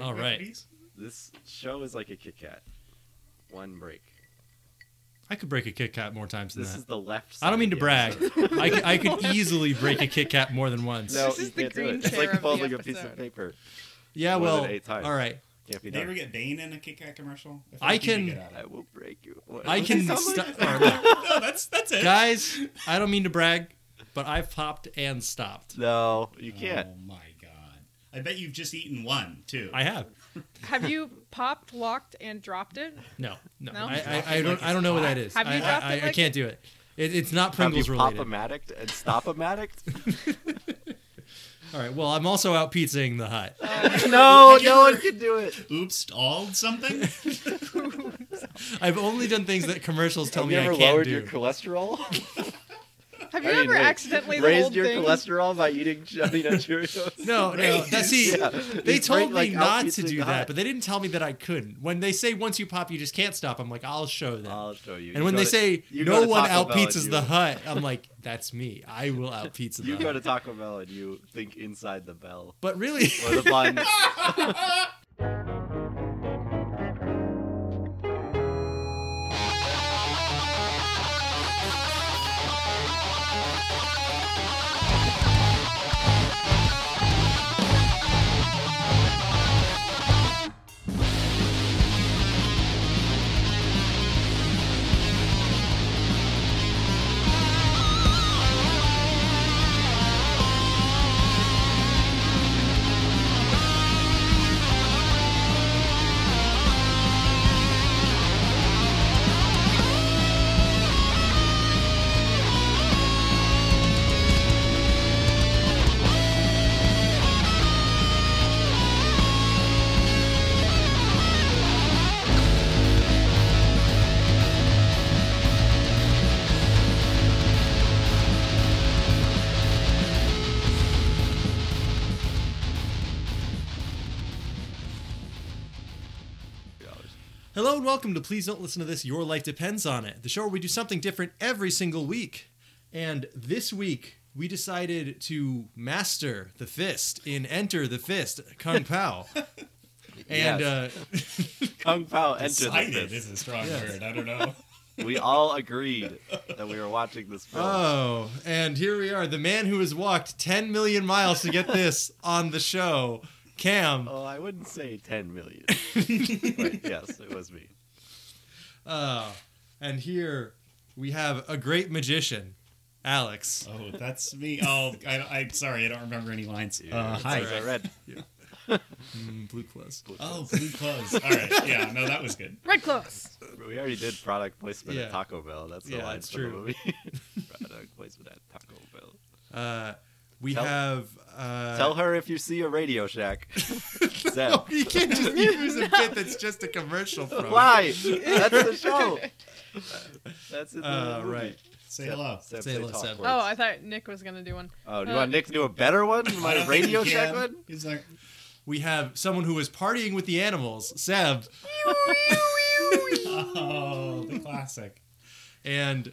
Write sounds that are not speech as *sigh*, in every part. All right. Please? This show is like a Kit Kat. One break. I could break a Kit Kat more times than This that. is the left. Side I don't mean to of the brag. episode. I, could, I could *laughs* easily break a Kit Kat more than once. No, This you is the can't do green it. It's chair of like the folding a piece of episode. paper. yeah, more than well, eight times. all right. Can't be Did you ever done. get Bane in a Kit Kat commercial? feel I like he'd can- be good at *laughs* I it. will break you. What- I what can does it sound stop. *laughs* like? no, that's that's it. Guys, I don't mean to brag, but I've popped and stopped. No, you Oh can't. my god! I bet you've just eaten one too. I have. Have you popped, locked, and dropped it? No, no. No? I, I, I don't. I don't know what that is. Have you I, dropped I, it I, I like- can't do it. it. It's not Have you Pringles pop related. a addict and stop a *laughs* addict? All right. Well, I'm also out pizzaing the hut. *laughs* no, Did you no one ever- can do it. Oops, stalled *laughs* something. I've only done things that commercials tell Have me you ever I can't lowered do. your cholesterol? Have *laughs* you I mean, ever wait, accidentally the whole raised your thing? cholesterol by eating *laughs* Johnny Nut Cheerios? no, no. That's see. Yeah. They You told break, like, me out not to do pizzaing the that, hut. but they didn't tell me that I couldn't. When they say once you pop, you just can't stop. I'm like, I'll show them. I'll show Oh, you. and You when go they to- say you go no to one Taco out Bell and pizzas you- the hut, I'm like, that's me. I will out pizza the you go hut. to Taco Bell and you think inside the bell But really, *laughs* *laughs* or the bun. hello and welcome to Please Don't Listen to This. Your life depends on it. The show where we do something different every single week. And this week we decided to master the fist in Enter the Fist Kung *laughs* Pao. And Yes. uh, Kung Pao entered Decided this. is a strong Yeah. word. I don't know. We all agreed that we were watching this film. Uh. Oh, and here we are. The man who has walked 10 million miles to get this *laughs* on the show, Cam. oh, I wouldn't say 10 *laughs* million. but yes, it was me. Uh, and here we have a great magician, Alex. Oh, that's me. Oh, I, I sorry, I don't remember any lines. Uh, It's hi. like I read. Mm, blue clothes. Oh, blue clothes. All right. Yeah. No, that was good. Red clothes. We already did product placement Yeah. at Taco Bell. That's the Yeah, line it's from the true. movie. *laughs* *laughs* product placement at Taco Bell. Uh, we Tell- have. Uh, Tell her if you see a *laughs* Radio Shack. *laughs* Zeb. No, you can't just use a bit that's just a commercial from. Why? That's *laughs* the show. That's it. Uh, right. Say hello. Seb, Say say hello, talk Seb. words. Oh, I thought Nick was gonna do one. Oh, do you Uh, want Nick to do a *laughs* better one? You I want don't a think Radio he Shack can. one? He's like, We have someone who was partying with the animals, *laughs* Seb, oh, the classic. and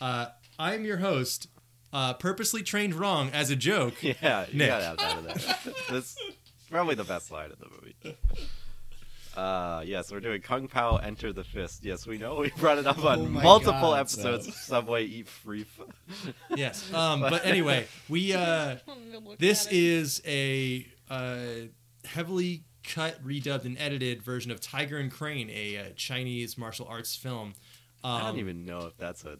uh, I'm your host, uh, purposely trained wrong as a joke. Yeah, you Nick. gotta have that in there. That's probably the best line of the movie. Uh, yes, we're doing Kung Pao Enter the Fist. Yes, we know we brought it up on Oh my multiple God, episodes so- of Subway Eat Free. F- Yes. Um, but anyway, we. *laughs* Uh, This is a uh, heavily cut, redubbed, and edited version of Tiger and Crane, a uh, Chinese martial arts film. Um, I don't even know if that's a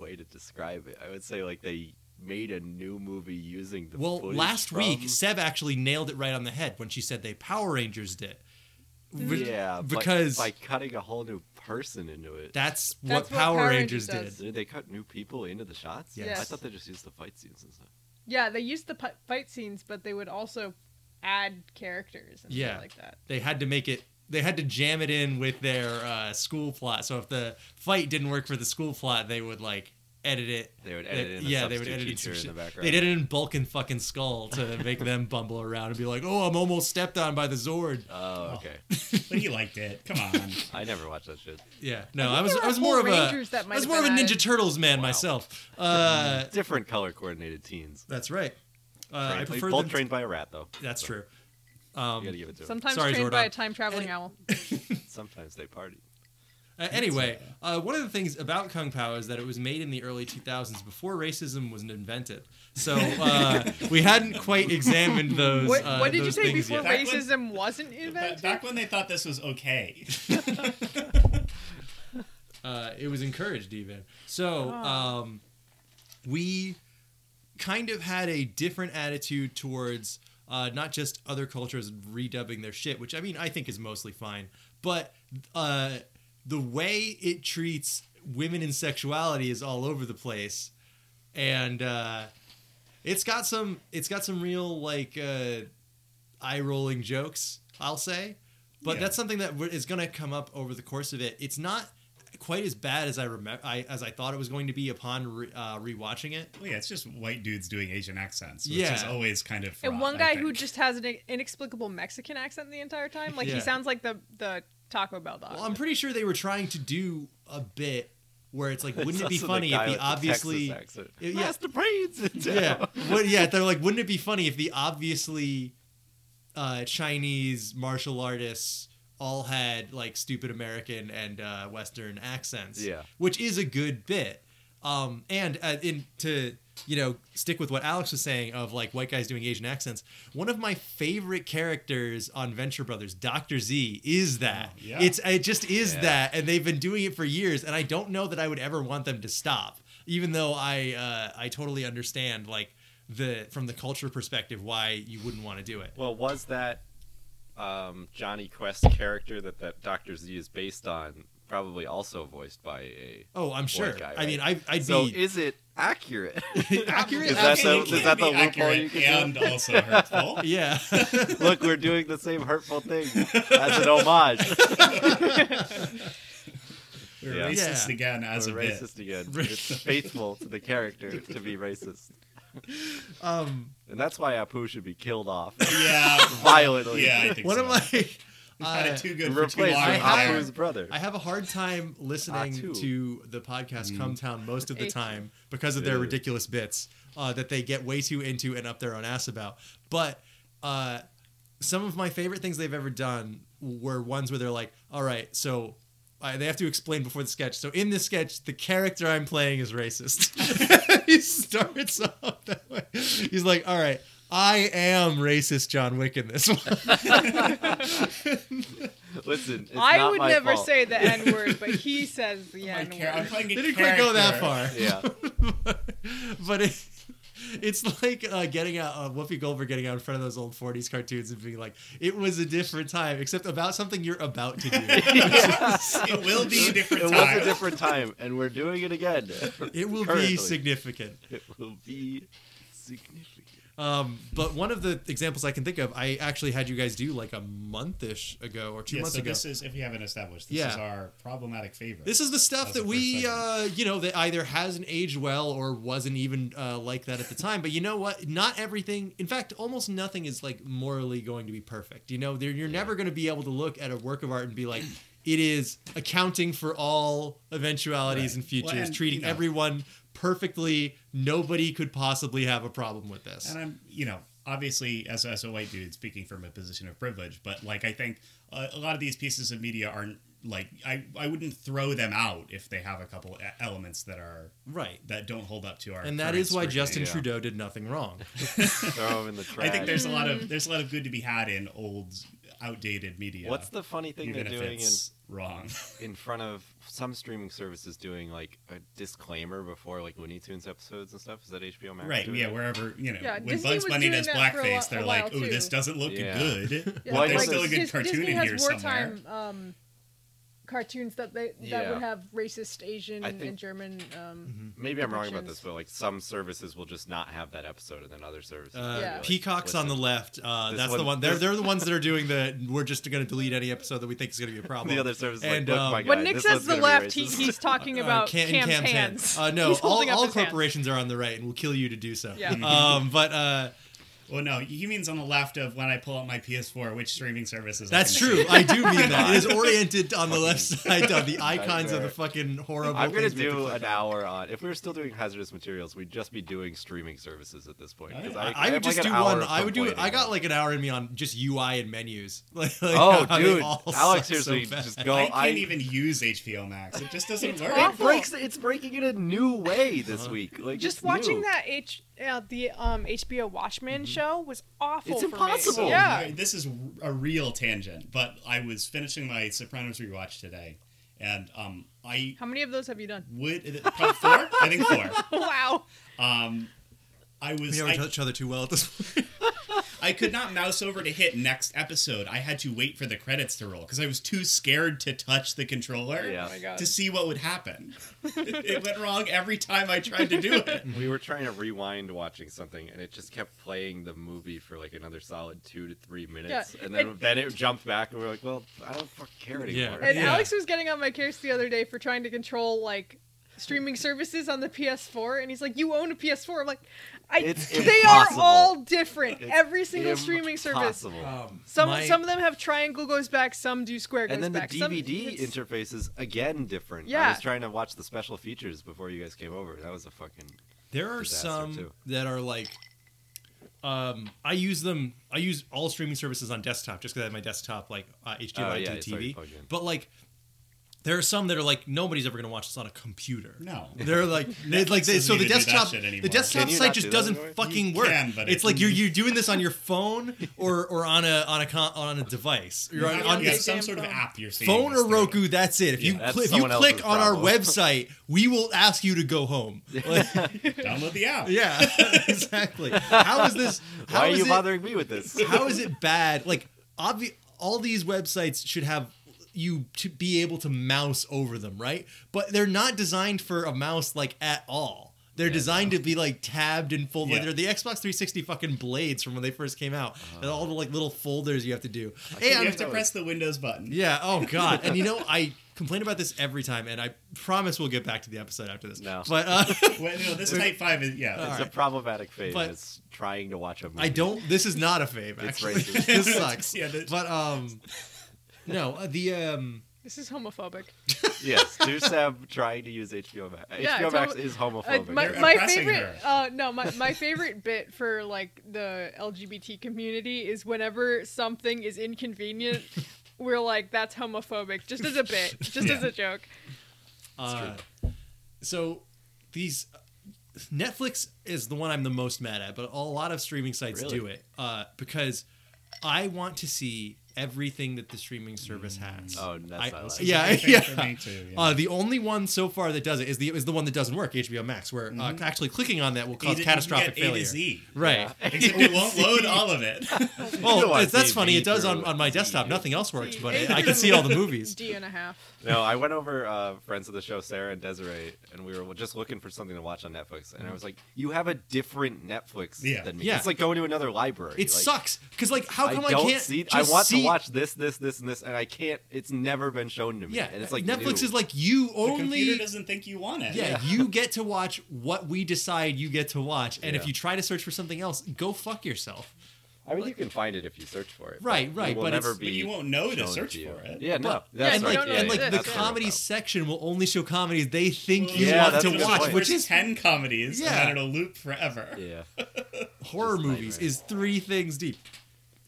way to describe it. I would say like they made a new movie using the well, footage last week from- Seb actually nailed it right on the head when she said they Power Rangers did. Re- yeah, but because- by cutting a whole new person into it, That's what That's what Power, Power Rangers Rangers did. does. did they cut new people into the shots? Yes. I thought they just used the fight scenes and stuff. Yeah, they used the pu- fight scenes, but they would also add characters and Yeah. stuff like that. They had to make it. They had to jam it in with their uh, school plot. So if the fight didn't work for the school plot, they would like edit it They would They- edit in a yeah, they would substitute edit in teacher in, substitute- the background. They did it in Bulk and fucking Skull to make them *laughs* bumble around and be like, "Oh, I'm almost stepped on by the Zord." Oh, okay. But he liked it. Come on. I never watched that shit. Yeah, no, think I was there I were was more of whole a Rangers that I might was have more of a been Ninja added. Turtles man myself. Uh, Different color coordinated teens. that's right. Uh, I Frankly, prefer both them. trained by a rat, though. that's true. You Um, gotta give it to them. Sometimes Sorry, trained by Zordon. a time traveling Any- owl. Sometimes they party. Uh, anyway, uh, one of the things about Kung Pao is that it was made in the early 2000s before racism was invented. So uh, we hadn't quite examined those. What, uh, what did you those say things before yet. Back when- racism wasn't Ba- invented? Back when they thought this was okay. *laughs* uh, it was encouraged even. So Ah. um, we kind of had a different attitude towards uh, not just other cultures redubbing their shit, which I mean I think is mostly fine, but uh, the way it treats women and sexuality is all over the place, and uh, it's got some it's got some real like uh, eye rolling jokes, I'll say. But Yeah. that's something that w- is going to come up over the course of it. It's not quite as bad as I remember I, as I thought it was going to be upon re- uh, rewatching it. Well, yeah, it's just white dudes doing Asian accents, which Yeah. is always kind of. and fraught, one I guy *laughs* who think. just has an in- inexplicable Mexican accent the entire time. Like Yeah. he sounds like the the Taco Bell dog. Well, I'm pretty sure they were trying to do a bit where it's *laughs* like, wouldn't it be It's also the funny guy if with the the obviously, Texas accent. It- yeah. Master *laughs* Brains. yeah, Would- yeah, they're like, wouldn't it be funny if the obviously uh, Chinese martial artists all had like stupid American and uh, Western accents? Yeah. which is a good bit. Um, and uh, in to you know stick with what Alex was saying of like white guys doing Asian accents. One of my favorite characters on Venture Brothers, Doctor Z, is that. Oh, yeah. It's it just is Yeah. that, Uh, and they've been doing it for years, and I don't know that I would ever want them to stop. Even though I uh, I totally understand like the from the culture perspective why you wouldn't want to do it. Well, was that um, Johnny Quest character that that Doctor Z is based on probably also voiced by a? Oh, I'm sure. guy, I right? mean, I, I'd So be is it accurate? *laughs* accurate. Is that It the- can is that be the loophole accurate you can and do? also *laughs* hurtful? *laughs* yeah. *laughs* Look, we're doing the same hurtful thing as an homage. We're Yeah. racist Yeah. again as We're a bit. *laughs* racist again. It's faithful to the character to be racist, um, and that's why Apu should be *laughs* killed off *laughs* Yeah, violently. yeah. I think what so. am I? We've had uh, it too good *laughs* and for too replaced long. with I have- Apu's now. brother. I have a hard time listening Atu. to the podcast Come Town most of the Atu. time because of their Ew. ridiculous bits uh, that they get way too into and up their own ass about. But uh, some of my favorite things they've ever done were ones where they're like, all right, so. I, they have to explain before the sketch. So in this sketch, the character I'm playing is racist. *laughs* he starts off that way. He's like, "All right, I am racist, John Wick in this one." Listen, it's I not would my never fault. say the N *laughs* word, but he says the I'm N char- I'm word. playing a they didn't quite go that *laughs* character. far. Yeah, *laughs* but it, it's like uh, getting out uh, Whoopi Goldberg getting out in front of those old '40s cartoons and being like, "It was a different time," except about something you're about to *laughs* do. It will *laughs* be a it different was time. a different time, and we're doing it *laughs* again. it will Currently. be significant. It will be significant. Um, but one of the examples I can think of, I actually had you guys do like a month-ish ago or two yeah, months so ago. this is if we haven't established. This Yeah. is our problematic favorite. This is the stuff That that was the we, first uh, you know, that either hasn't aged well or wasn't even uh, like that at the time. But you know what? Not everything, in fact, almost nothing is like morally going to be perfect. You know, there, you're never going to be able to look at a work of art and be like, it is accounting for all eventualities Right. and futures, Well, and, treating you know- everyone perfectly. Nobody could possibly have a problem with this. and I'm, you know, obviously as, as a white dude speaking from a position of privilege, but like I think uh, a lot of these pieces of media aren't like I, I wouldn't throw them out if they have a couple e- elements that are Right. that don't hold up to our And that current is why scrutiny. Justin yeah. Trudeau did nothing wrong. Throw him in the trash. I think there's a lot Mm. of there's a lot of good to be had in old outdated media. What's the funny thing even they're if doing in, it's wrong? in front of some streaming services doing like a disclaimer before like Looney Tunes episodes and stuff? Is that HBO *laughs* Max? right, doing yeah, it? wherever you know Yeah, when Disney Bugs was Bunny doing does that for a whi- blackface, a they're while, like, "Ooh, too." this doesn't look Yeah. good." *laughs* Yeah, Well, but I there's guess still a it's- good Dis- cartoon Disney in has here somewhere. wartime um, cartoons that they that Yeah. would have racist Asian I think- and German. Mm-hmm. Um, Maybe I'm wrong about Depictions. this, but like some services will just not have that episode, and then other services. Uh, will be Yeah. like, Peacock's on the listen, left. Uh, this that's the one- one. They're, this- they're the ones that are doing the. We're just going to delete any episode that we think is going to be a problem. *laughs* The other service is like, And, "Look, um, my When guy, when Nick this says one's the gonna be left, he, racist." he's talking Uh, about Cam- Cam's, Cam's hands. *laughs* Uh, no, He's all, holding up all his *laughs* hands. corporations are on the right and will kill you to do so. Yeah. Um, but uh, Well, no, he means on the left of when I pull out my PS4, which streaming services. I That's can true. see. I do mean that. *laughs* It is oriented on the left side of the icons of Nightmare. the fucking horrible. I'm gonna things we have do click an hour on. If we were still doing hazardous materials, we'd just be doing streaming services at this point. 'cause I, I, I would have, like, just do an hour one. of I would do. I complaining. got like an hour in me on just UI and menus. *laughs* Like, like Oh, how they dude, all Alex, suck so seriously, bad. just go. I can't I- even use HBO Max. It just doesn't work. awful. It breaks. It's breaking in a new way this Uh-huh. week. Like Just it's watching new. that H uh, the um HBO Watchmen show was awful. It's for me. impossible. Yeah. This is a real tangent, but I was finishing my Sopranos rewatch today, and um, I How many of those have you done? *laughs* would is it probably four. I think four. wow. Um, I was We know I, each other too well at this point. I could not mouse over to hit next episode. I had to wait for the credits to roll because I was too scared to touch the controller Yeah. Oh my God. to see what would happen. it, it went wrong every time I tried to do *laughs* it. we were trying to rewind watching something, and it just kept playing the movie for like another solid two to three minutes, and then and- then it jumped back, and we are like, well, I don't fuck care Yeah. *laughs* anymore. And Yeah. Alex was getting on my case the other day for trying to control like streaming services on the PS4, and he's like, "You own a PS4." I'm like, "I." It's they impossible. are all different. It's Every single streaming service. impossible. Some My- some of them have triangle goes back. Some do square goes and then the back. some- DVD it's- interface is again different. I Yeah. was trying to watch the special features before you guys came over. That was a fucking. There are Disaster, some too. that are like, um, I use them. I use all streaming services on desktop just because I have my desktop like uh, HDMI Oh, yeah, to the it's already TV. plugged in. But like, there are some that are like nobody's ever gonna watch this on a computer. No. *laughs* They're *laughs* like, they, like they, doesn't so the even do that desktop, shit anymore. the desktop Can you site not just do that doesn't anymore? doesn't You fucking work. can, but it's it's- like you're you're doing this on your *laughs* phone or or on a on a con, on a device. You're on, You on have your some damn sort of phone. app you're seeing. phone this or through. Roku. That's it. If you that's cli- if you someone click else's on our problem. *laughs* website, we will ask you to go home. Like, Download the app. yeah, *laughs* exactly. How is *laughs* this? How Why are is you it, bothering me *laughs* with this? How is it bad? Like, obvi- all these websites should have you to be able to mouse over them, right? But they're not designed for a mouse like at all. They're designed to be like tabbed and full. Yeah. They're the Xbox 360 fucking blades from when they first came out, Uh-huh. and all the like little folders you have to do. You And have to press the Windows button. yeah. *laughs* Oh God. And you know, I complain about this every time, and I promise we'll get back to the episode after this. No. But uh, *laughs* Well, no, this type five is yeah. All It's right. a problematic phase. But- It's trying to watch a movie. I don't. This is not a fave. It's Actually, *laughs* racist. this sucks. Yeah, that's- But um, no. uh, The um, This is homophobic. Yes, Duseb trying to use HBO Max. Yeah, HBO it's Max homo- is Uh, homophobic. my They're my oppressing favorite her. uh, no my, my favorite bit for like the LGBT community is whenever something is inconvenient we're like that's homophobic just as a bit just as *laughs* Yeah. a joke uh so these Netflix is the one I'm the most mad at, but a lot of streaming sites Really? do it uh, because I want to see everything that the streaming service Mm. has. Oh, that's I- not allowed. yeah, It's a yeah. big thing for me too, yeah. Uh, the only one so far that does it is the is the one that doesn't work, HBO Max, where uh, Mm-hmm. actually clicking on that will You cause didn't even catastrophic get A failure. to Z. Right. *laughs* Except *laughs* it won't load all of it. *laughs* Well, You watch it's- that's TV funny. It does on, through on my TV. desktop. Nothing else works, *laughs* See, but it- I can see all the movies. D and a half No, I went over uh, friends of the show, Sarah and Desiree, and we were just looking for something to watch on Netflix. And I was like, "You have a different Netflix Yeah. than me. Yeah. It's like going to another library. It like, sucks because like how I come don't I, can't see. I just want see- to watch this, this, this, and this, and I can't. It's never been shown to me. Yeah, and it's like Netflix new. is like you The only. computer doesn't think you want *laughs* it. yeah, you get to watch what we decide you get to watch, and if Yeah. you try to search for something else, go fuck yourself. I mean, you can find it if you search for it. Right, it right, will but never it's- be. But you won't know to shown search you. for it. Yeah, no, But- that's and right. like, No, no, yeah, and like yeah, the that's right. comedy right. section will only show comedies they think you Yeah, want that's to a good watch, point. which is is ten comedies, Yeah. and then it'll loop forever. Yeah. horror Just movies nightmare. is three things deep.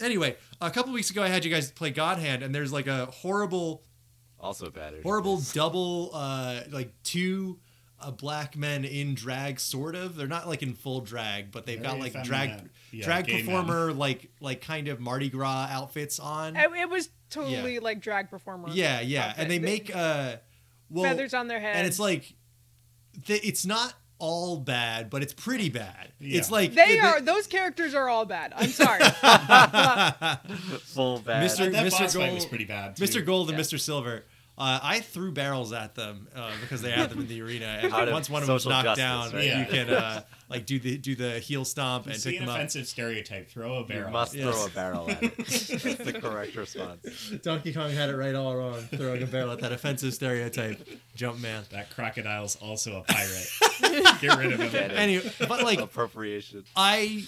Anyway, a couple weeks ago I had you guys play God Hand, and there's like a horrible Also bad. internet. horrible double uh like two uh, black men in drag sort of they're not like in full drag but they've got Very like drag effeminate. Yeah, drag gay men. performer like like kind of mardi gras outfits on it, it was totally like drag performer yeah yeah outfit. and they make uh well feathers on their head and it's like th- it's not all bad but it's pretty bad Yeah. it's like they are those characters are all bad *laughs* I'm sorry *laughs* Full bad. Mr. That, that Mr. boss fight Gold- was pretty bad. Too. Mr. Gold and Mr. Silver. Uh, I threw barrels at them uh, because they had them in the arena. And Out of once one of them's social knocked justice, down, right? Yeah. you can *laughs* uh, like do the do the heel stomp You and see pick an them up. offensive stereotype. Throw a You barrel. must Yes. throw a barrel *laughs* at it. That's the correct response. Donkey Kong had it right all wrong, throwing a barrel at that offensive stereotype, jump man. That crocodile's also a pirate. *laughs* Get rid of him. Get it. Anyway, but like Appropriation. I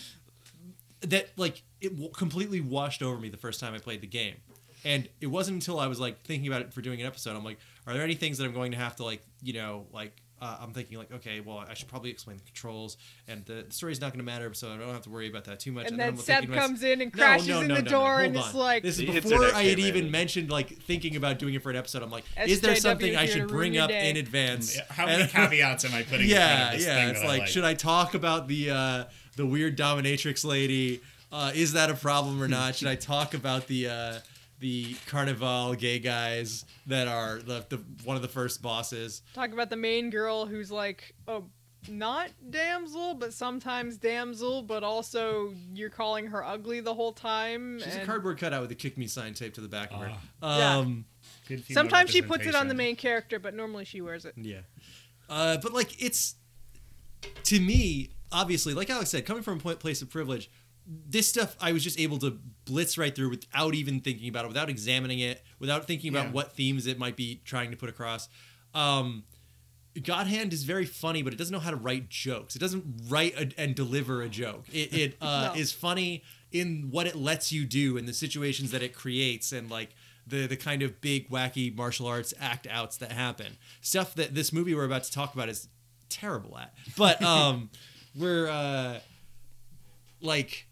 that like it w- completely washed over me the first time I played the game. And it wasn't until I was like thinking about it for doing an episode, I'm like, are there any things that I'm going to have to like, you know, like uh, I'm thinking like, okay, well, I should probably explain the controls, and the, the story's not going to matter, so I don't have to worry about that too much. And then then I'm Seb thinking to myself, comes in and no, crashes no, in no, the no, no, door and hold it's on. like, this The is before internet I came had in. even mentioned like thinking about doing it for an episode. I'm like, is there SJW something I here to should ruin bring your up day. in advance? How many And- caveats am I putting? in front yeah, of this yeah. Thing It's that like, I like, should I talk about the uh, the weird dominatrix lady? Uh, is that a problem or not? should I talk about the uh, the carnival gay guys that are the, the one of the first bosses? Talk about the main girl who's like a not damsel, but sometimes damsel, but also you're calling her ugly the whole time. She's a and cardboard cutout with a "kick me" sign taped to the back of her. Ah. Yeah. Um, Good female Sometimes she puts it on the representation. main character, but normally she *laughs* wears it. Yeah. Uh, but like it's to me, obviously, like Alex said, coming from a pla- place of privilege, this stuff I was just able to blitz right through without even thinking about it, without examining it, without thinking about Yeah. what themes it might be trying to put across. Um, God Hand is very funny, but it doesn't know how to write jokes. It doesn't write a, and deliver a joke. It, it uh, No. is funny in what it lets you do and the situations that it creates and like the the kind of big wacky martial arts act outs that happen. Stuff that this movie we're about to talk about is terrible at. But um, we're uh, like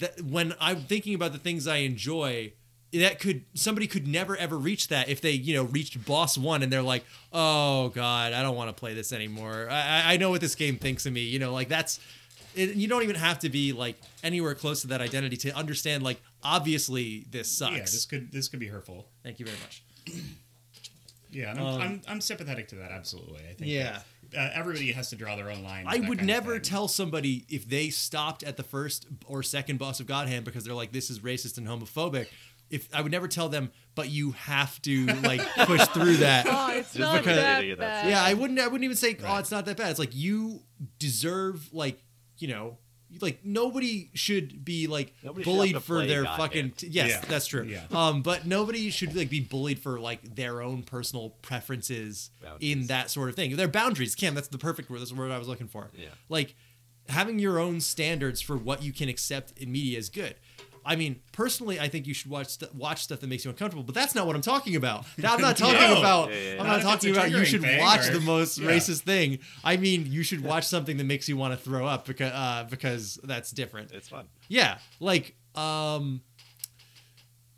that when I'm thinking about the things I enjoy, that could somebody could never ever reach that if they you know reached boss one and they're like, oh god, I don't want to play this anymore. I I- I know what this game thinks of me. You know, like that's it, you don't even have to be like anywhere close to that identity to understand like obviously this sucks. Yeah, this could this could be hurtful. Thank you very much. Yeah, and I'm, Um, I'm, I'm sympathetic to that absolutely. I think. Yeah. that, uh, everybody has to draw their own line. I with that would kind of never thing. tell somebody if they stopped at the first or second boss of Godhand because they're like, this is racist and homophobic. If I would never tell them, but you have to like push through that. Oh, it's Just not because- that Yeah, that's- bad. Yeah, I wouldn't. I wouldn't even say, oh, Right. it's not that bad. It's like you deserve, like you know, like nobody should be like Nobody should have bullied to for play their Godhand. fucking. T- yes, Yeah. that's true. Yeah. Um, but nobody should like be bullied for like their own personal preferences in Boundaries. that sort of thing. Their boundaries, Kim. That's the perfect word. That's the word I was looking for Yeah. like having your own standards for what you can accept in media is good. I mean, personally, I think you should watch st- watch stuff that makes you uncomfortable, but that's not what I'm talking *laughs* about. Now, I'm not talking No. about. Yeah, yeah, yeah. I'm Not not if it's talking a about. You triggering should thing watch or- the most Yeah. racist thing. I mean, you should watch something that makes you want to throw up because uh, because that's different. It's fun. Yeah, like um,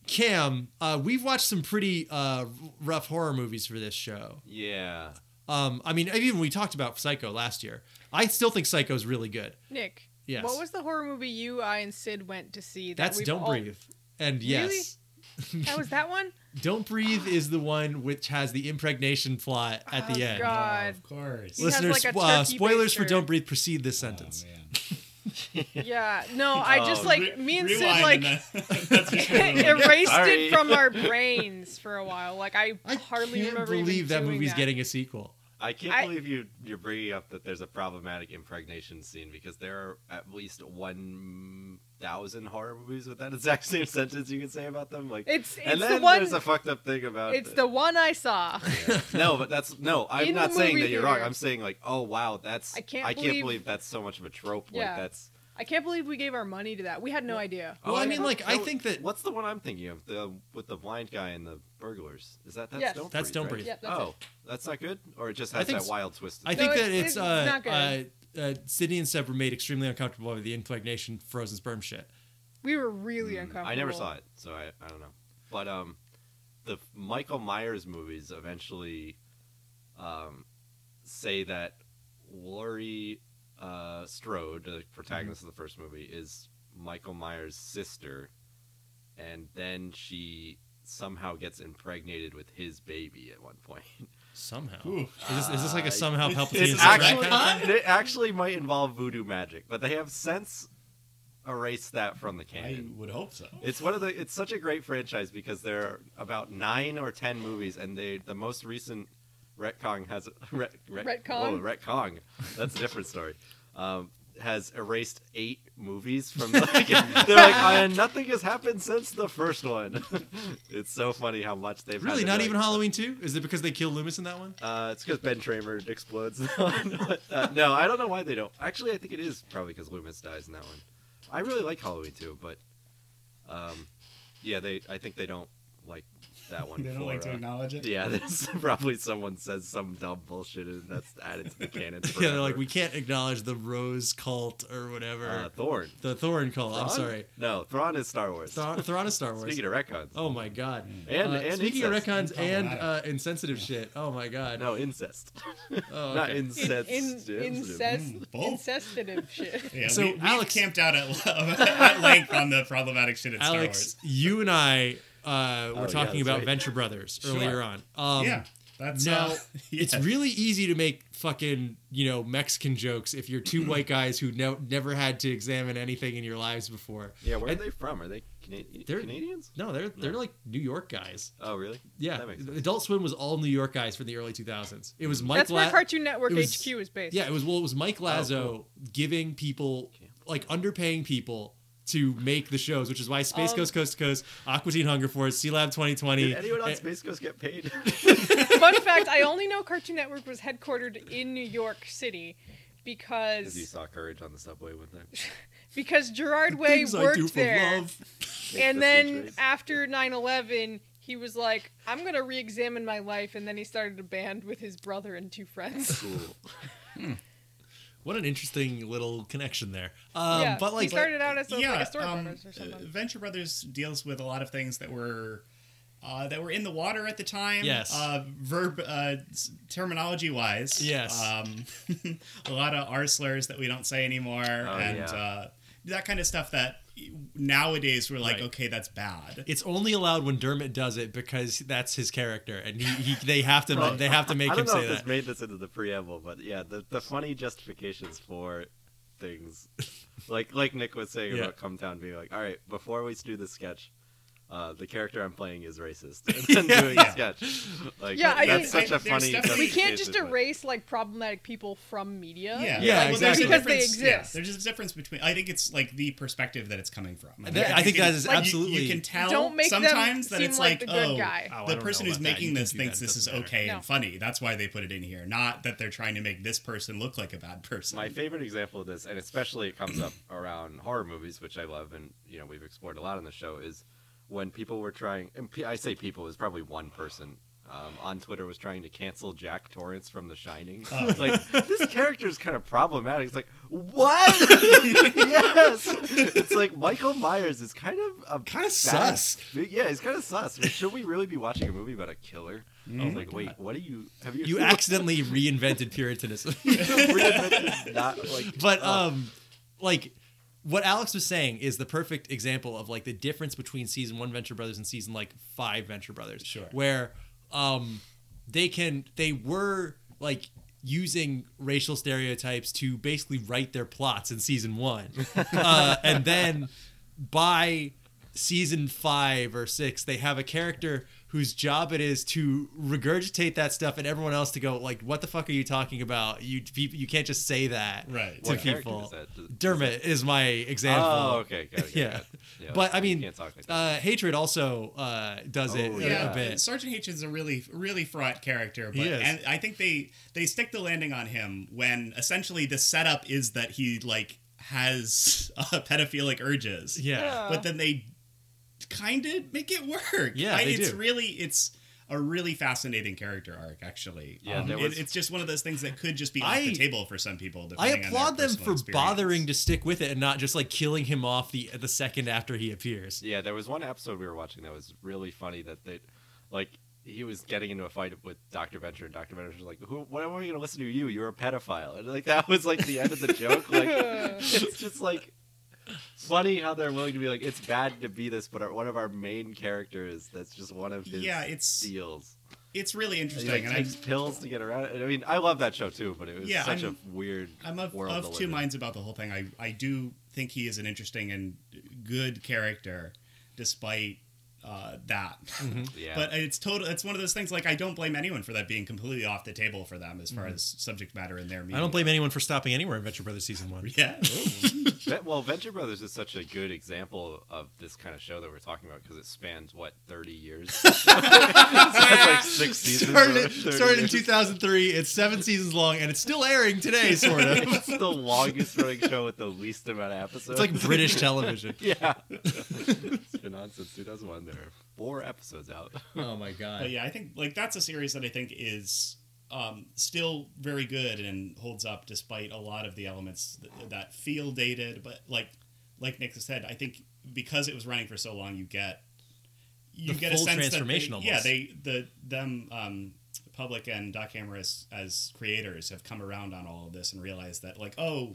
Cam, uh, we've watched some pretty uh, rough horror movies for this show. Yeah. Um, I mean, even when we talked about Psycho last year, I still think Psycho is really good. Nick, Yes. what was the horror movie you, I, and Sid went to see? That That's we've Don't all- Breathe. And yes, That was that one? Don't Breathe is the one which has the impregnation plot at the Oh, end. Oh, God. of course. He has, Listeners, like, a uh, turkey spoilers for baster. Don't Breathe precede this Oh, sentence. man. Yeah. *laughs* No, I just Oh, like me and Sid Rewind and like that- *laughs* that's just *laughs* *laughs* what we- erased Sorry. it from *laughs* our brains for a while. Like I, I hardly can't remember even believe that doing movie's that. getting a sequel. I can't I- believe you you're bringing up that there's a problematic impregnation scene because there are at least one thousand horror movies with that *laughs* exact same sentence you can say about them. Like, It's it's and then the one. there's a fucked up thing about It's the one I saw. *laughs* no, but that's no. I'm In not the saying movie that you're wrong. theater. I'm saying like, oh wow, that's I can't believe- believe... that's so much of a trope. Yeah. Like that's. I can't believe we gave our money to that. We had no idea. Well, oh, I yeah. mean, like, I No, think that- what's the one I'm thinking of? The with the blind guy and the burglars. Is that that's Yes. don't That's breathe, Don't right? Breathe. Yeah, that's oh, that's not good, or it just I has think that s- wild twist. I at the think No, that it's- it's, it's uh, not good. uh, uh, Sydney and Seb were made extremely uncomfortable by the impregnation frozen sperm shit. We were really Mm, uncomfortable. I never saw it, so I, I don't know. But um, the Michael Myers movies eventually um, say that Laurie uh, Strode, the protagonist Mm-hmm. of the first movie, is Michael Myers' sister, and then she somehow gets impregnated with his baby at one *laughs* point. Somehow. Ooh. Is, this, is this like a Uh, somehow it's- Palpatine? it's is It a rat actually, kind of thing? it actually might involve voodoo magic, but they have since erased that from the I canon. would hope so. It's one of the. It's such a great franchise because there are about nine or ten movies, and they the most recent retcon has ret, ret, Retcon? Whoa, retcon. That's a different story. Um, has erased eight movies from. Like, they're like, and nothing has happened since the first one. *laughs* it's so funny how much they've had Really, to not be even like- Halloween 2? Is it because they kill Loomis in that one? *laughs* Uh, *laughs* it's because Ben Tramer *laughs* explodes. uh, no, I don't know why they don't. Actually, I think it is probably because Loomis dies in that one. I really like Halloween too, but um, yeah, they I think they don't like that *laughs* one. They don't for, like to uh, acknowledge it. *laughs* yeah, there's probably someone says some dumb bullshit and that's added to the canon. *laughs* Yeah, they're forever. like we can't acknowledge the Rose cult or whatever. uh, Thorn. the Thorn cult. I'm Thrawn? sorry. No, Thrawn is Star Wars. Thrawn, Thrawn is Star Wars. Speaking of retcons. oh my god. And- Uh, and speaking of incest. retcons and And uh, insensitive shit. Oh my god. No, incest. *laughs* Oh, Not okay. In, incest. in, incest, Mm, *laughs* both. incestative shit. Yeah, So, we, we Alex- camped out at, *laughs* at length on the problematic shit at Alex, you and I uh, were Oh, yeah, talking that's about right. Venture Brothers Sure. earlier on. Star Um, Wars. yeah, that's now, *laughs* uh, It's *laughs* yeah. really easy to make fucking you know Mexican jokes if you're *clears throat* two white guys who no, never had to examine anything in your lives before. Yeah, where are And- they from? Are they Cana- They're- Canadians? No, they're they're like New York guys. Oh, really? Yeah, That makes sense. Adult Swim was all New York guys from the early 2000s. It was Mike. That's where La- Cartoon Network it was- HQ is based. Yeah, it was well, it was Mike Lazo Oh, cool. giving people like underpaying people to make the shows, which is why Space Um, Coast Coast to Coast, Aqua Teen Hunger Force, Sea Lab 2020. Did anyone on eh, Space Ghost get paid? *laughs* Fun fact: I only know Cartoon Network was headquartered in New York City *laughs* Because you because saw Courage on the subway one time. because Gerard Way things I do worked for there. love. And the then features. after 9/11, he was like, "I'm gonna re-examine my life," and then he started a band with his brother and two friends. Cool. What an interesting little connection there. Um, *laughs* yeah, but he like, started out as a, yeah, like a um, storyboarder or uh, something. Venture Brothers deals with a lot of things that were uh, that were in the water at the time. Yes. Uh, verb uh, terminology wise. Yes. Um, *laughs* a lot of R slurs that we don't say anymore, and yeah. uh, that kind of stuff that nowadays we're like, Right. okay, that's bad. it's only allowed when Dermot does it because that's his character, and he, he they have to Well, they have to make *laughs* I him don't know say if that. this made this into the preamble, but yeah, the, the funny justifications for things, like like Nick was saying Yeah. about Come Town being like, all right, before we do this sketch, uh, the character I'm playing is racist. *laughs* And then doing *laughs* Yeah. the sketch, like Yeah, I that's mean- such a There's funny. definitely- we can't just justification, but- erase like problematic people from media. Oh, Yeah, Yeah, Like, well, there's a exactly. Because they difference- yeah, exist. there's a difference between. I think it's like the perspective that it's coming from. That- I think that is you- You, absolutely- can tell Don't make them sometimes that seem it's like like, the good oh, guy. Oh, I the don't person know who's about that. making You can this do thinks that. It this is doesn't matter. okay No. and funny. That's why they put it in here. Not that they're trying to make this person look like a bad person. My favorite example of this, and especially it comes up *coughs* around horror movies, which I love, and you know we've explored a lot on the show, is when people were trying. And pe- I say people is probably one person um, on Twitter was trying to cancel Jack Torrance from The Shining. Oh. *laughs* It's like this character is kind of problematic. It's like what? yes, it's like Michael Myers is kind of a Kind of bad- sus. Yeah, he's kind of sus. Should we really be watching a movie about a killer? I was my like, wait, what do you have you Mm-hmm. You *laughs* accidentally reinvented Puritanism. reinvented not like *laughs* but Oh. um like what alex was saying is the perfect example of like the difference between season one venture brothers and season like five venture brothers Sure. where um they can they were like using racial stereotypes to basically write their plots in season one uh, and then by season five or six they have a character whose job it is to regurgitate that stuff and everyone else to go like what the fuck are you talking about you you can't just say that *laughs* Right. to What character people. is that? Does- Dermot is my example. Oh, okay. Got it, got it, yeah. got it. Yeah, but I you mean, can't talk like that. uh, hatred also uh, does it Oh, a- yeah, a but bit. Sergeant H is a really, really fraught character, He but is. and I think they they stick the landing on him when essentially the setup is that he like has *laughs* uh, pedophilic urges. Yeah, but then they kind of make it work. Yeah, I- they it's do. really it's a really fascinating character arc, actually. Yeah, Um, there it- was- it's just one of those things that could just be off I- the table for some people. I depending on their applaud them personal for experience. bothering to stick with it and not just like killing him off the the second after he appears. yeah, there was one episode we were watching that was really funny that they, like, he was getting into a fight with Dr. Venture, and Dr. Venture was like, Who, why am I going to listen to you? You're a pedophile. And, like, that was, like, the end of the joke. Like, it's just, like, funny how they're willing to be like, it's bad to be this, but our, one of our main characters, that's just one of his Yeah, it's- deals. It's really And he, interesting, uh, like, and I, takes pills to get around it. I mean, I love that show, too, but it was Yeah, such I'm- a weird I'm of, world of to two live in. minds about the whole thing. I, I do think he is an interesting and good character, despite uh, uh, that. Mm-hmm. *laughs* Yeah. But it's total. It's one of those things. Like I don't blame anyone for that being completely off the table for them as far as subject matter in their. Media. Mm-hmm. I don't blame anyone for stopping anywhere in Venture Brothers season one. Yeah. Ve- well, Venture Brothers is such a good example of this kind of show that we're talking about because it spans what thirty years. *laughs* so it's like six *laughs* seasons. Started, over 30 started in years. 2003. It's seven seasons long, and it's still airing today, sort of. *laughs* It's the longest running show with the least amount of It's episodes. like British television. *laughs* *laughs* yeah. it's been on since 2001. There are four episodes out. Oh my But god. yeah, I think like that's a series that I think is um, still very good and holds up despite a lot of the elements that, that feel dated. But like like Nick said, I think because it was running for so long, you get you The get a full sense transformation that almost. they, yeah they the them um, public and Doc Hammer as, as creators have come around on all of this and realized that like oh.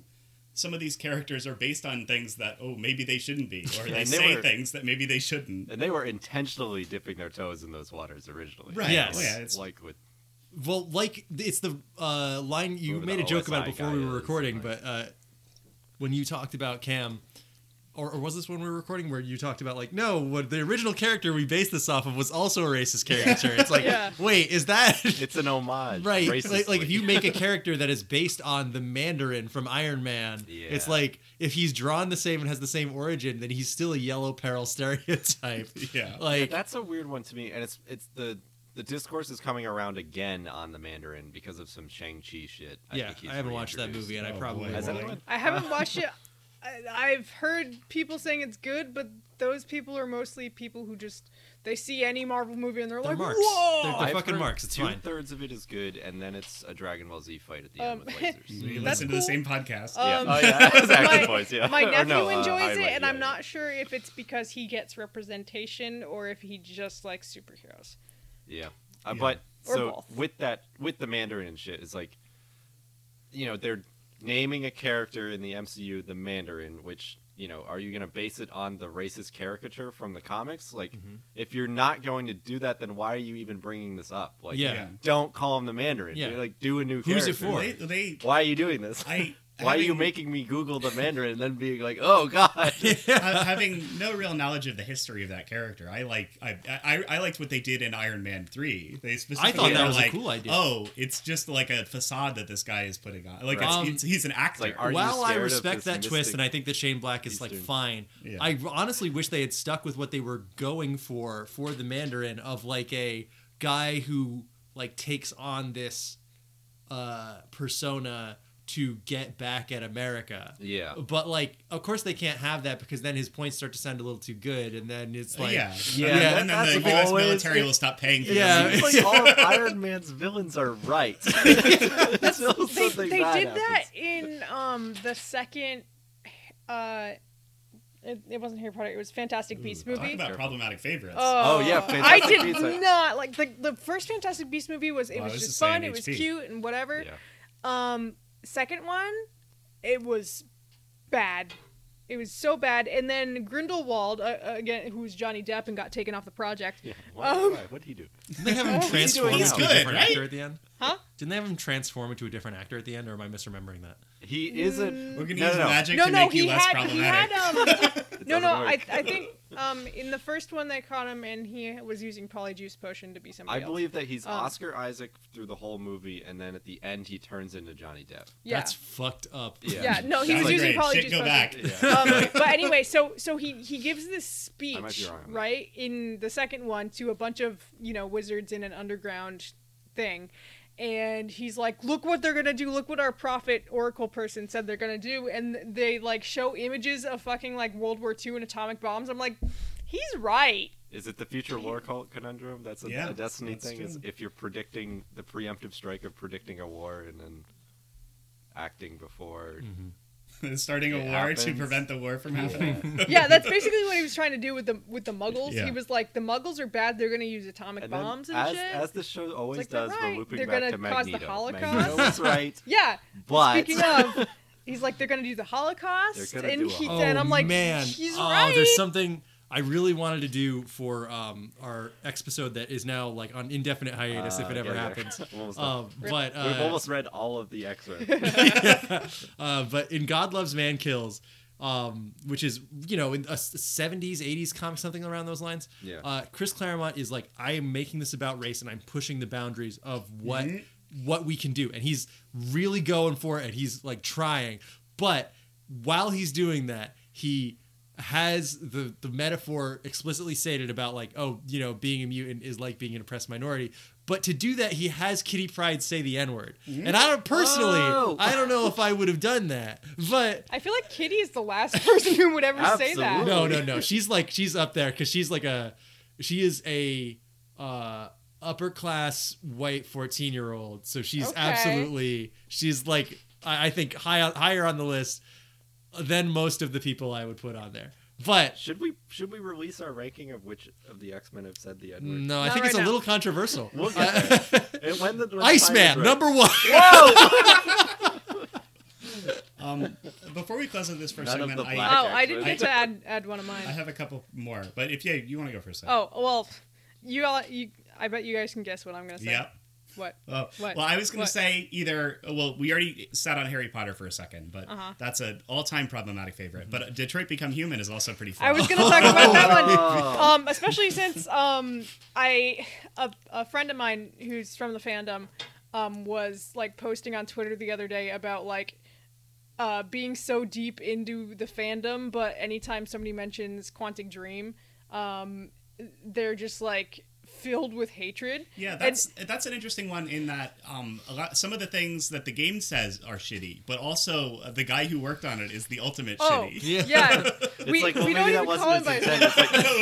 Some of these characters are based on things that oh maybe they shouldn't be, or they And they say were- things that maybe they shouldn't. And they were intentionally dipping their toes in those waters originally. Right? Yes. Oh, yeah, it's Like with Well, like it's the uh, line you Whoever the made a joke about OSI it before guy we were is, recording, like- but uh, when you talked about Cam, or, or was this when we were recording where you talked about like no, what the original character we based this off of was also a racist caricature. It's like Yeah. wait, is that it's an *laughs* homage, right? Like, like racistly. if you make a character that is based on the Mandarin from Iron Man, it's *laughs* Yeah. like if he's drawn the same and has the same origin, then he's still a yellow peril *laughs* stereotype. yeah. Like That's a weird one to me, and it's it's the the discourse is coming around again on the Mandarin because of some Shang Chi shit. yeah, think he's I haven't watched that movie, and reintroduced. I Oh, probably boy. Has won't. Really? anyone? *laughs* I haven't watched it. I, I've heard people saying it's good, but those people are mostly people who just they see any Marvel movie and they're, They're like, marks. "Whoa!" They're- they're- fucking marks, it's two fine. thirds of it is good, and then it's a Dragon Ball Z fight at the Um, end with *laughs* lasers. We That's listen to the cool. same podcast. Uh, yeah. um, oh yeah, *laughs* that was Action my- Boys, yeah. My *laughs* Or nephew no, uh, enjoys Iron it, Man, and yeah, I'm yeah. not sure if it's because he gets representation or if he just likes superheroes. Yeah. Uh, Yeah. But Or so both. with that with the Mandarin and shit, it's like you know, they're naming a character in the MCU the Mandarin, which, you know, are you gonna base it on the racist caricature from the comics? Like Mm-hmm. if you're not going to do that, then why are you even bringing this up? Like Yeah. Yeah. don't call him the Mandarin. Yeah. You're like do a new Who's it character. for? They, they, Why are you doing this? I, why are you having- making me Google the Mandarin and then being like, *laughs* "Oh God"? ha- *laughs* having no real knowledge of the history of that character? I like, I, I, I liked what they did in Iron Man Three. They specifically that were was a like, cool idea. Oh, it's just like a facade that this guy is putting on. Like, it's, Right. it's- he's an actor. like, are you While I scared of respect this that twist, mystic- and I think that Shane Black is He's like doing- fine, Yeah. I honestly wish they had stuck with what they were going for for the Mandarin of like a guy who like takes on this uh, persona to get back at America. yeah. But like, of course, they can't have that because then his points start to sound a little too good, and then it's like, yeah, yeah, that- and then that's the U.S. always- military will stop paying for Yeah. them. Seems *laughs* like all of Iron Man's villains are *laughs* right. Until They, something they bad did that happens. in um the second. Uh, it, it wasn't Harry Potter. It was Fantastic Beasts Talk movie. about problematic favorites. Mm, Oh, yeah, I Fantastic did Beasts, I- not like the the first Fantastic Beast movie was it Wow, was this just is saying fun, it was HP. cute and whatever. Yeah. Um, second one, it was bad. It was so bad. And then Grindelwald uh, uh, again, who was Johnny Depp and got taken off the project. Yeah. Why, *laughs* Um, why? What did he do? they have him transform He's into a good, different right? actor at the end. Huh? Didn't they have him transform into a different actor at the end, or am I misremembering that? He isn't. Mm. We're gonna no, use no, no. magic No, to no, make you he less had he had problematic. *laughs* um It no no doesn't I work. I think um in the first one they caught him and he was using polyjuice potion to be somebody I else. believe that he's Um, Oscar Isaac through the whole movie, and then at the end he turns into Johnny Depp. yeah. That's fucked up. Yeah. yeah, no, he Sounds was like using great. polyjuice Shit, go potion. back. *laughs* Yeah. *laughs* um, but anyway, so so he he gives this speech I might be wrong on that. right in the second one to a bunch of you know wizards in an underground thing, and he's like, "Look what they're gonna do! Look what our prophet oracle person said they're gonna do!" And they like show images of fucking like World War II and atomic bombs. I'm like, he's right. Is it the future lore col- conundrum? That's a, Yeah, a Destiny that's thing. Is true. if you're predicting the preemptive strike of predicting a war and then acting before. *laughs* starting a It war to happens. prevent the war from happening. *laughs* Yeah, that's basically what he was trying to do with the with the Muggles. Yeah. He was like, the Muggles are bad. They're gonna use atomic And then bombs and as, shit. as the show always like, they're does, right. we're looping They're back gonna to cause the Magneto. Holocaust. Magneto *laughs* was right, yeah. *laughs* but Speaking of, he's like they're gonna do the Holocaust, They're gonna and do a he Holocaust. then I'm like, Oh, man, he's oh, right. there's something I really wanted to do for um, our episode that is now like on indefinite hiatus if Uh, it ever yeah, yeah. *laughs* happens. Almost done. Um, but We've uh, *laughs* *laughs* almost read all of the X-Men. uh, but in God Loves Man Kills, um, which is you know in a s- 70s 80s comic something around those lines Yeah. uh, chris claremont is like i am making this about race and i'm pushing the boundaries of what Mhm. what we can do and he's really going for it and he's like trying but while he's doing that he has the the metaphor explicitly stated about like oh you know being a mutant is like being an oppressed minority but to do that he has kitty pride say the n word and i don't personally Oh. Whoa. i don't know if i would have done that but I feel like Kitty is the last *laughs* person who would ever say that. Absolutely. no no no she's like she's up there because she's like a she is a uh upper class white 14 year old so she's Okay. absolutely she's like i, I think high, on- higher on the list than most of the people i would put on there but Should we should we release our ranking of which of the X Men have said the N word? no i Not think it's right a now. little controversial We'll get uh, And when the, when the time *laughs* iceman is right- *laughs* number one Um, before we close on this for a None of second, the I, black- Oh, I didn't actually. get to add add one of mine. I have a couple more. But if yeah, you want to go for a second. Oh well, you all you. I bet you guys can guess what I'm gonna say. Yep. What? Oh, What? well, I was going What? to say either. Well, we already sat on Harry Potter for a second, but Uh-huh. Mm-hmm. that's an all-time problematic favorite. But Detroit Become Human is also pretty. Fun. I *laughs* was gonna talk about that one. Oh. Um, especially since um, I a, a friend of mine who's from the fandom um, was like posting on Twitter the other day about like uh, being so deep into the fandom, but anytime somebody mentions Quantic Dream, um, they're just like filled with hatred. Yeah, And- that's that's an interesting one in that um, a lot, some of the things that the game says are shitty, but also uh, the guy who worked on it is the ultimate Oh, shitty. Yeah. *laughs* yeah. It's we, like, well, we don't maybe that even call him wasn't its by *laughs* his intent. It's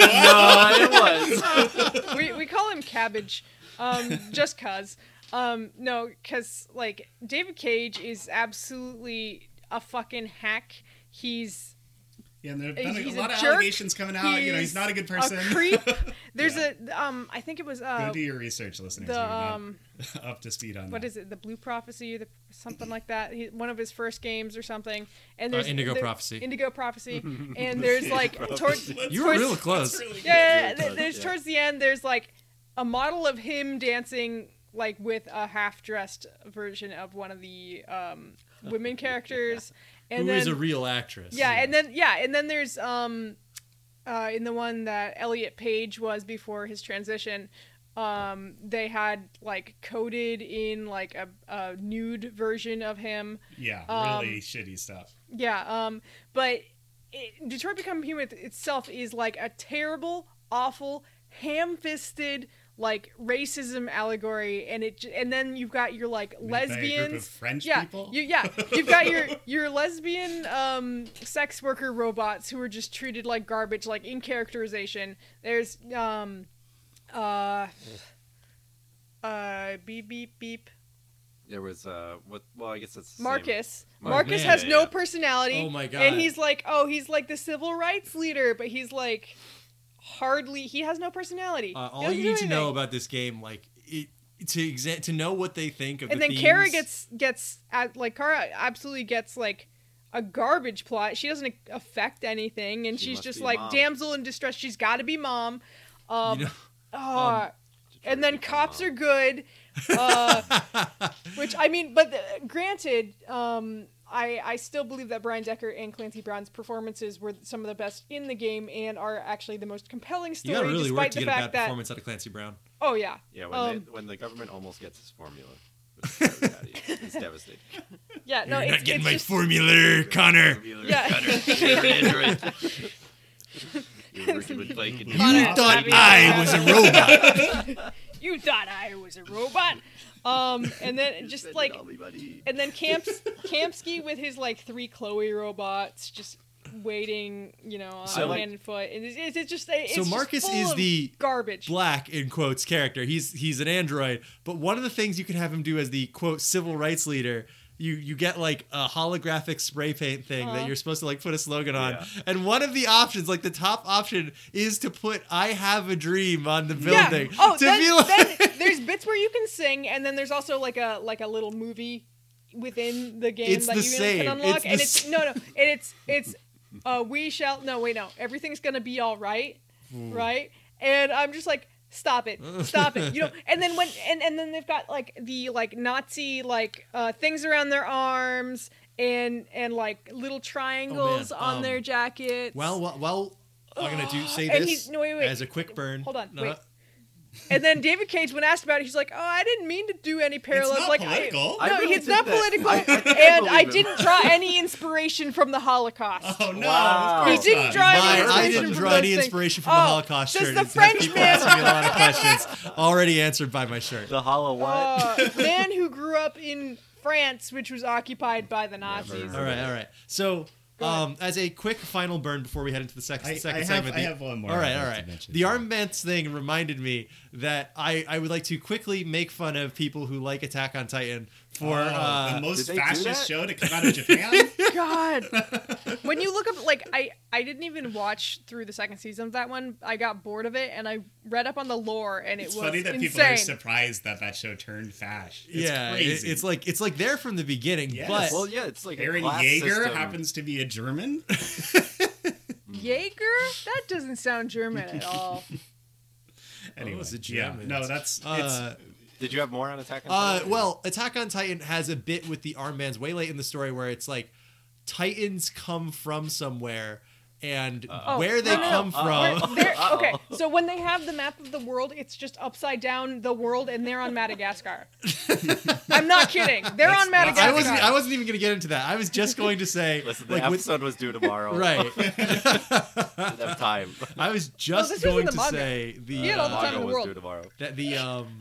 like, *laughs* no, it was. *laughs* we, we call him cabbage um, just cuz um, no cuz like david cage is absolutely a fucking hack he's Yeah, and there have been He's a a lot of jerk. allegations coming out. you know, he's not a good person. *laughs* a creep there's a um i think it was Go uh do your research, listeners. the You're not um *laughs* up to speed on what that. is it the blue prophecy the, something like that he, one of his first games or something and Uh, there's Indigo there- Prophecy. *laughs* indigo prophecy and there's like towards You were towards- real close. yeah, yeah, Really th- good, there's yeah. towards the end there's like a model of him dancing like with a half-dressed version of one of the um, Oh, women characters and who then is a real actress yeah and then yeah and then there's um uh, in the one that elliot page was before his transition um they had like coded in like a, a nude version of him Yeah, Um, really shitty stuff. yeah, um, but it, Detroit Become Human itself is like a terrible, awful, ham-fisted like racism allegory, and it j- and then you've got your like Made by a group of lesbians, French yeah, people? you, yeah, you've got *laughs* your your lesbian um, sex worker robots who are just treated like garbage, like in characterization. There's um, uh, *sighs* uh, beep beep beep. There was uh, what? Well, I guess it's the same. Marcus. Mar- Marcus Yeah, has yeah, no yeah. personality. Oh my God. And he's like, oh, he's like the civil rights leader, but he's like hardly. He has no personality. Uh, He all doesn't you do need to know anything. about this game, like it to exa- to know what they think of. And the then Kara themes- gets gets at, like Kara absolutely gets like a garbage plot. She doesn't affect anything, and She she's must just be like mom. damsel in distress. She's got to be mom. Um, You know, ah, um, and then cops are Detroit good *laughs* uh, which i mean but the, granted um, I, I still believe that brian decker and clancy brown's performances were some of the best in the game and are actually the most compelling you story gotta really work despite to the get a bad fact that performance out of Clancy Brown. oh yeah Yeah, when, um, they, when the government almost gets his formula, it's *laughs* devastating. It's devastating. yeah no You're it's, not getting it's my just, formula, Connor. Formula Yeah. cutter, favorite android. You were working with Blake and You you Connor, You were thought happy working- I was a robot. you thought i was a robot um, *laughs* and then You just spending like all my money. and then Camps Kampsky with his like three Chloe robots just waiting, you know, on So, like- hand and foot. And it's, it's- it's just it's So just Marcus full is of the garbage. Black in quotes character. He's he's an android, but one of the things you can have him do as the quote civil rights leader. You, you get like a holographic spray paint thing Uh-huh. that you're supposed to like put a slogan on, Yeah. and one of the options, like the top option, is to put "I have a dream" on the building. Yeah. Oh, to then, be like- then *laughs* there's bits where you can sing, and then there's also like a like a little movie within the game It's that the you same. can unlock. It's the and it's s- no no, and it's it's Hmm. uh, we shall no wait no everything's gonna be all right, right? And I'm just like stop it stop it you know and then when and, and then they've got like the like nazi like uh things around their arms and and like little triangles on Oh, um, their jackets Well, well, well I'm gonna do say *sighs* And this he's- no, wait, wait. as a quick burn. Hold on, No, wait. and then david cage when asked about it he's like oh i didn't mean to do any parallels not like political. I, I no really it's did not that. political I- I think I and i believe him. didn't draw any inspiration from the holocaust *laughs* Oh no! Wow. of He course didn't not. draw any Mine, inspiration I didn't from draw those any things. inspiration from Oh, the Holocaust does shirt. the It's gonna French keep *laughs* man- asking me a lot of *laughs* questions already answered by my shirt. The hollow what? Uh, man who grew up in France, which was occupied by the Nazis. All right, all right. So, Go ahead. um, as a quick final burn before we head into the second, I- second I have- segment, I the- have one more All right, I'd all like to right. mention. The armbands thing reminded me that I, I would like to quickly make fun of people who like Attack on Titan for Oh, uh, the most Did they do fascist that? show to come out *laughs* of Japan. *laughs* God, when you look up, like I, I didn't even watch through the second season of that one. I got bored of it, and I read up on the lore, and it It's was funny that insane. people are surprised that that show turned fash. It's yeah. it- crazy. it's like it's like there from the beginning, Yes. but Well, yeah, it's like a Aaron class Yeager system. happens to be *laughs* a German. Oh, Jaeger? That doesn't sound German at all. anyway, is it yeah, German? no, that's it's, Uh, Did you have more on Attack on Uh, Titan? well, Attack on Titan has a bit with the armbands way late in the story where it's like Titans come from somewhere and Oh, where they no, no, no. come Uh-oh. from. They're- Uh-oh. okay, so when they have the map of the world, it's just upside down the world, and they're on Madagascar. I'm not kidding. They're That's- on Madagascar. I wasn't. e- I wasn't even going to get into that. I was just going to say, *laughs* Listen, the like, with, episode was due *laughs* tomorrow. right. Didn't have time. *laughs* I was just this was in going the to manga. say You the had all the uh, time in Manga the was world. due tomorrow. that the um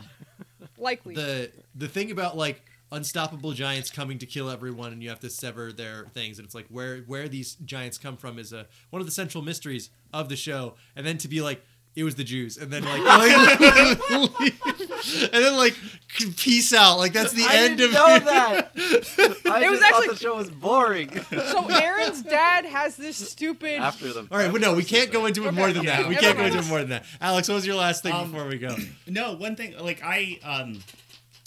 Likely. the the thing about like unstoppable giants coming to kill everyone and you have to sever their things and it's like where where these giants come from is a one of the central mysteries of the show and then to be like it was the Jews and then like, *laughs* and then *laughs* like peace out like that's the I end didn't of *laughs* know that. I It was just thought actually- the show was boring. so Aaron's dad has this stupid. After the All right, well, no, we can't go into it more Okay. than that. Yeah, We can't go everyone into it more than that. Alex, what was your last thing Um, before we *clears throat* go? no one thing. Like I, um,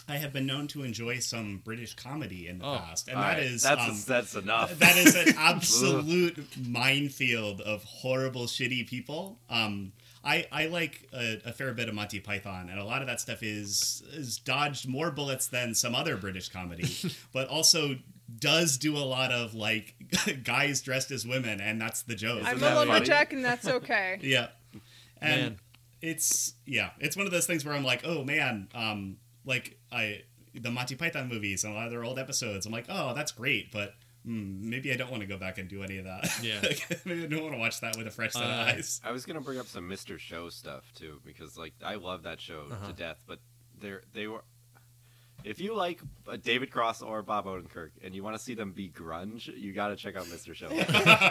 I have been known to enjoy some British comedy in the Oh, past, and All that right, is that's um, that's enough. that is an absolute minefield of horrible, shitty people. Um, I, I like a, a fair bit of Monty Python, and a lot of that stuff is is dodged more bullets than some other British comedy, but also does do a lot of like *laughs* guys dressed as women, and that's the joke. I'm Isn't a that lumberjack, and that's okay. Yeah. And Man. it's yeah, it's one of those things where I'm like, oh man, um, like I the Monty Python movies and a lot of their old episodes. I'm like, oh, that's great, but mm, maybe I don't want to go back and do any of that. *laughs* Yeah. maybe I don't want to watch that with a fresh set Uh, of eyes. I was gonna bring up some Mr. Show stuff too, because like I love that show Uh-huh. to death, but they're they were if you like uh, David Cross or Bob Odenkirk and you want to see them be grunge, you got to check out Mr. Show.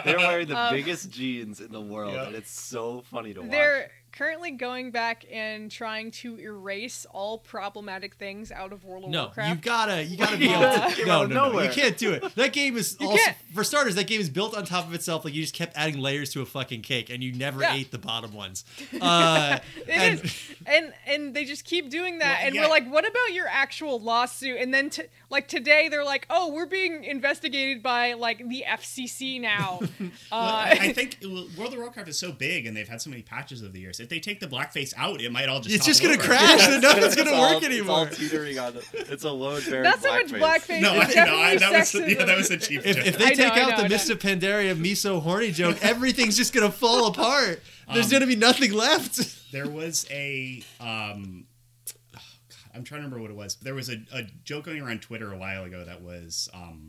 They're wearing the Um, biggest jeans in the world, Yeah. and it's so funny to watch. *laughs* They're currently going back and trying to erase all problematic things out of World of No, Warcraft. you gotta, you *laughs* gotta be Yeah. able It to. came No, out of no, no, you nowhere. can't do it. That game is You also, can't. for starters, that game is built on top of itself. Like you just kept adding layers to a fucking cake, and you never Yeah. ate the bottom *laughs* ones. Uh, *laughs* It and, is. and and they just keep doing that, Well, and yeah. we're like, what about your actual lawsuit? And then t- like today, they're like, oh, we're being investigated by like the FCC now. *laughs* Well, uh, *laughs* I I think well, World of Warcraft is so big, and they've had so many patches over the years. If they take the blackface out, it might all just it's just topple gonna over. crash. and nothing's gonna It's all- work *laughs* anymore. It's all teetering on the, It's a load bearing *laughs* not so much blackface. *laughs* No, I, it's no, definitely I, that was sexism. yeah, that was a cheap If, joke. if I they know, take I out know, the I know. Mr. Pandaria me so horny *laughs* joke, everything's just gonna fall apart. There's gonna be nothing left. there was a um *sighs* oh, God, I'm trying to remember what it was, but there was a, a joke going around Twitter a while ago that was um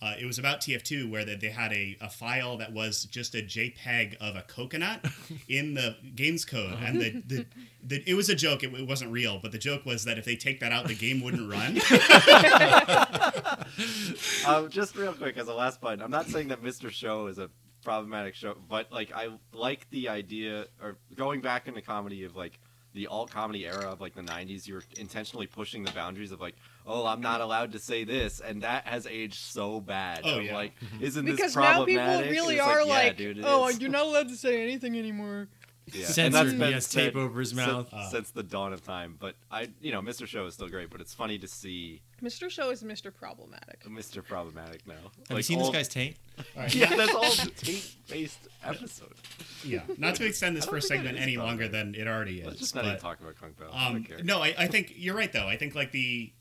uh, it was about TF2 where they, they had a, a file that was just a JPEG of a coconut in the game's code. And the, the, the it was a joke, it, it wasn't real, but the joke was that if they take that out, the game wouldn't *laughs* run. um, just real quick as a last point, I'm not saying that Mr. Show is a problematic show, but like I like the idea or going back into comedy of like the alt comedy era of like the 90s. You're intentionally pushing the boundaries of like, oh, I'm not allowed to say this, and that has aged so bad. Oh, Of, yeah. Mm-hmm. like isn't because this now problematic? And people really it's are yeah, like, dude, it oh, is." you're not allowed to say anything anymore. *laughs* Yeah. and that's Censored. and been He has said tape over his since- mouth. Oh. since the dawn of time. But I, you know, Mr. Show is still great, but it's funny to see Mr. Show is Mr. Problematic. Mr. Problematic now. Have you seen all- this guy's taint? All right. *laughs* Yeah, that's all tape-based episode. yeah. Not to extend this I don't first think that segment is any Kung longer Pao. than it already is. Let's just not but- even talk about Kung Pao. I don't Um, care. no, I, I think you're right though. I think like the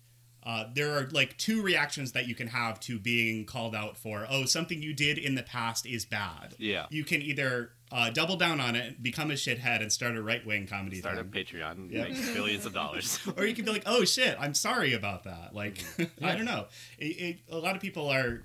uh, there are like two reactions that you can have to being called out for. Oh, something you did in the past is bad. Yeah. You can either uh, double down on it, become a shithead, and start a right wing comedy Start a thing, Patreon and Yeah. make billions of dollars. *laughs* or you can be like, oh shit, I'm sorry about that. Like Mm-hmm. Yeah. *laughs* I don't know. It, it, a lot of people are.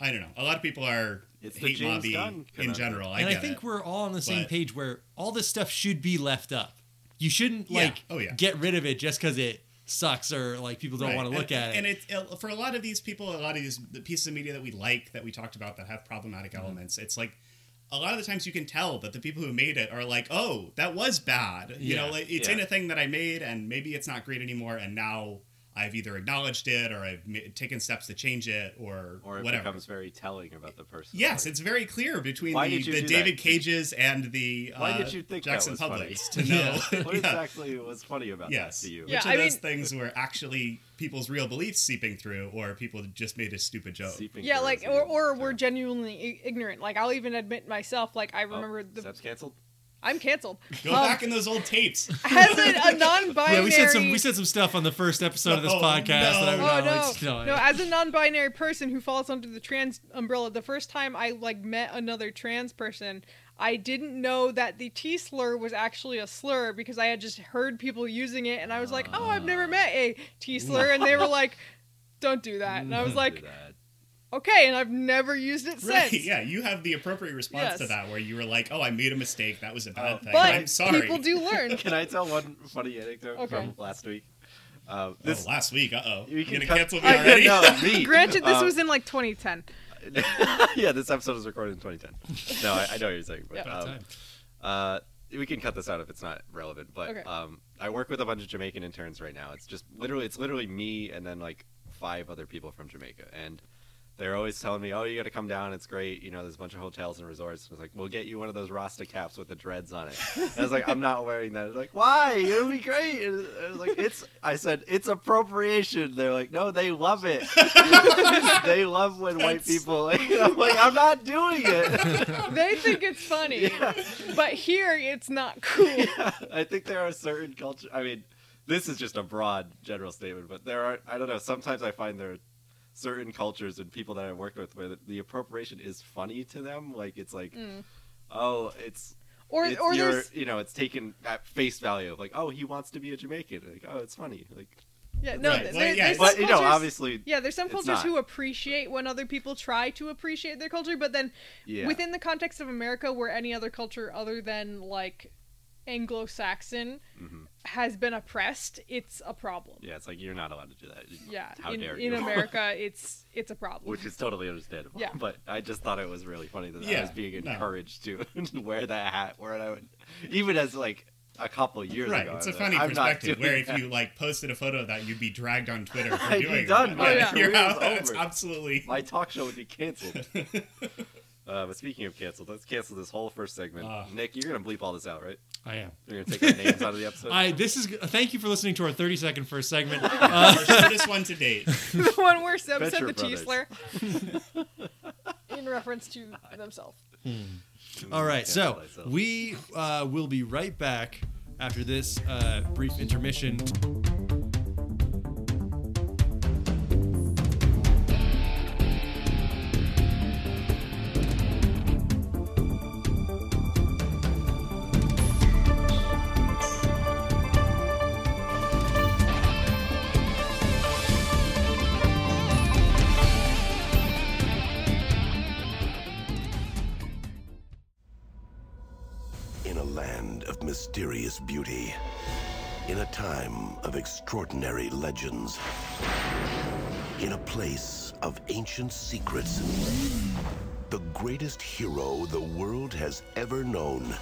I don't know. A lot of people are It's the hate James mobby Gunn in conundrum. general. I and I get think it. we're all on the same But- page where all this stuff should be left up. You shouldn't Yeah. like Oh, yeah. get rid of it just because it sucks or like people don't Right. want to And- look at it. And it's it, for a lot of these people, a lot of these the pieces of media that we like that we talked about that have problematic Mm-hmm. elements. It's like a lot of the times you can tell that the people who made it are like, "Oh, that was bad." You Yeah. know, like, it's Yeah. in a thing that I made, and maybe it's not great anymore. And now I've either acknowledged it, or I've ma- taken steps to change it, or, or it whatever. becomes very telling about the person. Yes, Like, it's very clear between Why the, did you the do David that? Cages and the Why uh, did you think that Jackson was funny? *laughs* Publics to know. *laughs* what Yeah. exactly was funny about Yes. that to you? Yeah, Which of I those mean- things were actually people's real beliefs seeping through, or people just made a stupid joke? Seeping Yeah, through like is a or good or term. we're genuinely i- ignorant. Like I'll even admit myself. Like I Oh, remember the Seb's canceled. I'm canceled. Go Um, back in those old *laughs* tapes. as a, *laughs* a non-binary. yeah, we said some we said some stuff on the first episode of this Oh, podcast. no. That I Oh would no, not no, like to know. As a non-binary person who falls under the trans umbrella, the first time I like met another trans person, I didn't know that the T slur was actually a slur because I had just heard people using it, and I was like, "Oh, I've never met a T slur," and they were like, "Don't do that," and I Mm-hmm. was Don't do like, that. "Okay," and I've never used it Right, since. yeah, you have the appropriate response to Yes. that where you were like, oh, I made a mistake. That was a bad Oh. thing. But I'm sorry. people do *laughs* learn. Can I tell one funny anecdote Okay. from last week? Uh, this oh, last week, uh oh. you You're can going to cut- cancel me I- already? *laughs* no, me. Granted, this Um, was in like 2010. *laughs* yeah, this episode was recorded in 2010. No, I, I know what you're saying, but Yeah. um, uh, we can cut this out if it's not relevant. But Okay. um, I work with a bunch of Jamaican interns right now. It's just literally, it's literally me and then like five other people from Jamaica, and they're always telling me, "Oh, you got to come down. It's great. You know, there's a bunch of hotels and resorts." I was like, "We'll get you one of those Rasta caps with the dreads on it." And I was like, "I'm not wearing that." They're like, "Why? It'll be great." And I was like, "It's," I said, "It's appropriation." They're like, "No, they love it. *laughs* they love when white That's- people." *laughs* I'm like, "I'm not doing it." They think it's *laughs* funny, Yeah. but here it's not cool. *laughs* I think there are certain culture. I mean, this is just a broad general statement, but there are. I don't know. Sometimes I find there are certain cultures and people that I work with where the, the appropriation is funny to them. Like it's like, Mm. oh, it's Or it's or your, there's you know, it's taken at face value of like, oh, he wants to be a Jamaican. Like, oh, it's funny. Like, yeah no Right, there- well, yeah, there's it's- some but you know, cultures- obviously, yeah there's some it's cultures not. who appreciate when other people try to appreciate their culture, but then yeah. within the context of America, where any other culture other than like Anglo-Saxon Mhm. has been oppressed, it's a problem. yeah, it's like you're not allowed to do that. Yeah, how in, dare in you? *laughs* America, it's it's a problem. Which is totally understandable. Yeah. But I just thought it was really funny that I Yeah, was being no. encouraged to *laughs* wear that hat where I would even as like a couple years Right, ago. I it's a was like, funny "I'm not perspective doing where if that." you like posted a photo of that, you'd be dragged on Twitter *laughs* for I'd be doing it. done. My Yeah, career you're out. is It's over. absolutely. *laughs* my talk show would *laughs* be canceled. Uh, but speaking of canceled, let's cancel this whole first segment. Ah. Nick, you're gonna bleep all this out, right? I am. You're gonna take our names out of *laughs* the episode. I this is thank you for listening to our 30 second first segment. Our Uh, shortest one to *laughs* date. *laughs* the one where Seb said Venture the Brothers. Teasler *laughs* in reference to themselves. all right, Cancel so myself. we uh, will be right back after this uh, brief intermission. In a land of mysterious beauty, in a time of extraordinary legends, in a place of ancient secrets, the greatest hero the world has ever known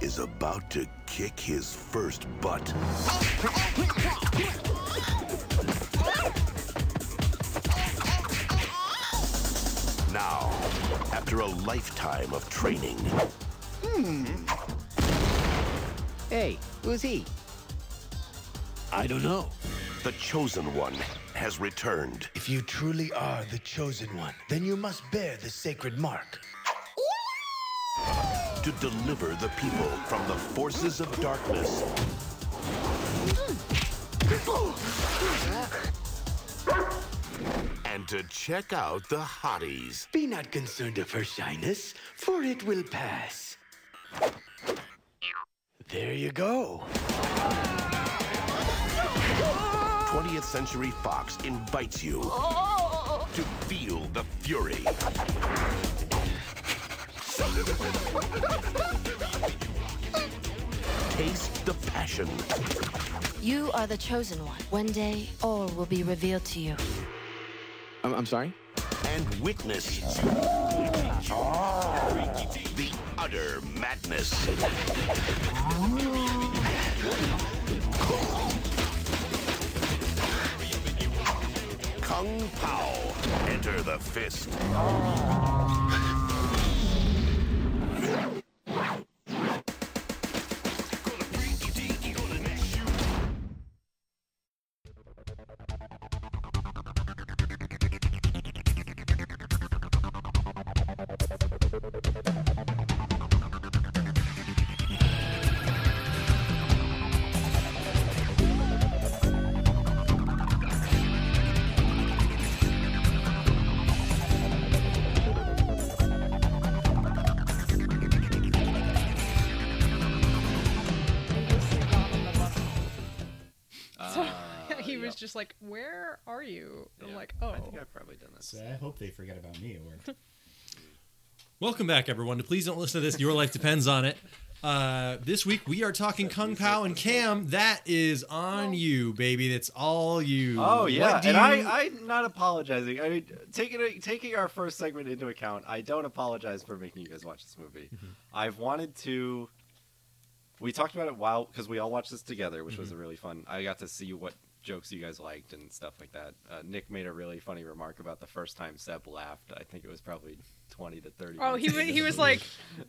is about to kick his first butt. Now, after a lifetime of training, Hmm. Hey, who's he? I don't know. The Chosen One has returned. If you truly are the chosen one, then you must bear the sacred mark. to deliver the people from the forces of darkness. And to check out the hotties. Be not concerned of her shyness, for it will pass. There you go. 20th Century Fox invites you to feel the fury. Taste the passion You are the chosen one. One day, all will be revealed to you. I'm, I'm sorry? and witness the utter madness. Kung Pao, enter the fist. *laughs* he was Uh, yeah. just like, "Where are you?" I'm Yeah. like, "Oh, I think I've probably done this. So I hope they forget about me at work. Welcome back, everyone. To please don't listen to this. Your life depends on it. Uh, this week we are talking Kung Pao and Cam. That is on you, baby. That's all you. Oh yeah, What do and you- I, I'm not apologizing. I mean, taking taking our first segment into account, I don't apologize for making you guys watch this movie. Mm-hmm. I've wanted to. We talked about it while because we all watched this together, which was Mm-hmm. a really fun. I got to see what jokes you guys liked and stuff like that. Uh, Nick made a really funny remark about the first time Seb laughed. I think it was probably twenty to thirty. oh." He minutes wa- into he the was movie. like,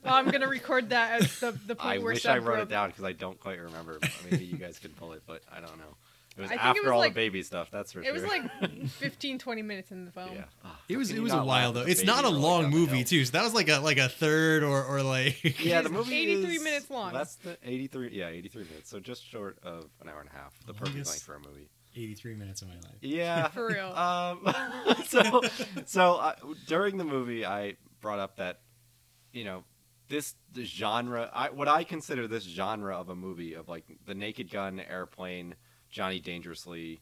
"Oh, "I'm gonna record that as the *laughs* the I point where wish Seb I wrote broke. it down because I don't quite remember. Maybe you guys can pull it, but I don't know. It was *laughs* I think it after was all like- the baby stuff. That's for It sure. was like *laughs* 15, 20 minutes in the film. Yeah. Um, It was Can it you was a Ah, not while laugh though. at the It's not a baby rolling long down the movie hill? too. So that was like a like a third or or like *laughs* Yeah, the It is movie 83 is minutes long. That's the 83. Yeah, 83 minutes. So just short of an hour and a half. The perfect Longest- length for a movie. 83 minutes of my life. Yeah. *laughs* For real. *laughs* Um, so, so uh, during the movie, I brought up that, you know, this the genre, I, what I consider this genre of a movie of like the Naked Gun, Airplane, Johnny Dangerously,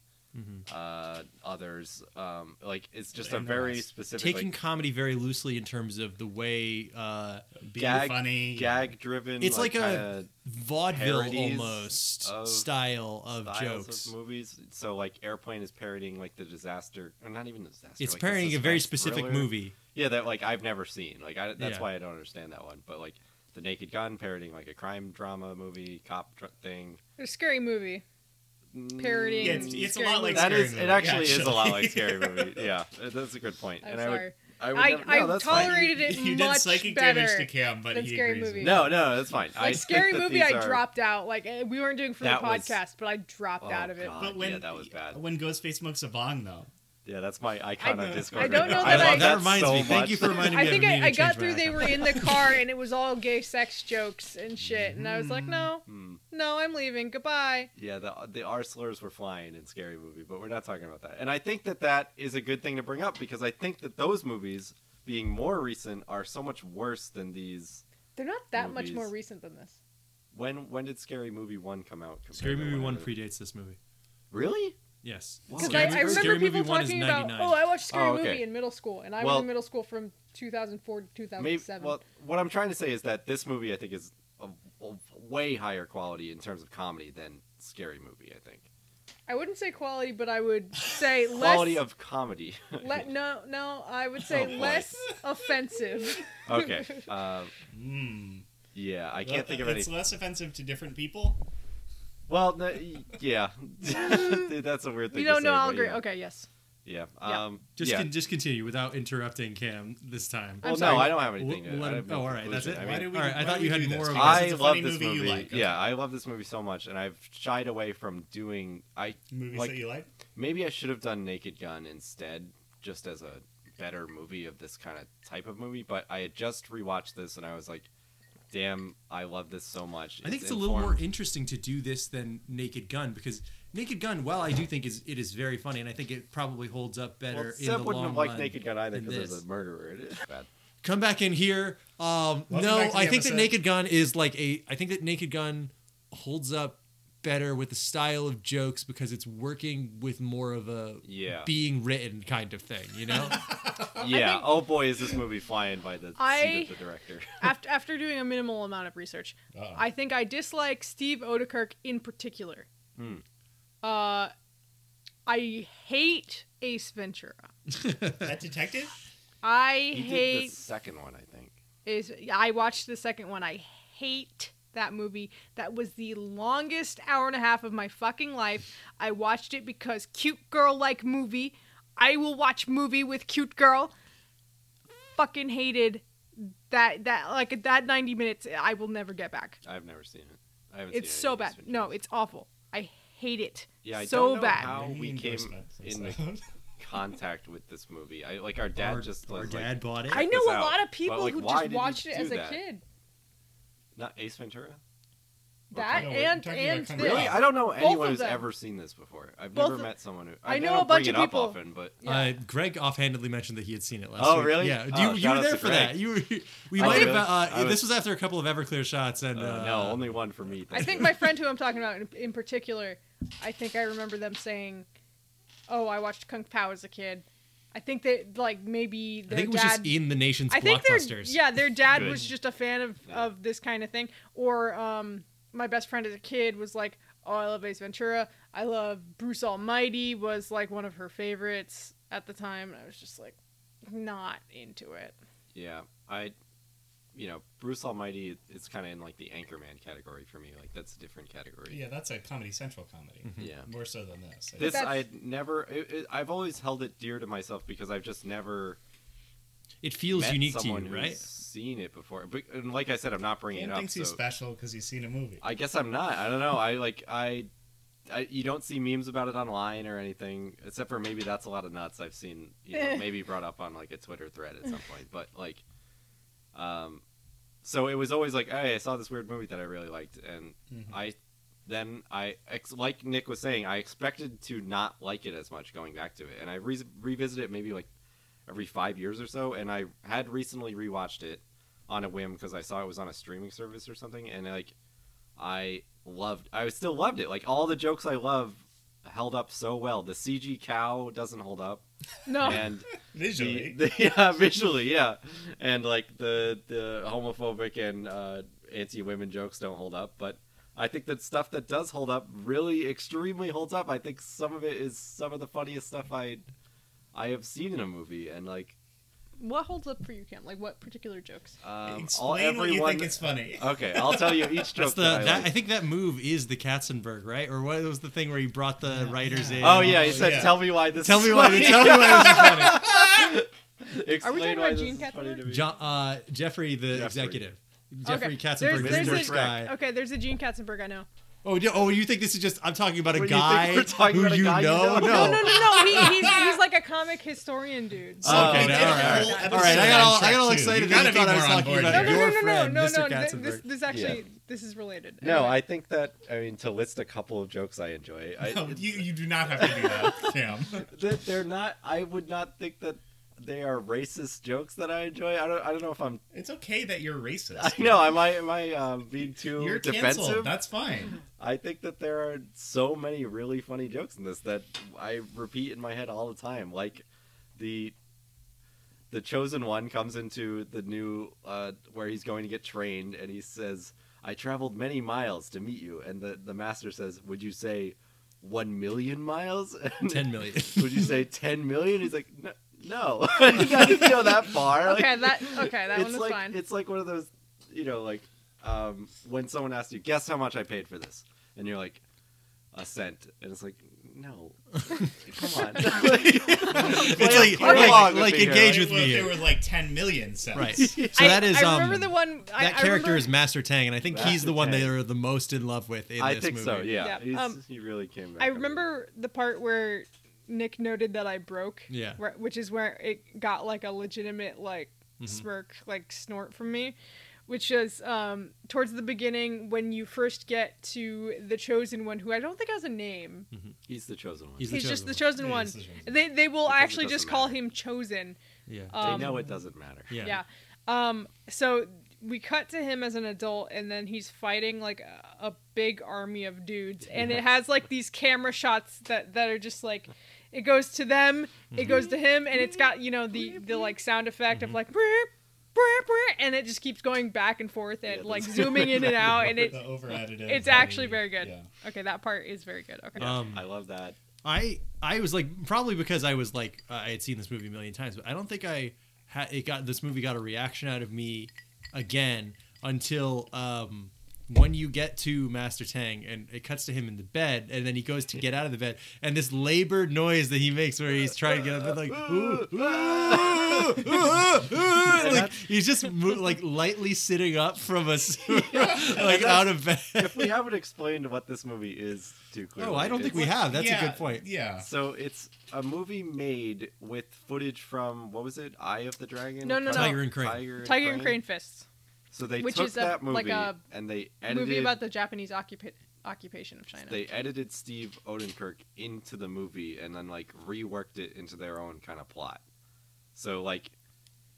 uh, others, um, like it's just a And the very rest. specific taking like, comedy very loosely in terms of the way uh, Being gag, funny. gag-driven. It's like a kinda- vaudeville Parodies almost of style of styles jokes. of movies. So like Airplane is parodying like the disaster, or not even the disaster. it's like, the parodying a very suspense specific thriller. movie. Yeah, that like I've never seen. Like I, that's Yeah. why I don't understand that one. But like the Naked Gun parodying like a crime drama movie, cop dr- thing. It's a scary movie. Mm, Parodying. Yeah, it's, it's a scary lot like movies. That scary is. movie, It actually is a lot actually. *laughs* like scary movie. Yeah, that's a good point. I'm and sorry. I would. I, I, would never, I, no, that's fine. *laughs* tolerated it you much did psychic better. damage to Cam, but than he Scary agrees Movie. with No, no, that's fine. I Like think scary that movie, these I are- dropped out. Like eh, we weren't doing for the That was- podcast, but I dropped Oh, out of it. God. But when yeah, that was bad. When Ghostface smokes a bong, though, Yeah, that's my icon I- on Discord. I don't right now. know I that I- love That reminds so me. Thank much. you for reminding I me. think of I, I meeting got change through. back. They were in the car, and it was all gay sex jokes and shit. And I was like, no, no, I'm leaving. Goodbye. Yeah, the the R slurs were flying in Scary Movie, but we're not talking about that. And I think that that is a good thing to bring up because I think that those movies, being more recent, are so much worse than these. They're not that much Movies. more recent than this. When when did Scary Movie One come out? compared Scary to Movie One whatever- predates this movie. Really? Yes, Because I, Scary I Movie- remember Scary people Movie 1 is talking about, 99. oh, I watched Scary Oh, okay. Movie in middle school, and I Well- was in middle school from 2004 to 2007. Maybe. Well, what I'm trying to say is that this movie I think is a, a way higher quality in terms of comedy than Scary Movie. I think I wouldn't say quality, but I would say less. quality of comedy. *laughs* le- no, no, I would Oh, say boy. less offensive. *laughs* okay. Um, mm, yeah, I can't think of any. It's less offensive to different people. Well, no, yeah, *laughs* Dude, that's a weird thing. you to don't know, say, I'll but agree. yeah. Okay, yes. Yeah. Yeah. Um, Just yeah. con- just continue without interrupting Cam this time. I'm well, sorry. no, I don't have anything. We'll- we'll I let have him- no oh, all right, that's conclusion. it? I why mean, do we? all right, I why thought do you we had do this? more of a- Because I it's a love funny this movie. movie. You like. Okay. Yeah, I love this movie so much, and I've shied away from doing. I movies like that you like. maybe I should have done Naked Gun instead, just as a better movie of this kind of type of movie. But I had just rewatched this, and I was like, "Damn, I love this so much." I think it's a little more informed- interesting to do this than Naked Gun because Naked Gun, while I do think is it is very funny, and I think it probably holds up Well, better in the Seb wouldn't long have liked run Naked Gun either than because this. there's a murderer. It is *laughs* bad. come back in here. Um, Welcome no, back to the I think that episode. Naked Gun is like a. I think that Naked Gun holds up better with the style of jokes because it's working with more of a Yeah. being written kind of thing. You know, Yeah. think- oh boy, is this movie flying by the I- seat of the director? after after doing a minimal amount of research, Uh-oh. I think I dislike Steve Odekirk in particular. Hmm. Uh, I hate Ace Ventura. That detective? I He did hate. the second one, I think. is I watched the second one. I hate that movie. That was the longest hour and a half of my fucking life. I watched it because cute girl like movie. I will watch movie with cute girl. Fucking hated that that like that 90 minutes I will never get back. I've never seen it. I haven't It's seen any so of these bad. No, pictures. it's *laughs* awful. I hate it. Yeah, I so don't know *laughs* bad. how we Any came endorsement from in the- someone? contact with this movie. I like our *laughs* dad our, just our was dad like bought it. I know this a out. lot of But, people like, who why just did you watched it do as that? a kid. not Ace Ventura. That No, we're and talking about and Kung this. Fu. Really, I don't know anyone of who's them. ever seen this before. I've Both never of- met someone who. I I've know never a bunch bring of it up people. often, but Uh, Greg offhandedly mentioned that he had seen it last Oh, week. really? Yeah, Oh, you, you shout were out there to for Greg. that. You *laughs* were, we I might have. was- Uh, I this was- was after a couple of Everclear shots, and uh, no, only one for me. *laughs* I thank think you. my friend who I'm talking about in, in particular, I think I remember them saying, "Oh, I watched Kung Pao as a kid." I think that like maybe I their think it was dad. just in the nation's I think their blockbusters. yeah, their dad Good. was just a fan of of this kind of thing. Or um, my best friend as a kid was like, "Oh, I love Ace Ventura. I love Bruce Almighty." Was like one of her favorites at the time, and I was just like, not into it. Yeah, I, you know, Bruce Almighty. It's kind of in like the Anchorman category for me. Like that's a different *laughs* category. Yeah, that's a Comedy Central comedy. Mm-hmm. Yeah. More so than this. I think. This that's- I never. It, it, I've always held it dear to myself because I've just never it feels met unique to you, someone who's right? seen it before. But and like I said, I'm not bringing Dan it up. thinks he's so- special because he's seen a movie. I guess I'm not. I don't know. I like I, I you don't see memes about it online or anything, except for maybe that's a lot of nuts I've seen. You know, maybe brought up on like a Twitter thread at some point, but like, um, so it was always like, hey, I saw this weird movie that I really liked, and Mm-hmm. I then I ex- like Nick was saying, I expected to not like it as much going back to it, and I re- revisited it maybe like every five years or so, and I had recently rewatched it on a whim because I saw it was on a streaming service or something, and like I loved, I still loved it. Like all the jokes I love held up so well. The CG cow doesn't hold up, No, and Visually. the- *laughs* the- yeah, visually, yeah, and like the the homophobic and uh, anti women jokes don't hold up, but I think that stuff that does hold up really extremely holds up. I think some of it is some of the funniest stuff I I have seen in a movie, and like *laughs* what holds up for you, Cam? Like what particular jokes? Uh, um, all Explain what everyone. you think is *laughs* funny. Okay, I'll tell you each That's joke. the. that I that, like. I think that move is the Katzenberg, right? Or what was the thing where he brought the writers in? Oh yeah, he Oh, said, yeah. "Tell me why this." Tell is me why. funny." *laughs* Tell me why this is funny. Explain Are we talking why about this Gene is funny Katzenberg? to me. John, uh, Jeffrey, the Jeffrey. executive. Jeffrey Okay. Katzenberg, There's- the there's sports a- guy. Okay, there's a Gene Katzenberg I know. Oh, yeah, oh, you think this is just? I'm talking about a What, you think guy we're talking who about a you guy you know? know? No, No, no, no, no. He, he's, he's like a comic historian dude. Oh, We okay, did now, a all right, whole all right. episode I got on all, I Shrek got all too. excited. You that gotta I be thought I more was on talking board about here. no, no, your no, no, no, friend, no, Mr. no. Th- Katzenberg. This, this actually, this is related. No, Anyway. I think that I mean to list a couple of jokes I enjoy. *laughs* I, No, *laughs* you, you Oh, do not have to do that, *laughs* Cam. that they're not. I would not think that they are racist jokes that I enjoy. I don't. I don't know if I'm. It's okay that you're racist. I know. Am I? Am I um, being too You're defensive? canceled. That's fine. I think that there are so many really funny jokes in this that I repeat in my head all the time. Like the the chosen one comes into the new uh, where he's going to get trained, and he says, "I traveled many miles to meet you," and the the master says, "Would you say one million miles?" *laughs* And Ten million. Would you say ten million? He's like, no. No, *laughs* I *laughs* didn't go that far. Like, Okay, that okay, that it's one was like fine. it's like one of those, you know, like um, when someone asks you, "Guess how much I paid for this," and you're like, a scent, and it's like, no, *laughs* come *laughs* on. *laughs* it's It's like, like, like engage with well, me there here. were like 10 million cents. Right. So I, that is I um, remember the one. I, that I character remember- is Master Tang, and I think he's Master the one Tang. they are the most in love with in I this think movie. so. Yeah, Yeah, He's, um, he really came. Back I on it. remember the part where Nick noted that I broke. Yeah. where- which is where it got like a legitimate like smirk, like snort from me. Which is um, towards the beginning when you first get to the chosen one, who I don't think has a name. He's the chosen one. He's the He's just chosen the one. chosen Yeah, one. he's the chosen one. They they will Because it actually just doesn't call matter. him chosen. Yeah. they um, know it doesn't matter. yeah. Yeah. Um. So we cut to him as an adult, and then he's fighting like a, a big army of dudes, and it has like these camera shots that that are just like. It goes to them, it goes to him, and it's got you know the the like sound effect of like, "Brr, brr, brr," and it just keeps going back and forth and Yeah, like that's- zooming in and out, *laughs* and it The over additive. it's money, actually very good. yeah. Okay, that part is very good. Okay, Um, I love that. I I was like probably because I was like I had seen this movie a million times, but I don't think I ha- it got this movie got a reaction out of me again until um when you get to Master Tang and it cuts to him in the bed and then he goes to get out of the bed and this labored noise that he makes where he's trying to get up and like ooh, ooh, ooh, ooh," like he's just mo- like lightly sitting up from a *laughs* s- like out of bed. If we haven't explained what this movie is too *laughs* clearly, Oh, I don't think we it's- have. That's yeah, a good point. Yeah. So it's a movie made with footage from what was it? Eye of the Dragon. No, no, no. Tiger and Crane. Tiger and Crane Fists, So they which took is a- that movie like a and they edited. movie about the Japanese occupa- occupation of China. They edited Steve Odenkirk into the movie and then like reworked it into their own kind of plot. So like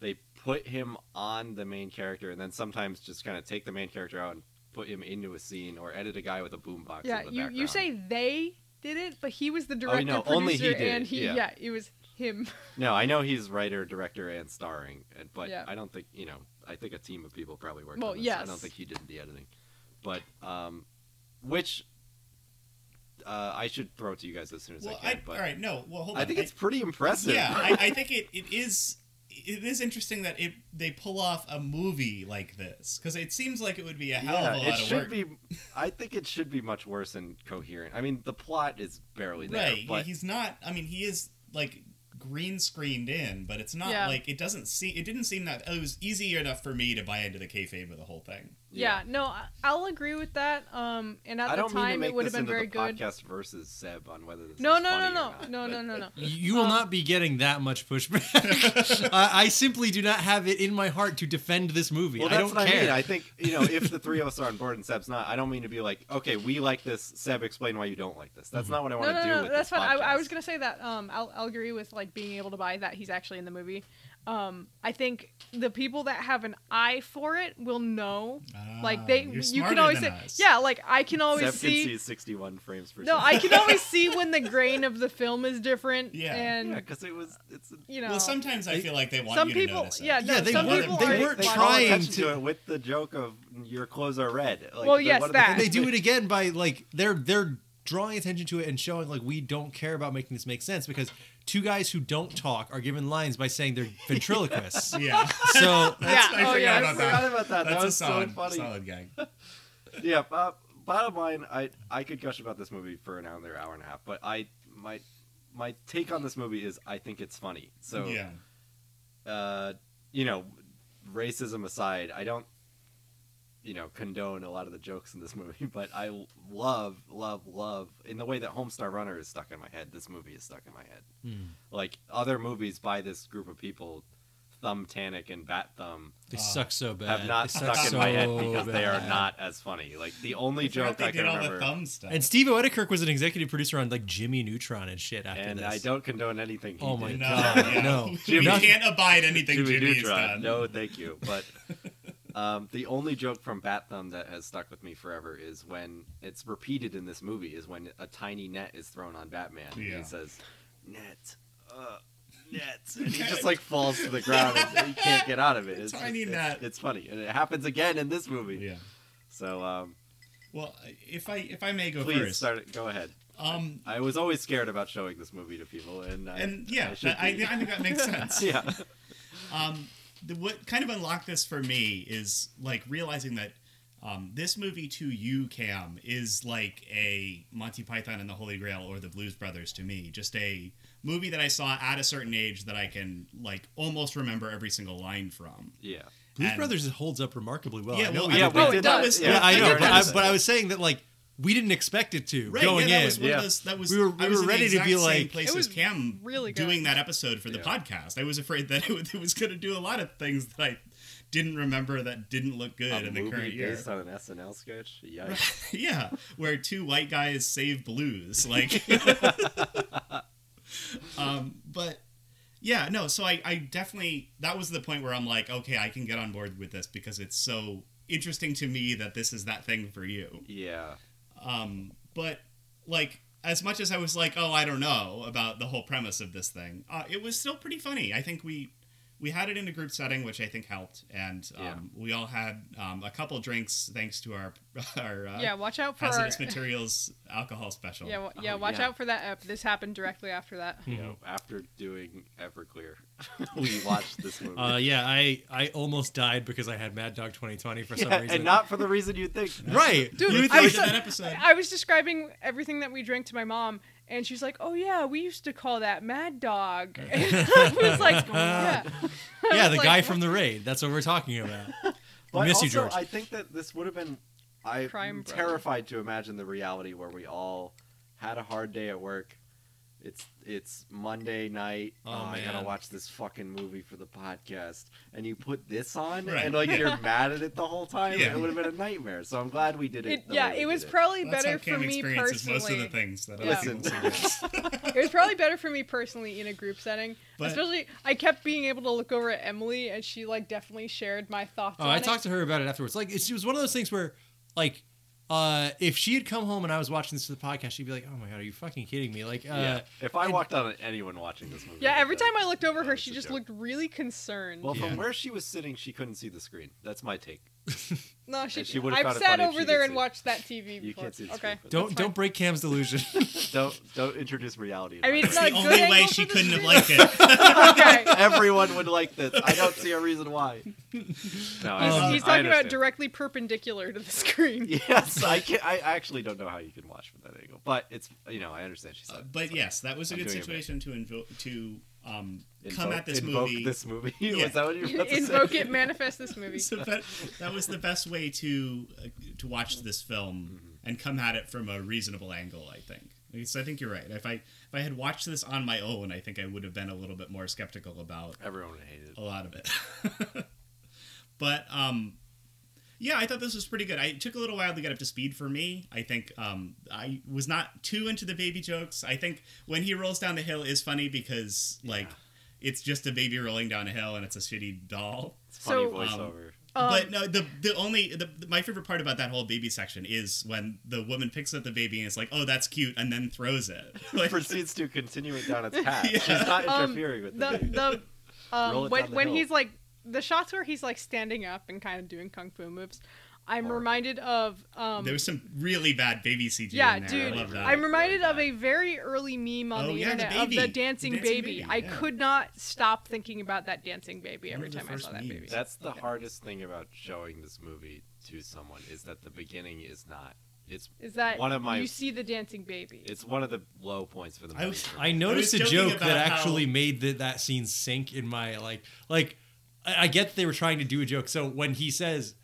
they put him on the main character and then sometimes just kind of take the main character out and put him into a scene or edit a guy with a boombox. Yeah, in the you, you background. Oh, say they did it, but he was the director, no, producer, only he did and it, he yeah. it was him. *laughs* No, I know he's writer, director, and starring, and- but Yeah. I don't think you know. I think a team of people probably worked Well, on this. I yes. don't think he did the editing, but um, which uh, I should throw to you guys as soon as Well, I can. I, but all right, no. Well, hold on. I think it's pretty impressive. Yeah, I, I think it, *laughs* it is it is interesting that it they pull off a movie like this because it seems like it would be a hell Yeah, of a it lot of should work. be. I think it should be much worse and coherent. I mean, the plot is barely there, right? yeah, but he's not. I mean, he is like green screened in, but it's not Yeah. like it doesn't seem. It didn't seem that it was easy enough for me to buy into the kayfabe of the whole thing. Yeah, no, I- I'll agree with that. Um, and at I the don't mean to time, make it would this have been into very the good. podcast versus Seb on whether this No, is no, no, funny or no, not, no, but- no, *laughs* no, no. You will not be getting that much pushback. *laughs* I, I simply do not have it in my heart to defend this movie. Well, I that's don't what care. I mean. I think you know, if the three of us are on board and Seb's not, I don't mean to be like, okay, we like this. Seb, explain why you don't like this. That's not what I want No, to do. no, no, with that's this fine. I, I podcast. was gonna say that. Um, I'll, I'll agree with like being able to buy that he's actually in the movie. Um, I think the people that have an eye for it will know. like they, Ah, you're you can smarter always than say, us. yeah, like I can always Seb see. can see 61 frames per no, second. I can always see when the grain of the film is *laughs* different. Yeah. and Yeah, because it was. It's. A, you know. Well, sometimes I feel like they want some you to people, notice it. yeah, no, Yeah, they some weren't- people they aren't weren't they like- call trying attention to- it with the joke of your clothes are red. Like, Well, the- yes, one of the that. things they do it again by like they're they're drawing attention to it and showing like we don't care about making this make sense because two guys who don't talk are given lines by saying they're *laughs* ventriloquists. yeah. So Yeah, I oh, forgot yeah. about I forgot that. about that. That's that a was solid, so funny. solid gang. yeah. Bob, bottom line, I I could gush about this movie for an hour, hour and a half, but I my my take on this movie is I think it's funny. So Yeah. uh, you know, racism aside, I don't, you know, condone a lot of the jokes in this *laughs* movie, but I love, love, love, in the way that Homestar Runner is stuck in my head, this movie is stuck in my head. Hmm. Like other movies by this group of people, Thumb Tannic and Bat Thumb, they suck so bad. have not They suck stuck in my *laughs* head so because they are bad. not as funny. Like the only I forgot joke they I did can all remember. the thumb stuff. And Steve Oedekirk was an executive producer on like Jimmy Neutron and shit after and this. I don't condone anything. He Oh my did. no, God, yeah. no. we Jimmy- can't abide anything Jimmy Jimmy's Neutron. done. No, thank you. But um, the only joke from Bat Thumb that has stuck with me forever is when it's repeated in this movie is when a tiny net is thrown on Batman. and Yeah. He says, "Net, uh, *laughs* net," and he just like falls to the ground and he can't get out of it. It's Tiny just- net. It's, it's funny, and it happens again in this movie. Yeah. So um, Well, if I if I may go please first, start. it- Go ahead. um, I was always scared about showing this movie to people, and I, and yeah, I that- should I, be. I, think that makes sense. *laughs* *laughs* yeah, Um, the, what kind of unlocked this for me is like realizing that Um, this movie to you, Cam, is like a Monty Python and the Holy Grail or the Blues Brothers to me. Just a movie that I saw at a certain age that I can like almost remember every single line from. Yeah. Blues And- Brothers holds up remarkably well. Yeah, I know well, we- yeah, we Oh, it did does. that was- yeah, I know, yeah, but that I, was- but I was saying that like we didn't expect it to Right, going yeah, that in. was one yeah. of those. That was We were- we I was were in the ready to exact be same like- place It as was Cam really good. doing that episode for the Yeah. podcast. I was afraid that it, was going to do a lot of things that I didn't remember that didn't look good a in the movie current year. based on an SNL sketch. Yikes. *laughs* yeah, where two white guys save blues, *laughs* like. *laughs* um, but yeah, no. So I, I definitely that was the point where I'm like, okay, I can get on board with this because it's so interesting to me that this is that thing for you. yeah. Um, but like as much as I was like, oh, I don't know about the whole premise of this thing, uh, it was still pretty funny. I think we we had it in a group setting, which I think helped, and um, we all had um, a couple drinks thanks to our *laughs* our uh, yeah, watch out for our, hazardous materials alcohol special. yeah, wa- yeah, Oh, watch yeah. out for that. Ep. This happened directly after that. Hmm. You Mm-hmm. know, after doing Everclear, *laughs* we watched *laughs* this movie. *laughs* Uh, yeah, I I almost died because I had Mad Dog 2020 for some Yeah, reason. and not for the reason *laughs* you'd think. right, Dude, You I would I think- was- did that *laughs* episode. I was describing everything that we drank to my mom, and she's like, "Oh yeah, we used to call that Mad Dog." *laughs* And I *laughs* was like, yeah, "Yeah, was the like, guy what? from the raid. That's what we're talking about. But miss also, you, George. I think that this would have been. I'm Crime Brother. terrified to imagine the reality where we all had a hard day at work. It's it's Monday night. Oh, I man. gotta watch this fucking movie for the podcast, and you put this on, Right. and like *laughs* you're mad at it the whole time. Yeah. It would have been a nightmare. So I'm glad we did it. it, the yeah." way we It was did probably That's better how Cam for me experiences personally. most of the things that other Yeah. people Listen. *laughs* suggest. it was *laughs* probably better for me personally in a group setting. But- Especially, I kept being able to look over at Emily, and she like definitely shared my thoughts. Oh, on I it. talked to her about it afterwards. Like, it was one of those things where, like, uh, if she had come home and I was watching this for the podcast, she'd be like, "Oh my god, are you fucking kidding me?" Like, uh, Yeah. If I and- walked on anyone watching this movie, Yeah, like every that- time I looked over Oh, her, it's she a just joke. looked really concerned. Well, Yeah. from where she was sitting, she couldn't see the screen. That's my take. no, she. she would've I've found it sat funny if over she there could and see. *laughs* watched that TV You before. can't see the okay. screen, but- don't that's don't fine. break Cam's delusion. Don't don't introduce reality. I in mean, my it's life. not the a *laughs* good only way angle she for the couldn't have screen. liked it. okay. *laughs* Everyone would like this. I don't see a reason why. No, *laughs* Um, *laughs* He's, he's I talking about understand. directly *laughs* perpendicular to the screen. Yes, I can. I actually don't know how you can watch from that angle, but it's you know I understand she's. Uh, but yes, that was a I'm good doing it. situation to invo- to um, invoke, come at this invoke movie. This movie. *laughs* Yeah. Was that what you were about to *laughs* Invoke say? it, manifest *laughs* this movie. So that, that was the best way to uh, to watch this film and come at it from a reasonable angle. I think. So I think you're right. If I if I had watched this on my own, I think I would have been a little bit more skeptical about Everyone would hate it. a lot of it. *laughs* but um, yeah, I thought this was pretty good. I, it took a little while to get up to speed for me. I think um, I was not too into the baby jokes. I think when he rolls down the hill is funny because like it's just a baby rolling down a hill and it's a shitty doll. It's funny So, um, voiceover. Um, but no, the the only the, the- my favorite part about that whole baby section is when the woman picks up the baby and is like, "Oh, that's cute," and then throws it. *laughs* *laughs* Like, proceeds to continue it *laughs* down its path. Yeah. She's not Um, interfering with the it. the *laughs* Roll um, it when, down the when hill. he's like the shots where he's like standing up and kind of doing kung fu moves. I'm Horrible. reminded of um, there was some really bad baby CG. yeah, in there. dude. I love that. I'm reminded Really of a very early meme on Oh, the yeah, the internet baby. of The the dancing, dancing baby. baby, I yeah. could not stop thinking about that dancing baby One every of the time I first saw that memes. baby. That's the hardest thing about showing this movie to someone is that the beginning is not. It's Is that One of my- you see the dancing baby? it's one of the low points for the I movie. was- for I me. noticed a joking joke that about how- actually made the, that scene sink in my like like I, I get they were trying to do a joke. So when he says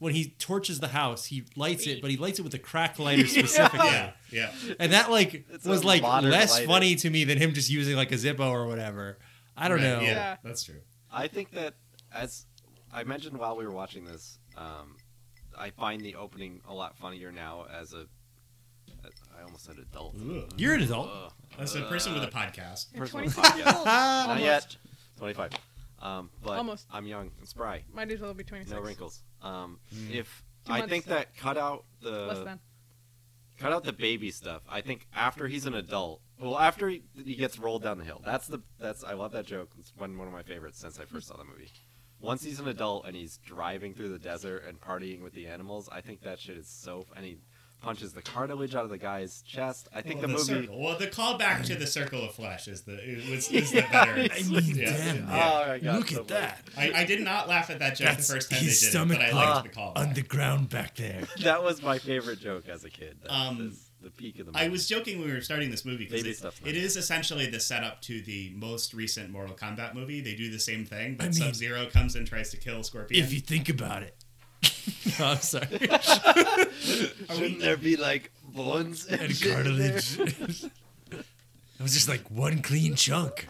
when he torches the house, he lights it, but he lights it with a crack lighter specifically. *laughs* Oh. yeah, yeah. And that like It's was a like modern less lighter. funny to me than him just using like a Zippo or whatever. I don't Right, know. Yeah, Yeah. that's true. I think that as I mentioned while we were watching this, um, I find the opening a lot funnier now as a. I almost said adult. Ooh. You're an adult. Uh, Ugh. Uh, That's a person with a podcast. You're Personal *laughs* 26 years podcast. old. Not Almost. yet. Twenty-five. Um, but Almost. I'm young and spry. Might as well be 26. No wrinkles. Um, Mm. If Two I months think still. that cut out Less the than. cut out the baby stuff. I think after he's an adult, well, after he, he gets rolled down the hill, that's the that's I love that joke. It's been one of my favorites since I first saw the movie. Once he's an adult and he's driving through the desert and partying with the animals, I think that shit is so. And he punches the cartilage out of the guy's chest. I think Well, the, movie. circle. Well, Oh, the callback to the Circle of Flesh is the it was, *laughs* is the *laughs* better. I mean, Yeah, damn. yeah. Oh my God, Look so at that. I, I did not laugh at that joke That's the first time they did his stomach it, but I liked the on, callback. on the ground back there. funny. That was my favorite joke as a kid. That Um, was the peak of the movie. I was joking when we were starting this movie because Baby it, stuff's it nice. is essentially the setup to the most recent Mortal Kombat movie. They do the same thing, but I mean- Sub Zero comes and tries to kill Scorpion. If you think about it. No, *laughs* I'm sorry. Shouldn't there be like bones and, And shit in there? cartilage. *laughs* It was just like one clean chunk.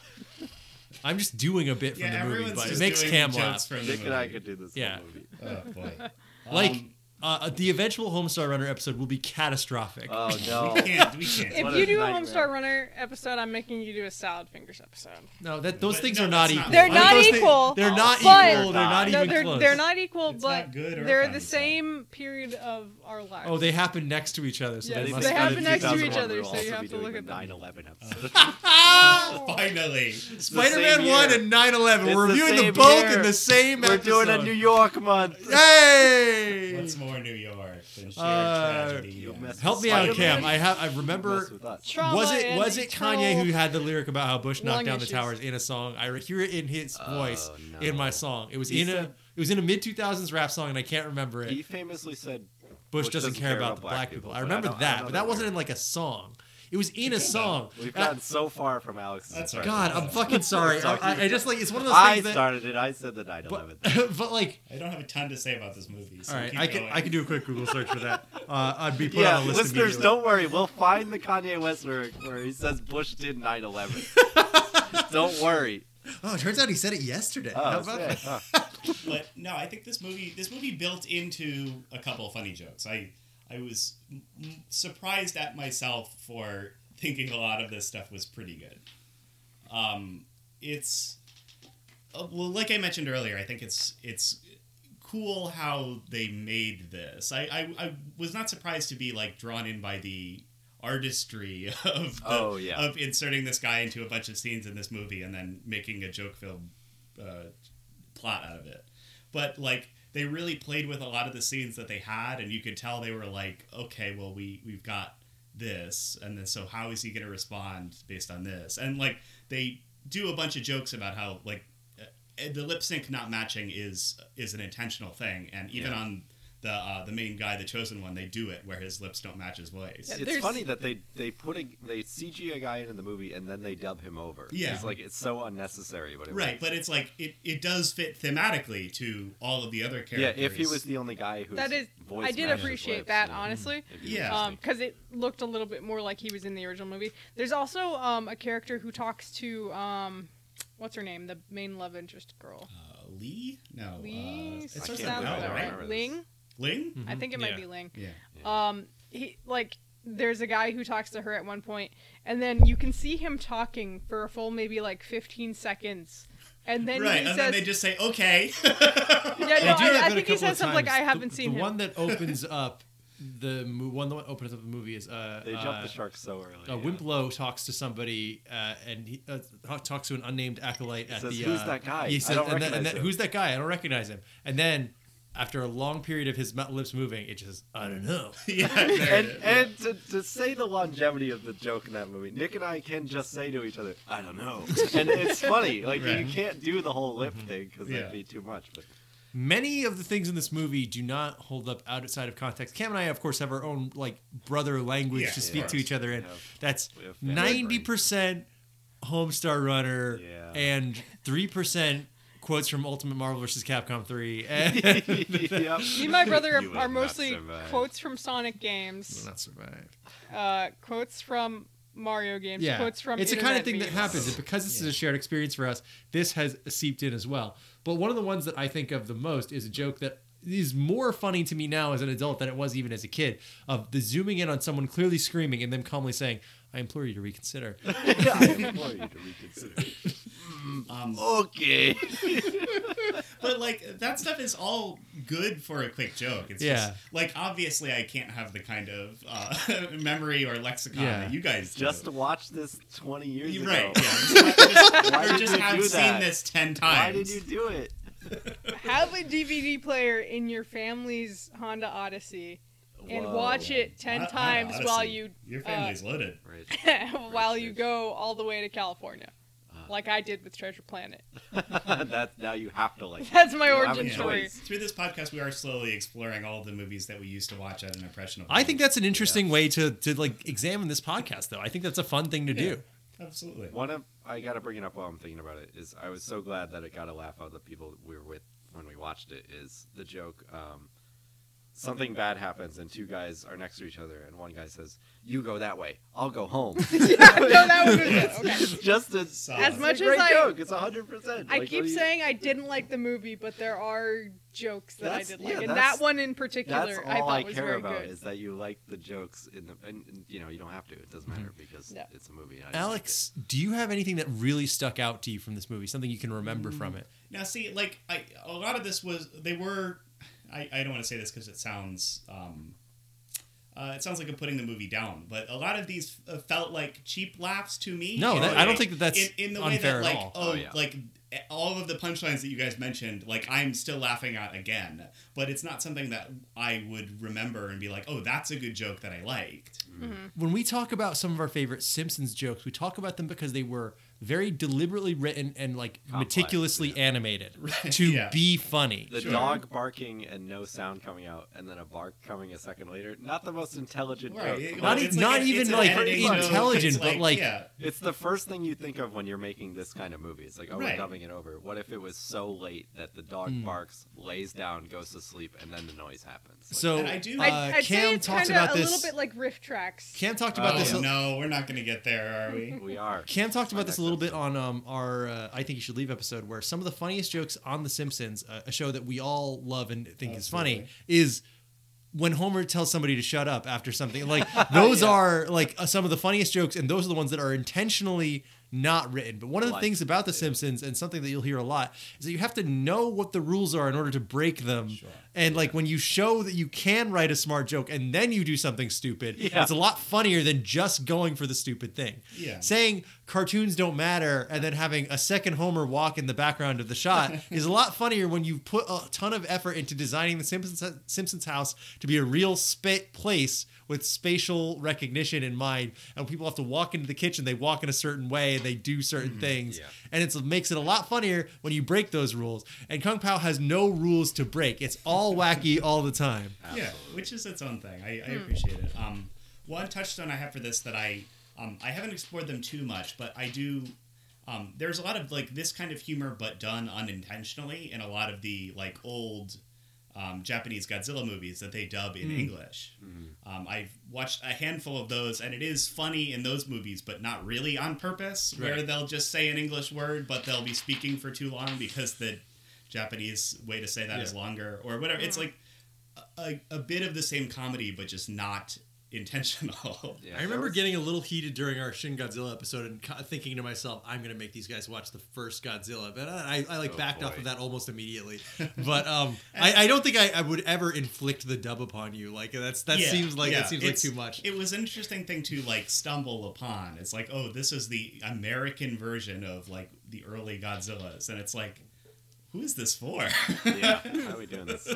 I'm just doing a bit from yeah, the everyone's movie, but just it makes doing Cam jokes laugh. From the Nick and I movie. could do this Yeah. whole movie. Oh boy. *laughs* Like Um, uh, the eventual Homestar Runner episode will be catastrophic. Oh no. we can't. We can't. If What you a do a nightmare. Homestar Runner episode, I'm making you do a Salad Fingers episode. no, that those But things no, are not it's equal. not They're I think not those thi- equal, they're not but- equal. They're not no, even they're close. they're not equal, It's but not good or they're fun, the so. same period of our lives. Oh, they happen next to each other, so Yes, they they must. happen be- next to each 2001, other, we'll so also you have be to doing look the at them. 9/11 episode. Finally. Ah! Spider-Man same One year. and 9/11. It's We're the reviewing them same both year. in the same We're episode. doing a New York *laughs* month. Hey! What's more New York than sheer Uh, tragedy? you and- mess with Help me out, Spider-Man. Cam. I have. I Mess remember. with us. Trauma was it and was it Kanye eternal- who had the lyric about how Bush knocked lung down issues. the towers in a song? I re- hear it in his Oh, voice in no. my song. It was He in a said- it was in a mid two thousands rap song, and I can't remember it. He famously said Bush, doesn't, care about the black people. I but remember don't- that, don't but know that wasn't lyric. in like a song. It was in a could, though. song. We've Uh, gotten so far from Alex. That's all right. God, I'm fucking *laughs* sorry. I, I- I just like it's one of those I things that. started it. I said the 9 11 But, but like, I don't have a ton to say about this movie. So all right, keep I can going. I can do a quick Google search for that. Uh, I'd be *laughs* put Yeah, on a list. listeners, immediately. don't worry. We'll find the Kanye West lyric where he says Bush did 9 11. don't worry. Oh, it turns out he said it yesterday. Oh, How about sick. that? Huh. but no, I think this movie this movie built into a couple of funny jokes. I I was m- m- surprised at myself for thinking a lot of this stuff was pretty good. Um, it's uh, well, like I mentioned earlier, I think it's it's cool how they made this. I I, I was not surprised to be like drawn in by the artistry *laughs* of the, Oh, yeah. of inserting this guy into a bunch of scenes in this movie and then making a joke film uh, plot out of it. But like they really played with a lot of the scenes that they had, and you could tell they were like, okay, well we we've got this, and then so how is he going to respond based on this? And like they do a bunch of jokes about how like uh, the lip sync not matching is is an intentional thing, and even Yeah. on. The, uh, the main guy, the chosen one, they do it where his lips don't match his voice. It's There's- funny that they they put a they CG a guy in the movie and then they dub him over. Yeah. it's like it's so unnecessary. But it Right, works. but it's like it, it does fit thematically to all of the other yeah, characters. if he was the only guy who That is, voice I did matches appreciate lips, that yeah. Mm-hmm. honestly, Um, If you Yeah. listen. because it looked a little bit more like he was in the original movie. There's also um, a character who talks to um, what's her name, the main love interest girl, uh, Lee, no, Lee. uh, it I starts can't with sounds an believe L, I don't right? remember this. Ling. Ling, Hmm. I think it might Yeah. be Ling. yeah. Um, he like there's a guy who talks to her at one point, and then you can see him talking for a full maybe like 15 seconds, and then right, he and says, then they just say, "Okay." *laughs* "Yeah, They no, do that I, I a think he couple of says something like times. I haven't the, seen the him." one *laughs* that opens up the mo- one that opens up the movie is uh They uh, jumped the shark so early. uh, yeah. Wimplow talks to somebody uh, and he uh, ta- talks to an unnamed acolyte at says, the. "Who's uh, that guy? He I says, don't and then, recognize and then, him." "Who's that guy? I don't recognize him." And then, after a long period of his mu- lips moving, it just, "I don't know." *laughs* *laughs* yeah, there and it is. and to, to say the longevity of the joke in that movie, Nick and I can just say to each other, "I *laughs* don't know," and it's funny. Like Right. Mm-hmm. you can't do the whole lip thing because Yeah. that'd be too much. *laughs* But Many of the things in this movie do not hold up outside of context. Cam and I, of course, have our own like brother language Yeah, to of speak to course. each other in. We have- That's we have family ninety percent Homestar Runner Yeah. and three percent quotes from Ultimate Marvel vs. Capcom *laughs* Three. And Yep. Me *laughs* *laughs* and my brother You are, will are not mostly survive. quotes from Sonic games, not survived. uh, quotes from Mario games, Yeah, quotes from. it's the kind of internet thing that memes. happens, and because this is a shared experience for us, this has seeped in as well. But one of the ones that I think of the most is a joke that is more funny to me now as an adult than it was even as a kid of the zooming in on someone clearly screaming and them calmly saying, "I implore you to reconsider." yeah, I implore you to reconsider. Um, Okay. but like that stuff is all good for a quick joke. It's Yeah. just like obviously I can't have the kind of uh, *laughs* memory or lexicon Yeah. that you guys do. Just watch this 20 years You're ago. right, yeah. Just- *laughs* Why or did just you have do seen that? this ten times. Why did you do it? *laughs* Have a DVD player in your family's Honda Odyssey and Whoa. watch it ten I- I- times while honestly, you Uh, Your uh, family's loaded. Right. *laughs* while you sake. go all the way to California, like I did with Treasure Planet. that now you have to like. That's my you have a origin story. choice. Through this podcast, we are slowly exploring all the movies that we used to watch at an impressionable. I think age. that's an interesting way to to like examine this podcast, though. I think that's a fun thing to do. absolutely. One of I gotta bring it up while I'm thinking about it is I was so glad that it got a laugh out of the people we were with when we watched it. Is the joke? Um, something bad happens and two guys are next to each other and one guy says, "You go that way, I'll go *laughs* home." no, that was good. Okay. *laughs* It's just a, it's As a much as great I- joke. It's hundred percent. I keep saying I didn't like the movie, but there are jokes that I That's- did yeah, like, and that's- that one in particular that's I all thought I, was care very about good. is that you like the jokes in the and, and, you know you don't have to. It doesn't Mm-hmm. matter because No. it's a movie. and I just Alex, do you have anything that really stuck out to you from this movie? Something you can remember from it? Now, see, like I, a lot of this was they were. I, I don't want to say this because it sounds. Um, uh, it sounds like I'm putting the movie down, but a lot of these uh, felt like cheap laughs to me. No, in that- a I don't way- think that that's in, in the unfair way at that, like, all. Oh, Oh, yeah. like all of the punchlines that you guys mentioned, like I'm still laughing at again, but it's not something that I would remember and be like, oh, that's a good joke that I liked. when we talk about some of our favorite Simpsons jokes, we talk about them because they were very deliberately written and like Complex, meticulously yeah. *laughs* animated to yeah. be funny. The Sure. dog barking and no sound coming out, and then a bark coming a second later. Not the most intelligent Right? joke. Not It's e- not a- it's even, an like, editing joke. It's intelligent, but, like, yeah. It's the first thing you think of when you're making this kind of movie. It's like, oh, Right. we're dubbing it over. What if it was so late that the dog Hmm. barks, lays down, goes to sleep, and then the noise happens? Like, So And I do- uh, I'd- I'd say Cam it's talks kinda about a this. little bit like riff tracks. Cam talked about oh, this. no, we're not going to get there, are we? we are. Cam talked My about this a next little bit episode. on um, our uh, I Think You Should Leave episode, where some of the funniest jokes on The Simpsons, uh, a show that we all love and think is funny, is when Homer tells somebody to shut up after something. *laughs* Like, those are like uh, some of the funniest jokes, and those are the ones that are intentionally not written. But one of the Like, things about The Simpsons, and something that you'll hear a lot, is that you have to know what the rules are in order to break them. And like when you show that you can write a smart joke and then you do something stupid, Yeah. it's a lot funnier than just going for the stupid thing Yeah. saying cartoons don't matter and then having a second Homer walk in the background of the shot is a lot funnier when you put a ton of effort into designing the Simpsons Simpsons house to be a real spa- place with spatial recognition in mind. And when people have to walk into the kitchen, they walk in a certain way and they do certain things. yeah. And it makes it a lot funnier when you break those rules. And Kung Pao has no rules to break. It's all wacky all the time. yeah, which is its own thing. I, I appreciate it. Um, one touchstone I have for this that I um, I haven't explored them too much, but I do. Um, there's a lot of like this kind of humor, but done unintentionally, in a lot of the like old um, Japanese Godzilla movies that they dub in English. Um, I've watched a handful of those, and it is funny in those movies, but not really on purpose. Where Right. they'll just say an English word, but they'll be speaking for too long because the Japanese way to say that is longer or whatever. It's Mm. like a, a bit of the same comedy, but just not intentional. *laughs* Yeah, I there remember was- getting a little heated during our Shin Godzilla episode and co- thinking to myself, I'm going to make these guys watch the first Godzilla. But I, I, I like Oh, backed off boy. of that almost *laughs* immediately. But um, I, I don't think I, I would ever inflict the dub upon you. Like that's that Yeah, seems like yeah. that seems like It's- too much. It was an interesting thing to like stumble upon. It's like, oh, this is the American version of like the early Godzillas, and it's like, who is this for? *laughs* *laughs* *laughs* Yeah, how are we doing this?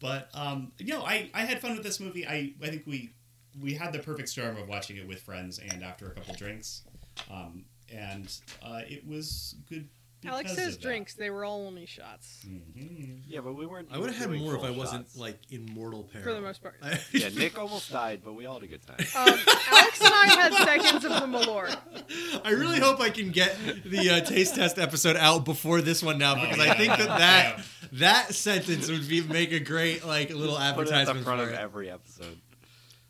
But um, you know, I, I had fun with this movie. I, I think we we had the perfect storm of watching it with friends and after a couple drinks, um, and uh, it was good. Alex because says of that. drinks; they were all only shots Mm-hmm. Yeah, but we weren't. I would have had doing more if full I wasn't shots. like in mortal peril. for the most part. Um, I- Yeah, Nick almost died, but we all had a good time. Alex and I had seconds of the Malort. *laughs* I really hope I can get the uh, taste test episode out before this one Oh, now because I yeah. think that that, that sentence would be make a great like little Put it at the advertisement front for of it. every episode.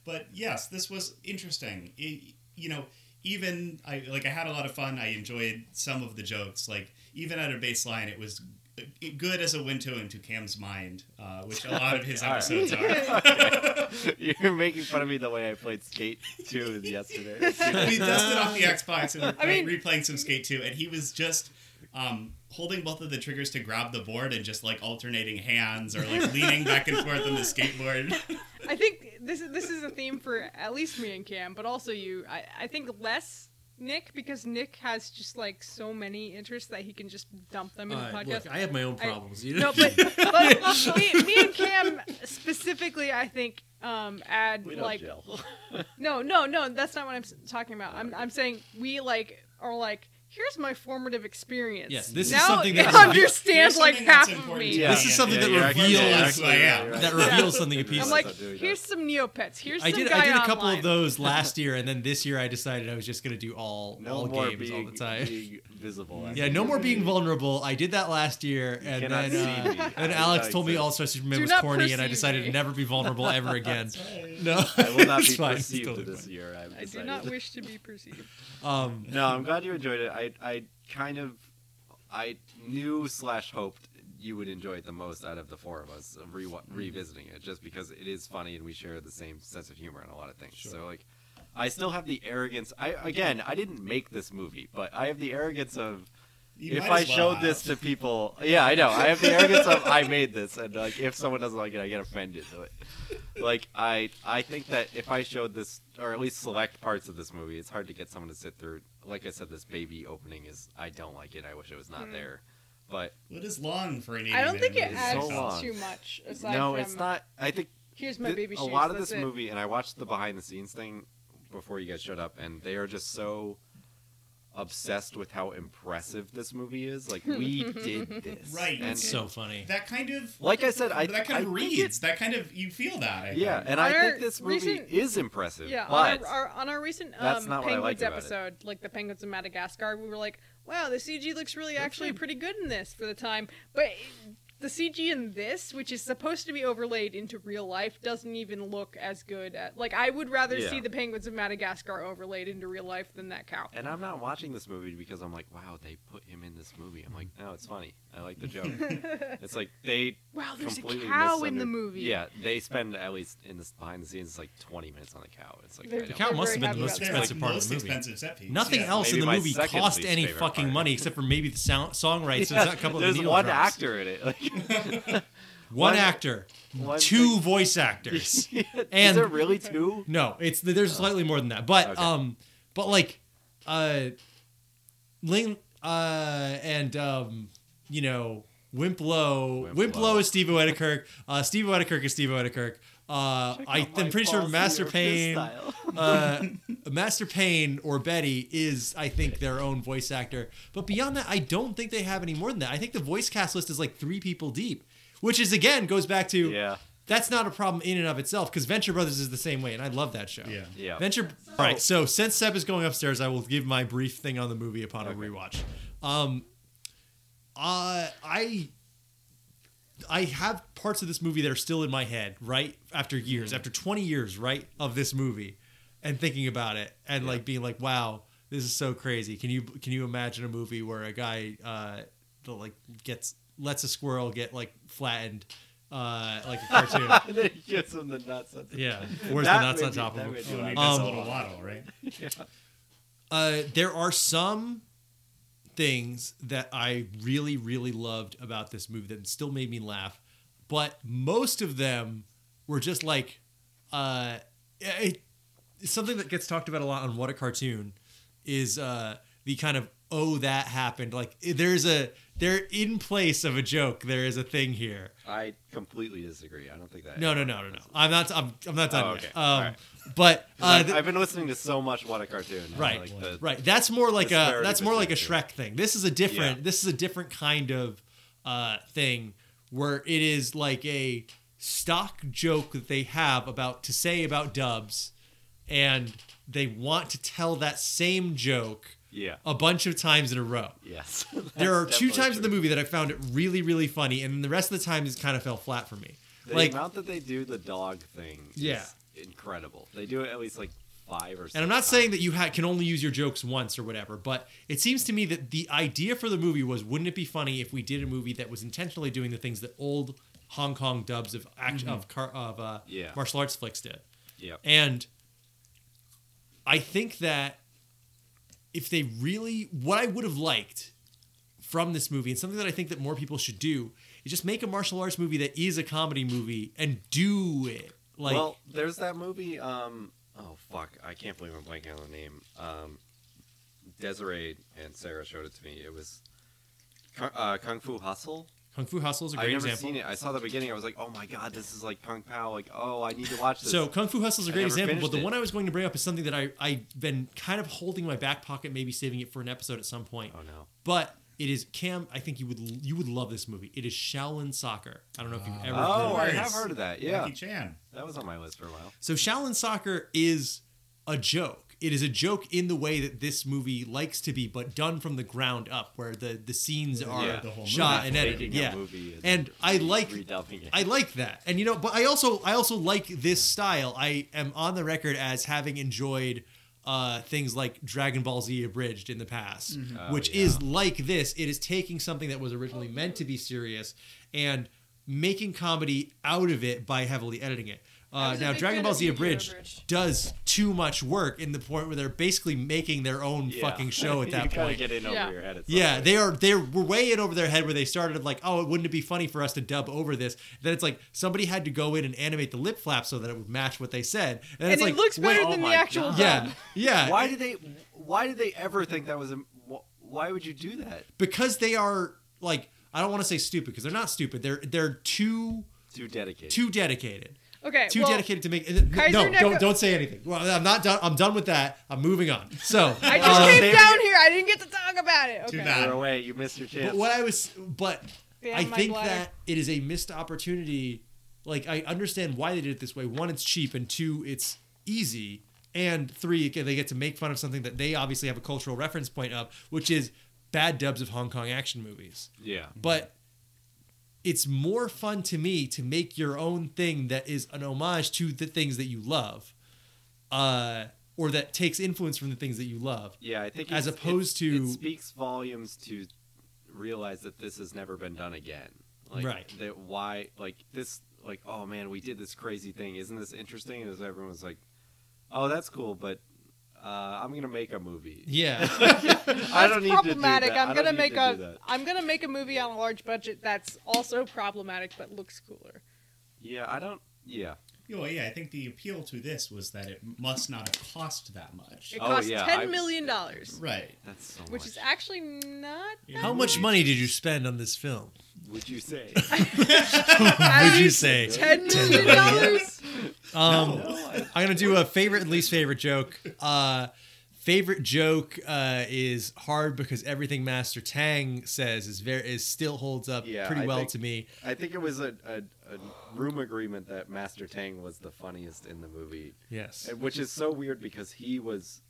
but yes, this was interesting. It, you know, even I like I had a lot of fun. I enjoyed some of the jokes. Like even at a baseline, it was g- good as a window into Cam's mind, uh, which a lot of *laughs* his episodes are. You're making fun of me the way I played Skate 2 yesterday. we dusted off the Xbox and we're *laughs* I mean- replaying some Skate 2, and he was just um, holding both of the triggers to grab the board and just like alternating hands or like leaning back and forth on the skateboard. *laughs* I think this is this is a theme for at least me and Cam, but also you. I, I think less Nick because Nick has just like so many interests that he can just dump them in All the right, podcast. look, I have my own I- problems. you know? no, but, but me, me and Cam specifically, I think, um, *laughs* add We don't *laughs* like gel. no, no, no. That's not what I'm s- talking about. I'm, I'm saying we like are like here's my formative experience. Yes, this is now something that- I understand Here's like something that's half of important me. to Yeah. This is something that you're actually- reveals- yeah, actually, I am. you're *laughs* right. that reveals something a piece. I'm Yes, like, I'm doing that. here's some Neopets. Here's I some did. guy I did a couple online. of *laughs* those last year, and then this year I decided I was just going to do all No all more games being, all the time. being visible. I *laughs* yeah, think no you're *laughs* more being really- vulnerable. I did that last year, and then cannot see uh, me. and I Alex don't told me exist. All Star Superman Do was not corny, and I perceive decided me. to never be *laughs* vulnerable ever again. *laughs* No, I will not it's be fine, it's perceived totally this fine. year. I've I do decided. not wish to be perceived. Um, *laughs* No, I'm glad you enjoyed it. I I kind of I knew slash hoped you would enjoy it the most out of the four of us of re- revisiting it, just because it is funny and we share the same sense of humor and a lot of things. So like, I still have the arrogance. I again, I didn't make this movie, but I have the arrogance of. You if might I as well showed have. this to people, yeah, I know. I have *laughs* the arrogance of I made this, and like if someone doesn't like it, I get offended. Like I, I think that if I showed this, or at least select parts of this movie, it's hard to get someone to sit through. Like I said, this baby opening is I don't like it. I wish it was Hmm. not there, but What is long for an? I don't think it It's adds so long. too much. Aside no, from, it's not. I think Here's um, my Th- baby a shoes. lot of that's this it. movie, and I watched the behind the scenes thing before you guys showed up, and they are just so obsessed with how impressive this movie is. Like we *laughs* did this, Right. And it's so funny. That kind of. like I said, I that kind of I think reads. That kind of you feel that. I it- yeah, think. and I On our think this movie recent- is impressive. Yeah, but on, our, our, on our recent that's um, not what I Penguins like about it. episode, like the Penguins of Madagascar, we were like, wow, the CG looks really actually pretty good in this for the time. But the CG in this, which is supposed to be overlaid into real life, doesn't even look as good. At, like, I would rather Yeah. see the Penguins of Madagascar overlaid into real life than that cow. and I'm not watching this movie because I'm like, wow, they put him in this movie. I'm like, no, it's funny. I like the *laughs* joke. it's like they Wow, there's a completely cow in misunder- the movie. Yeah, they spend at least in this behind the scenes like 20 minutes on the cow. It's like They're- I The don't- Cow We're must very have been the most happy about that. They're like expensive part of most the movie. expensive set piece. Nothing Yeah. else in maybe the my movie second cost least any favorite fucking part. money except for maybe the sound, song *laughs* rights. Yeah, and a couple of there's needle one drops. actor in it. *laughs* Like, one one- actor, *laughs* one two thing- voice *laughs* actors. is And- there really two? No, it's there's slightly more than that, but Okay. um, but like, uh, Ling, uh, and um, you know, Wimplow, Wimplow. Wimplow is Steve Wedekirk, uh, Steve Wedekirk is Steve Wedekirk. Uh, I, I'm pretty sure Master Payne, *laughs* uh, Master Payne or Betty is, I think, their own voice actor. But beyond that, I don't think they have any more than that. I think the voice cast list is like three people deep, which is again goes back to Yeah. that's not a problem in and of itself because Venture Brothers is the same way, and I love that show. Yeah. Yeah. Venture. all right. So since Seb is going upstairs, I will give my brief thing on the movie upon a rewatch. Um, uh, I. I have parts of this movie that are still in my head, right? After Mm-hmm. years, after 20 years, right, of this movie and thinking about it and like being like, "Wow, this is so crazy." Can you can you imagine a movie where a guy uh the, like gets lets a squirrel get like flattened uh like a *laughs* cartoon? and then he gives him the nuts. On the- yeah. Where's That the nuts made on me- top that of made it? me So, I mean, laugh. that's Um, a little waddle, right? Uh, there are some things that I really, really loved about this movie that still made me laugh, but most of them were just like, uh, it, it's something that gets talked about a lot on What a Cartoon is uh, the kind of oh that happened like there's a there in place of a joke there is a thing here I completely disagree. I don't think that. no no no no no i'm not i'm, I'm not done Oh, yet. okay. um All right. but uh, I've, I've been listening to so much What a Cartoon. and, Right, Like the, right. That's more like a disparity that's more like a between Shrek thing. This is a different Yeah. this is a different kind of uh, thing where it is like a stock joke that they have about to say about dubs, and they want to tell that same joke Yeah. a bunch of times in a row. Yes. *laughs* there are That's two definitely times in the true. movie that I found it really really funny, and the rest of the time it kind of fell flat for me. The like amount that they do the dog thing Yeah. is incredible. They do it at least like five or six And I'm not times. saying that you ha- can only use your jokes once or whatever, but it seems to me that the idea for the movie was wouldn't it be funny if we did a movie that was intentionally doing the things that old Hong Kong dubs of act- of, car- of uh, Mm-hmm. Yeah. martial arts flicks did? Yeah. And I think that if they really, what I would have liked from this movie, and something that I think that more people should do, is just make a martial arts movie that is a comedy movie and do it. Like, well, there's that movie. Um, oh fuck, I can't believe I'm blanking on the name. Um, Desiree and Sarah showed it to me. It was Kung- uh, Kung Fu Hustle. Kung Fu Hustle is a I've great never example. seen it. I saw the beginning. I was like, oh my god, this is like Kung Pao. Like, oh, I need to watch this. So Kung Fu Hustle is a I great never example, but finished the it. one I was going to bring up is something that I I've been kind of holding in my back pocket, maybe saving it for an episode at some point. oh no. But it is Cam. I think you would you would love this movie. It is Shaolin Soccer. I don't know if you've ever. heard Oh, of it. I Words. have heard of that. Yeah, Jackie Chan. that was on my list for a while. So Shaolin Soccer is a joke. It is a joke in the way that this movie likes to be, but done from the ground up, where the the scenes are Yeah, the whole shot movie. and edited. Making a Yeah, movie and and I like redubbing it. I like that, and you know, but I also I also like this style. I am on the record as having enjoyed uh, things like Dragon Ball Z abridged in the past, Mm-hmm. Oh, which is like this. It is taking something that was originally meant to be serious and making comedy out of it by heavily editing it. Uh, was a now, big Dragon fan Ball of Z Yu-Gi-Oh! abridged Abridged. does too much work in the point where they're basically making their own Yeah. fucking show at *laughs* You that kinda point. get in over Yeah. your head. at some Yeah, point. they are they were way in over their head where they started like, oh, wouldn't it be funny for us to dub over this? Then it's like somebody had to go in and animate the lip flap so that it would match what they said. And, And it's it like, looks wait- better oh than the my actual God. yeah, yeah. Why did they? Why did they ever think that was? A, wh- why would you do that? Because they are like, I don't want to say stupid because they're not stupid. They're they're too Too dedicated. too dedicated. Okay. Too well, dedicated to make. Kaiser no, Neko- don't don't say anything. Well, I'm not done. I'm done with that. I'm moving on. So I just um, came Save down it. here. I didn't get to talk about it. Too Okay. bad. You're away. You missed your chance. But what I was, but Yeah, I my think bladder. that it is a missed opportunity. Like I understand why they did it this way. One, it's cheap, and two, it's easy, and three, again, they get to make fun of something that they obviously have a cultural reference point of, which is bad dubs of Hong Kong action movies. yeah. But it's more fun to me to make your own thing that is an homage to the things that you love, uh, or that takes influence from the things that you love. Yeah, I think As it's- opposed it- to- it speaks volumes to realize that this has never been done again. Like, Right. That why like this like oh man we did this crazy thing isn't this interesting? And everyone was like, oh that's cool, but uh, I'm gonna make a movie. Yeah. I That's don't need problematic. to do that. I'm I don't gonna need make to do a that. I'm gonna make a movie on a large budget that's also problematic but looks cooler. Yeah, I don't. Yeah. Yeah, well, yeah, I think the appeal to this was that it must not have cost that much. It Oh, costs yeah, I- *laughs* ten million dollars, Right. That's so which much. is *laughs* actually not. *laughs* *laughs* How much money did you spend on this film? Would you say? Would I you was say? ten million *laughs* *laughs* *laughs* dollars? Um, No. I'm gonna do a favorite and least favorite joke. Uh, favorite joke uh, is hard because everything Master Tang says is very is still holds up Yeah, pretty I well think- to me. I think it was a, a, a room agreement that Master Tang was the funniest in the movie. Yes. And- which is so weird because he was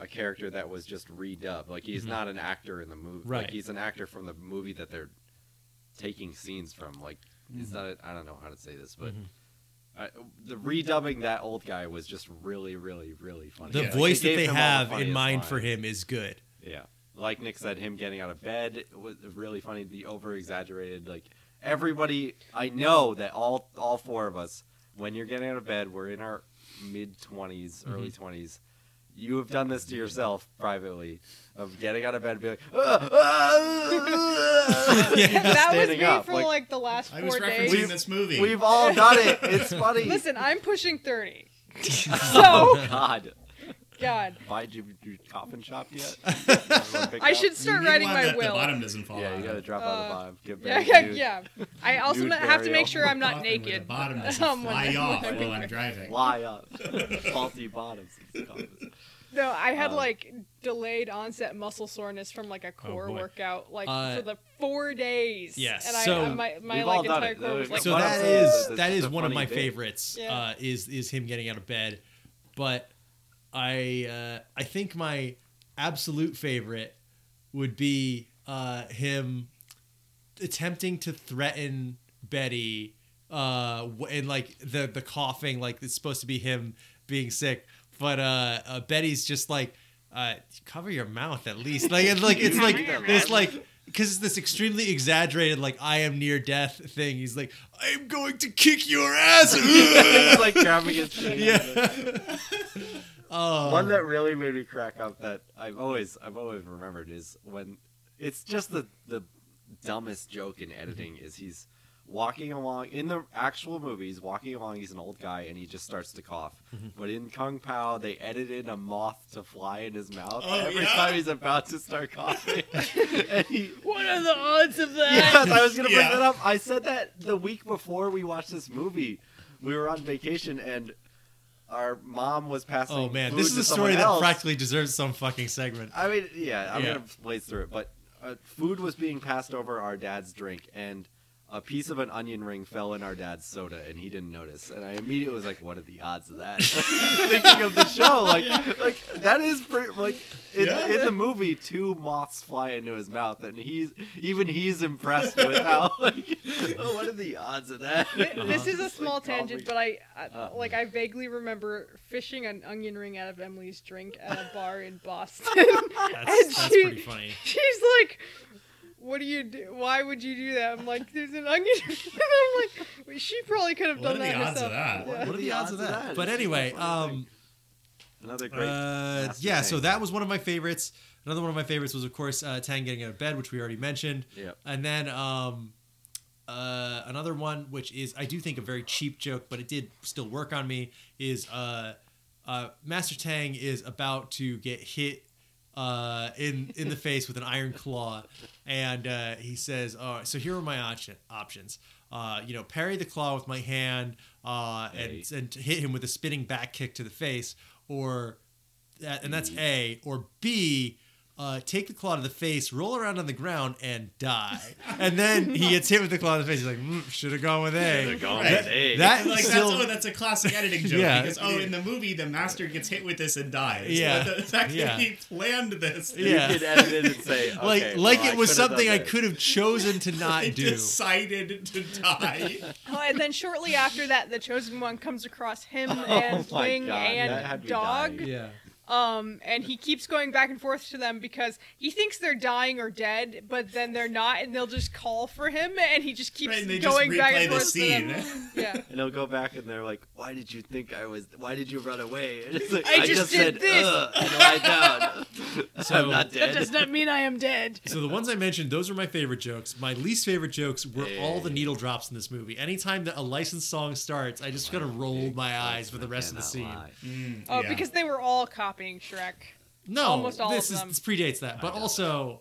a character that was just redubbed. Like he's not an actor in the movie. Mm-hmm. Right. Like he's an actor from the movie that they're taking scenes from. Like is Mm-hmm. that I don't know how to say this, but I, the redubbing that old guy was just really, really, really funny. The Yeah. voice that gave they him all the have in funniest mind for lines. him is good. Yeah. Like Nick said, him getting out of bed was really funny. The over exaggerated, like everybody I know that all all four of us, when you're getting out of bed, we're in our mid 20s Mm-hmm. early twenties. You have done this to yourself privately, of getting out of bed and *laughs* being like, *laughs* "Ah, ah, ah," Yeah. just that was standing me up. for like, like, the last I was four referencing days. We've- this movie. we've all done it. *laughs* It's funny. Listen, I'm *laughs* pushing thirty. oh so God, God, why did you, you coffin shop *laughs* yet? Everyone pick I up? should You start need writing one my that will. The bottom doesn't fall Yeah, out. you gotta drop out of the bottom. Get *laughs* Yeah, back, yeah, dude. yeah. I also Nude ma- have to burial. make sure I'm not Coffin With naked. the *laughs* bottom doesn't Um, when fly I'm- off *laughs* while I'm driving. Fly up. uh, Faulty bottoms. it's called. *laughs* No, I had Um, like delayed onset muscle soreness from like a core boy. workout, like Uh, for the four days. yes, and I, so- I- my my We've all like done entire it. core was There's like. so what I'm that saying is is this that is is a one of funny my bit. favorites. Yeah. Uh, is is him getting out of bed, but I uh, I think my absolute favorite would be uh, him attempting to threaten Betty uh, w- and like the the coughing like it's supposed to be him being sick, but uh, uh, Betty's just like uh, cover your mouth at least like it's like *laughs* it's like it's like because it's this extremely exaggerated like I am near death thing. He's like I am going to kick your ass. *laughs* It's like grabbing his chin. yeah. Oh. One that really made me crack up that I've always I've always remembered is when it's just the the dumbest joke in editing is he's walking along in the actual movies, walking along, he's an old guy and he just starts to cough. But in Kung Pao, they edited a moth to fly in his mouth Oh, every yeah? time he's about to start coughing. *laughs* and he, What are the odds of yes, that? I was gonna bring Yeah. that up. I said that the week before we watched this movie. We were on vacation and our mom was passing. Oh man, food this is to a story someone that else. practically deserves some fucking *laughs* segment. I mean, yeah, I'm Yeah. gonna blaze through it, but uh, food was being passed over our dad's drink, and a piece of an onion ring fell in our dad's soda, and he didn't notice. And I immediately was like, "What are the odds of that?" *laughs* Thinking of the show, like, like that is pretty, like in, Yeah. in the movie, two moths fly into his mouth, and he's even he's impressed with how *laughs* like, oh, what are the odds of that? This is Uh-huh. a Like, small probably- tangent, but I, I Uh. like I vaguely remember fishing an onion ring out of Emily's drink at a bar in Boston. *laughs* *laughs* That's, that's she- pretty funny. She's like, "What do you do? Why would you do that?" I'm like, "There's an onion." ring." *laughs* I'm like, well, "She probably could have What done are the that odds of herself." that? Yeah. What are the odds of that? But anyway, um, another great. uh, That's the yeah. thing. So that was one of my favorites. Another one of my favorites was, of course, uh, Tang getting out of bed, which we already mentioned. Yep. And then um, uh, another one, which is I do think a very cheap joke, but it did still work on me, is uh, uh, Master Tang is about to get hit uh, in in the face with an iron claw, and uh, he says, "All right, so here are my option, options." Uh, you know, parry the claw with my hand uh, Hey. and, and hit him with a spinning back kick to the face, or that, and Mm. that's A, or B, uh, take the claw to the face, roll around on the ground, and die. And then he gets hit with the claw to the face. He's like, mm, should have gone with A. Gone That- with egg. That And, like still, that's oh, that's a classic editing joke Yeah. because oh in the movie the master gets hit with this and dies. Yeah. But the *laughs* fact Yeah. that he planned this Yeah. *laughs* You can edit it and say, *laughs* like, okay, like well, it was could've something done I this. could have chosen *laughs* to he not do. decided to *laughs* die. Oh, and then shortly after that, the chosen one comes *laughs* across him and Oh my Wing God, that had and me Dog. dying. Yeah. Um, and he keeps going back and forth to them because he thinks they're dying or dead, but then they're not, and they'll just call for him, and he just keeps Right, and they just going back replay and the forth to scene. them. *laughs* *laughs* Yeah. And they'll go back and they're like, "Why did you think I was? Why did you run away?" *laughs* And it's like, I just said, did this." "Ugh," and lie down. So- *laughs* I'm not That dead. does not mean I am dead. So the ones I mentioned, those are my favorite jokes. My least favorite jokes were all the needle drops in this movie. Anytime that a licensed song starts, I just gotta roll my *laughs* eyes for the rest of the Cannot scene. Mm. lie. Oh, Yeah. because they were all copying Shrek. No, Almost all this of is them. this predates that, but also,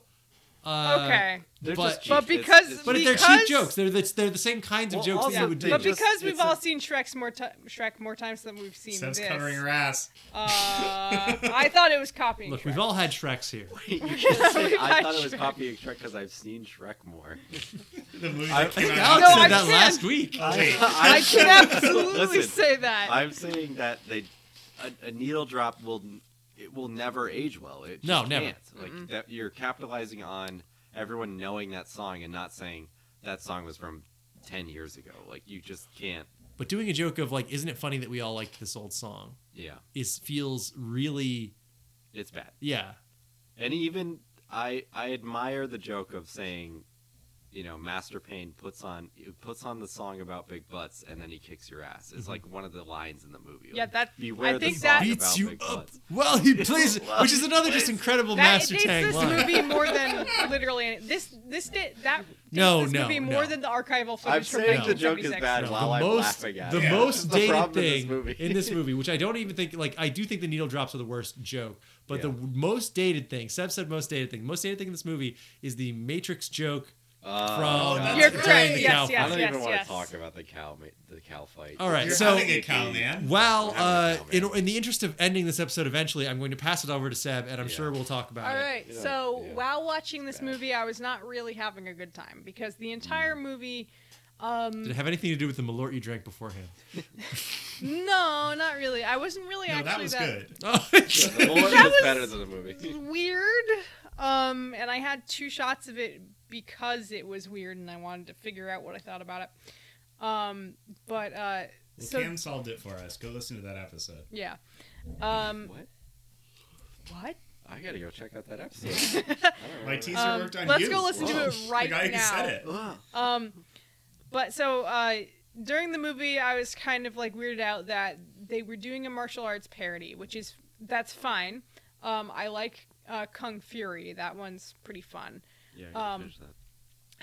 uh, Okay. They're But- just cheap. But It's- because- it's- *laughs* But they're cheap Because- jokes. They're the, they're the same kinds of Well, jokes also that you would they do. but just- because we've it's a- all seen Shrek's more ti Shrek more times than we've seen Steph's this, covering her ass. uh, I thought it was copying. Look, Shrek. we've all had Shreks here. you can't say I thought it was Shrek. copying Shrek because I've seen Shrek more. The movie I- that I came think Alex out. No, said I that can't. last week. *laughs* Wait, I *laughs* can absolutely Listen, say that. I'm saying that they a, a needle drop will it will never age well. It No, just never. Can't. Like that, you're capitalizing on everyone knowing that song and not saying that song was from ten years ago. Like you just can't. But doing a joke of like, isn't it funny that we all liked this old song? Yeah, Is feels really, it's bad. yeah, And even I I admire the joke of saying, you know, Master Payne puts on puts on the song about big butts and then he kicks your ass. Mm-hmm. It's like one of the lines in the movie. Yeah, Like, that- beware I the think song that- beats about you big up butts. while *laughs* he plays, Well, which is he another just plays- incredible that Master dates Tang this line. movie more than literally any, this this did that dates No, this no, movie more no. than the archival footage I'm from saying the joke is 1976. bad No, while the I'm most, laughing at the it. most That's the dated problem with this thing movie. in *laughs* this movie, which I don't even think like I do think the needle drops are the worst joke, but the Yeah. most dated thing, Seb said most dated thing, most dated thing in this movie is the Matrix joke Uh, from that's You're You're during correct. the Yes, cow I fight. don't yes, even want yes. to talk about the cow ma- the cow fight. All right, You're so having a cow, man. Well, uh, Having a in, comment. in the interest of ending this episode eventually, I'm going to pass it over to Seb, and I'm Yeah. sure we'll talk about All it. right. Yeah, So yeah. while watching this movie, I was not really having a good time because the entire movie. um, Did *laughs* it have anything to do with the Malort you drank *laughs* beforehand? *laughs* No, not really. I wasn't really No, actually that was good. Oh, *laughs* The lore *laughs* That is was- better than the movie. weird. Um, and I had two shots of it because it was weird, and I wanted to figure out what I thought about it. Um, but uh, Well, so Cam solved it for us. Go listen to that episode. yeah. Um, What? what? I gotta go check out that *laughs* episode. My teaser Um, worked on let's you. go listen to Whoa. it right the guy Who now. said *laughs* it. Ugh. Um, but so uh, during the movie, I was kind of like weirded out that they were doing a martial arts parody, which is that's fine. Um, I like uh, Kung Fury; that one's pretty fun. yeah, I gotta Um, finish that.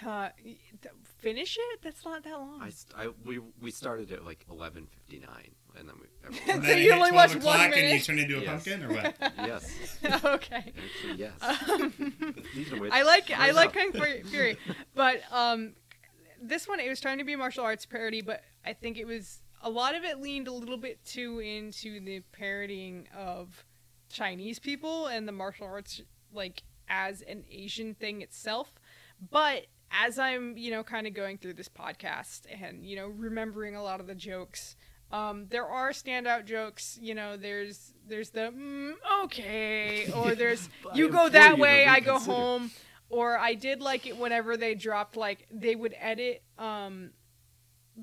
Uh, y- th- finish it? That's not that long. *laughs* I, st- I we we started at like eleven fifty nine, and then we. So *laughs* everyone- then it you hit only 12 watched one o'clock and you minute? turn into a Yes. pumpkin *laughs* or what? yes, okay. actually yes. These are which- Um, I like I Where's *laughs* like up? Kung Fu- Fury, but um, this one it was trying to be a martial arts parody, but I think it was a lot of it leaned a little bit too into the parodying of Chinese people and the martial arts like as an Asian thing itself. But as I'm you know kind of going through this podcast and you know remembering a lot of the jokes. Um, there are standout jokes, you know. There's there's the mm, okay, or there's *laughs* But I you implore go you that to way, I go reconsider. home. Or I did like it whenever they dropped like they would edit um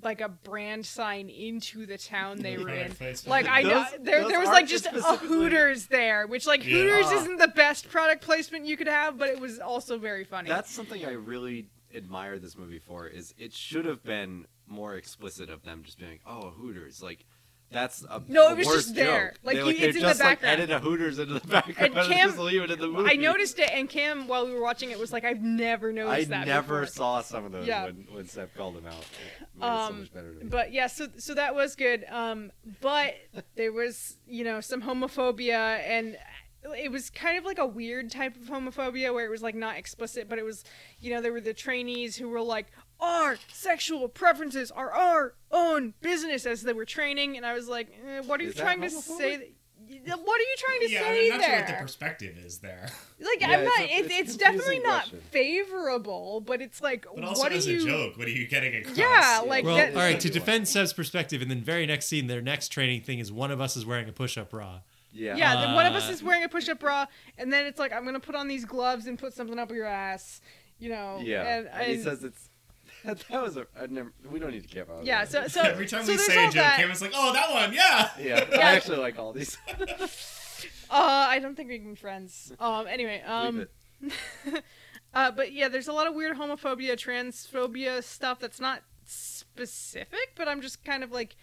like a brand sign into the town they were in. Like I know Those- there those there was aren't like just a specifically- Hooters there, which like Yeah. Hooters Ah. isn't the best product placement you could have, but it was also very funny. That's something I really admire this movie for. Is it should have been more explicit of them just being, like, "Oh, Hooters!" Like that's a No, a it was worse just there. joke. Like, they, you- like, it's they in the just like background. edit a Hooters into the background *laughs* and, Cam- just leave it in the movie. I noticed it, and Cam, while we were watching it, was like, "I've never I noticed that." never before. saw some of those Yeah. when when Seth called them out. It made it so Um, much better to me. but yeah, so so that was good. Um, but there was you know some homophobia, and it was kind of like a weird type of homophobia where it was like not explicit, but it was you know there were the trainees who were like our sexual preferences are our own business as they were training, and I was like, eh, what are you Is that trying to homophobic? say? that- What are you trying to yeah, say I'm not there? sure what the perspective is there. Like Yeah, I'm it's not. a- It's, it's, it's a definitely confusing not question. favorable, but it's like, But also what are as a you? joke, what are you getting across? Yeah, like Well, that, all right. To Yeah. defend Seb's perspective, and then very next scene, their next training thing is one of us is wearing a push-up bra. yeah, yeah. then one of us Uh, is wearing a push-up bra, and then it's like, I'm gonna put on these gloves and put something up your ass, you know. yeah. And, And he and- says it's *laughs* that was a I never, we don't need to care about yeah. that. So so every time so we there's say a all joke, that. Cameron's like, "Oh, that one, yeah." *laughs* yeah, I actually like all these. Uh, I don't think we can be friends. Um, anyway, um, *laughs* Leave it. *laughs* Uh, but yeah, there's a lot of weird homophobia, transphobia stuff that's not specific, but I'm just kind of like,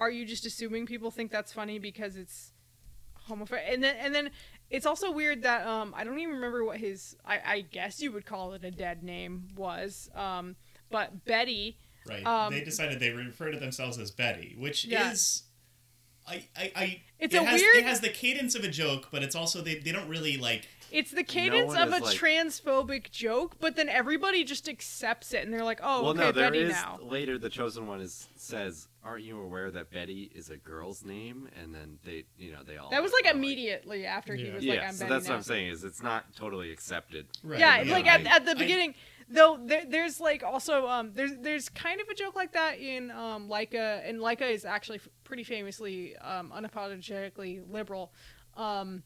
are you just assuming people think that's funny because it's homophobic? And then and then it's also weird that um I don't even remember what his I, I guess you would call it a dead name was um but Betty Right. Um, they decided they refer to themselves as Betty, which Yeah. is, I, I, I It's it a has, weird- It has the cadence of a joke, but it's also they, they don't really like. it's the cadence one of a is like- transphobic joke, but then everybody just accepts it and they're like, oh well, okay no, there Betty is now later. The chosen one is says, "Aren't you aware that Betty is a girl's name?" And then they, you know, they all that was like are immediately after he Yeah. was yeah, like I'm so Betty that's now." what I'm saying is it's not totally accepted. Right, yeah, like at, I- at the I- beginning though there, there's like also um there's there's kind of a joke like that in um Leica and Leica is actually f- pretty famously um unapologetically liberal um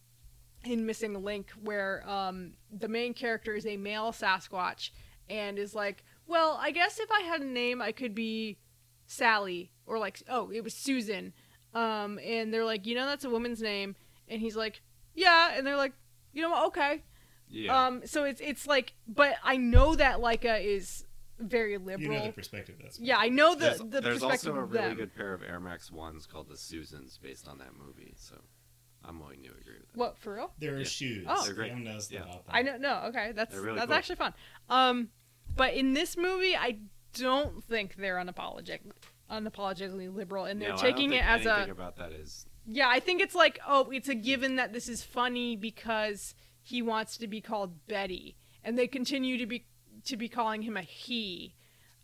in Missing a Link where um the main character is a male Sasquatch and is like well I guess if I had a name I could be Sally or like oh it was Susan um and they're like you know that's a woman's name and he's like yeah and they're like you know what okay Yeah, um, so it's it's like, but I know that Leica is very liberal. you know the perspective. That's yeah, I know the there's, the there's perspective also a of really them. good pair of Air Max ones called the Susans based on that movie. So I'm willing to agree with that. What for real? There are shoes. Oh. They're great. Everyone knows Yeah. about that. I don't know. Okay, that's They're really that's cool. actually fun. Um, but in this movie, I don't think they're unapologetic unapologetically liberal, and they're No, I don't taking it think as a anything about that is yeah. I think it's like oh, it's a given that this is funny because he wants to be called Betty, and they continue to be to be calling him a he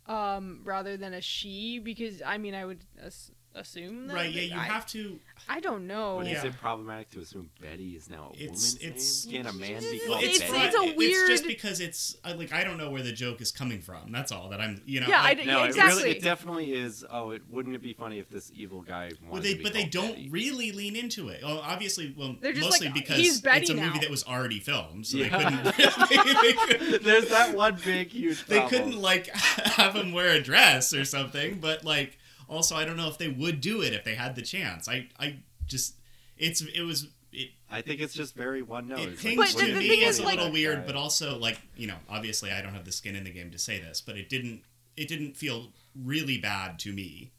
um, rather than a she because I mean I would as- assume that Right. Yeah, that you I, have to. I don't know. But Yeah. is it problematic to assume Betty is now a It's- woman's it's- name? Can a man be It's- called it's- Betty? right, it's a weird- just because it's I- like I don't know where the joke is coming from. That's all that I'm. You know. Yeah, I *laughs* like, d- no, it exactly. really, it definitely is. Oh, it wouldn't it be funny if this evil guy wanted Well, they, to be but they called don't Betty? really lean into it. Well, obviously, well, They're just mostly like, because "He's Betty it's a now." movie that was already filmed, so Yeah. they *laughs* couldn't. *laughs* they couldn't There's that one big huge. they problem. couldn't like *laughs* have him wear a dress or something but like also i don't know if they would do it if they had the chance i i just it's it was it, I think it's just very one note. it It's like, pinged But to the- me the thing as is, a like- little weird but also like you know obviously i don't have the skin in the game to say this but it didn't it didn't feel really bad to me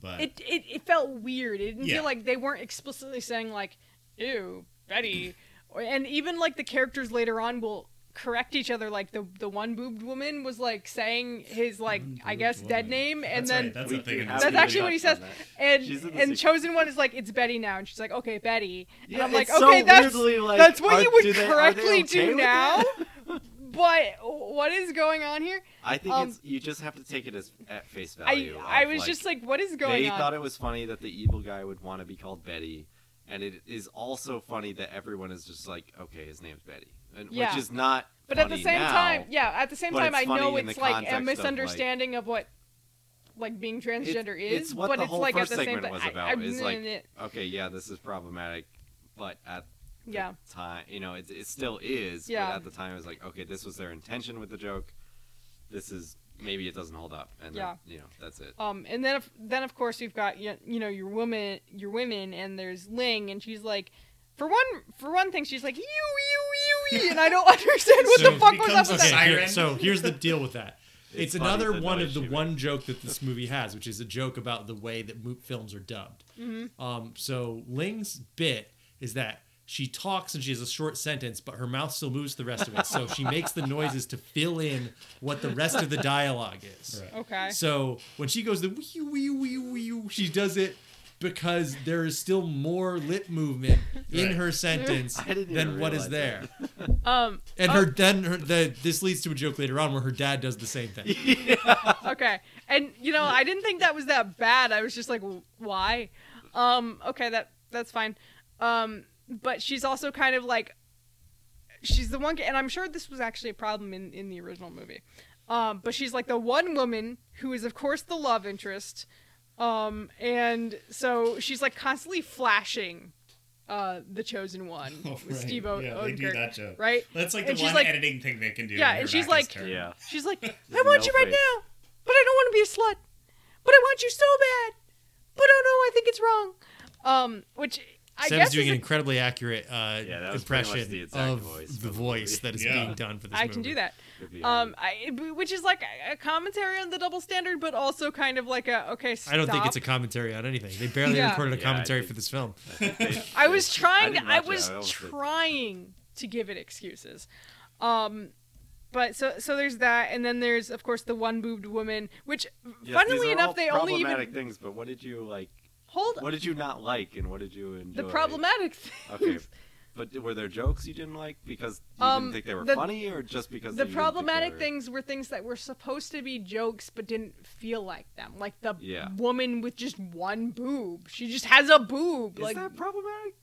but It, it it felt weird. It didn't Yeah. feel like they weren't explicitly saying like, "Ew, Betty," or, and even like the characters later on will correct each other. Like the the one boobed woman was like saying his like I guess One-boobed dead woman. name, That's and then right, that's We a thing. do in have the that's Absolutely actually what he says. touched on that. And She's in the and secret. chosen one is like it's Betty now, and she's like okay Betty, and Yeah, I'm like it's so okay that's weirdly, like, that's what are- you would do they- are they okay correctly do with now. that? but what is going on here? I think Um, it's you just have to take it as at face I value. I of, was just like what is going they on? thought it was funny that the evil guy would want to be called Betty, and it is also funny that everyone is just like, okay, his name's Betty, and, Yeah. which is not. But at the funny same now. time, yeah, at the same but time, I it's funny know in the it's like context a of, like- misunderstanding of, what like being transgender is. it's what but the it's whole like first at the same segment time, was I- about, I- is, like, n- n- okay, yeah, this is problematic, but at the yeah, time, you know, it, it still is. Yeah. But at the time, it was like, okay, this was their intention with the joke. This is maybe it doesn't hold up, and then, Yeah. you know, that's it. um, and then of, then of course you've got y- you know your woman, your women, and there's Ling, and she's like. For one, for one thing, she's like you, you, you, and I don't *laughs* understand what So the fuck was up becomes with a that. Okay, here, Siren. so here's the deal with that. It's, It's funny, another the one noise of the she made. one joke that this movie has, which is a joke about the way that mo- films are dubbed. Mm-hmm. Um, so Ling's bit is that she talks and she has a short sentence, but her mouth still moves the rest of it. So *laughs* she makes the noises to fill in what the rest of the dialogue is. Right. Okay. So when she goes the wee wee wee wee, she does it because there is still more lip movement in Right. her sentence *laughs* I didn't than even what is realize there. that. Um. And her then her, the, this leads to a joke later on where her dad does the same thing. Okay. And you know, I didn't think that was that bad. I was just like, "W- why? Um. Okay. That that's fine. Um. But she's also kind of like, she's the one, and I'm sure this was actually a problem in in the original movie. Um. But she's like the one woman who is, of course, the love interest. Um. And so she's like constantly flashing, uh, the chosen one, *laughs* Oh, *laughs* with right. Steve Yeah, *laughs* they do that joke. right? That's like And the she's one like- editing thing they can do. Yeah, in and her she's back like- is turn. Yeah. She's *laughs* like, I want no you right face. now, but I don't want to be a slut. But I want you so bad. But oh no, I think it's wrong. Um, which *laughs* I Sam's guess doing is an a- incredibly accurate uh, Yeah, that was pretty much impression the exact of voice the from the voice movie. that is Yeah. being done for this I movie. can do that. Could be Um, argued. I, b- which is like a- a commentary on the double standard, but also kind of like a okay. Stop. I don't think it's a commentary on anything. They barely Yeah. recorded a Yeah, I commentary think- for this film. I was trying. didn't I, watch it, was I almost did. trying to give it excuses. Um, but so so there's that, and then there's of course the one boobed woman, which Yes, these funnily are enough all they only problematic even things. But what did you like? hold What did you not like, and what did you enjoy? the problematic things. Okay, but were there jokes you didn't like because you Um, didn't think they were the- funny, or just because the they- you didn't think problematic they were- things were things that were supposed to be jokes but didn't feel like them like the Yeah. woman with just one boob she just has a boob Is like that problematic?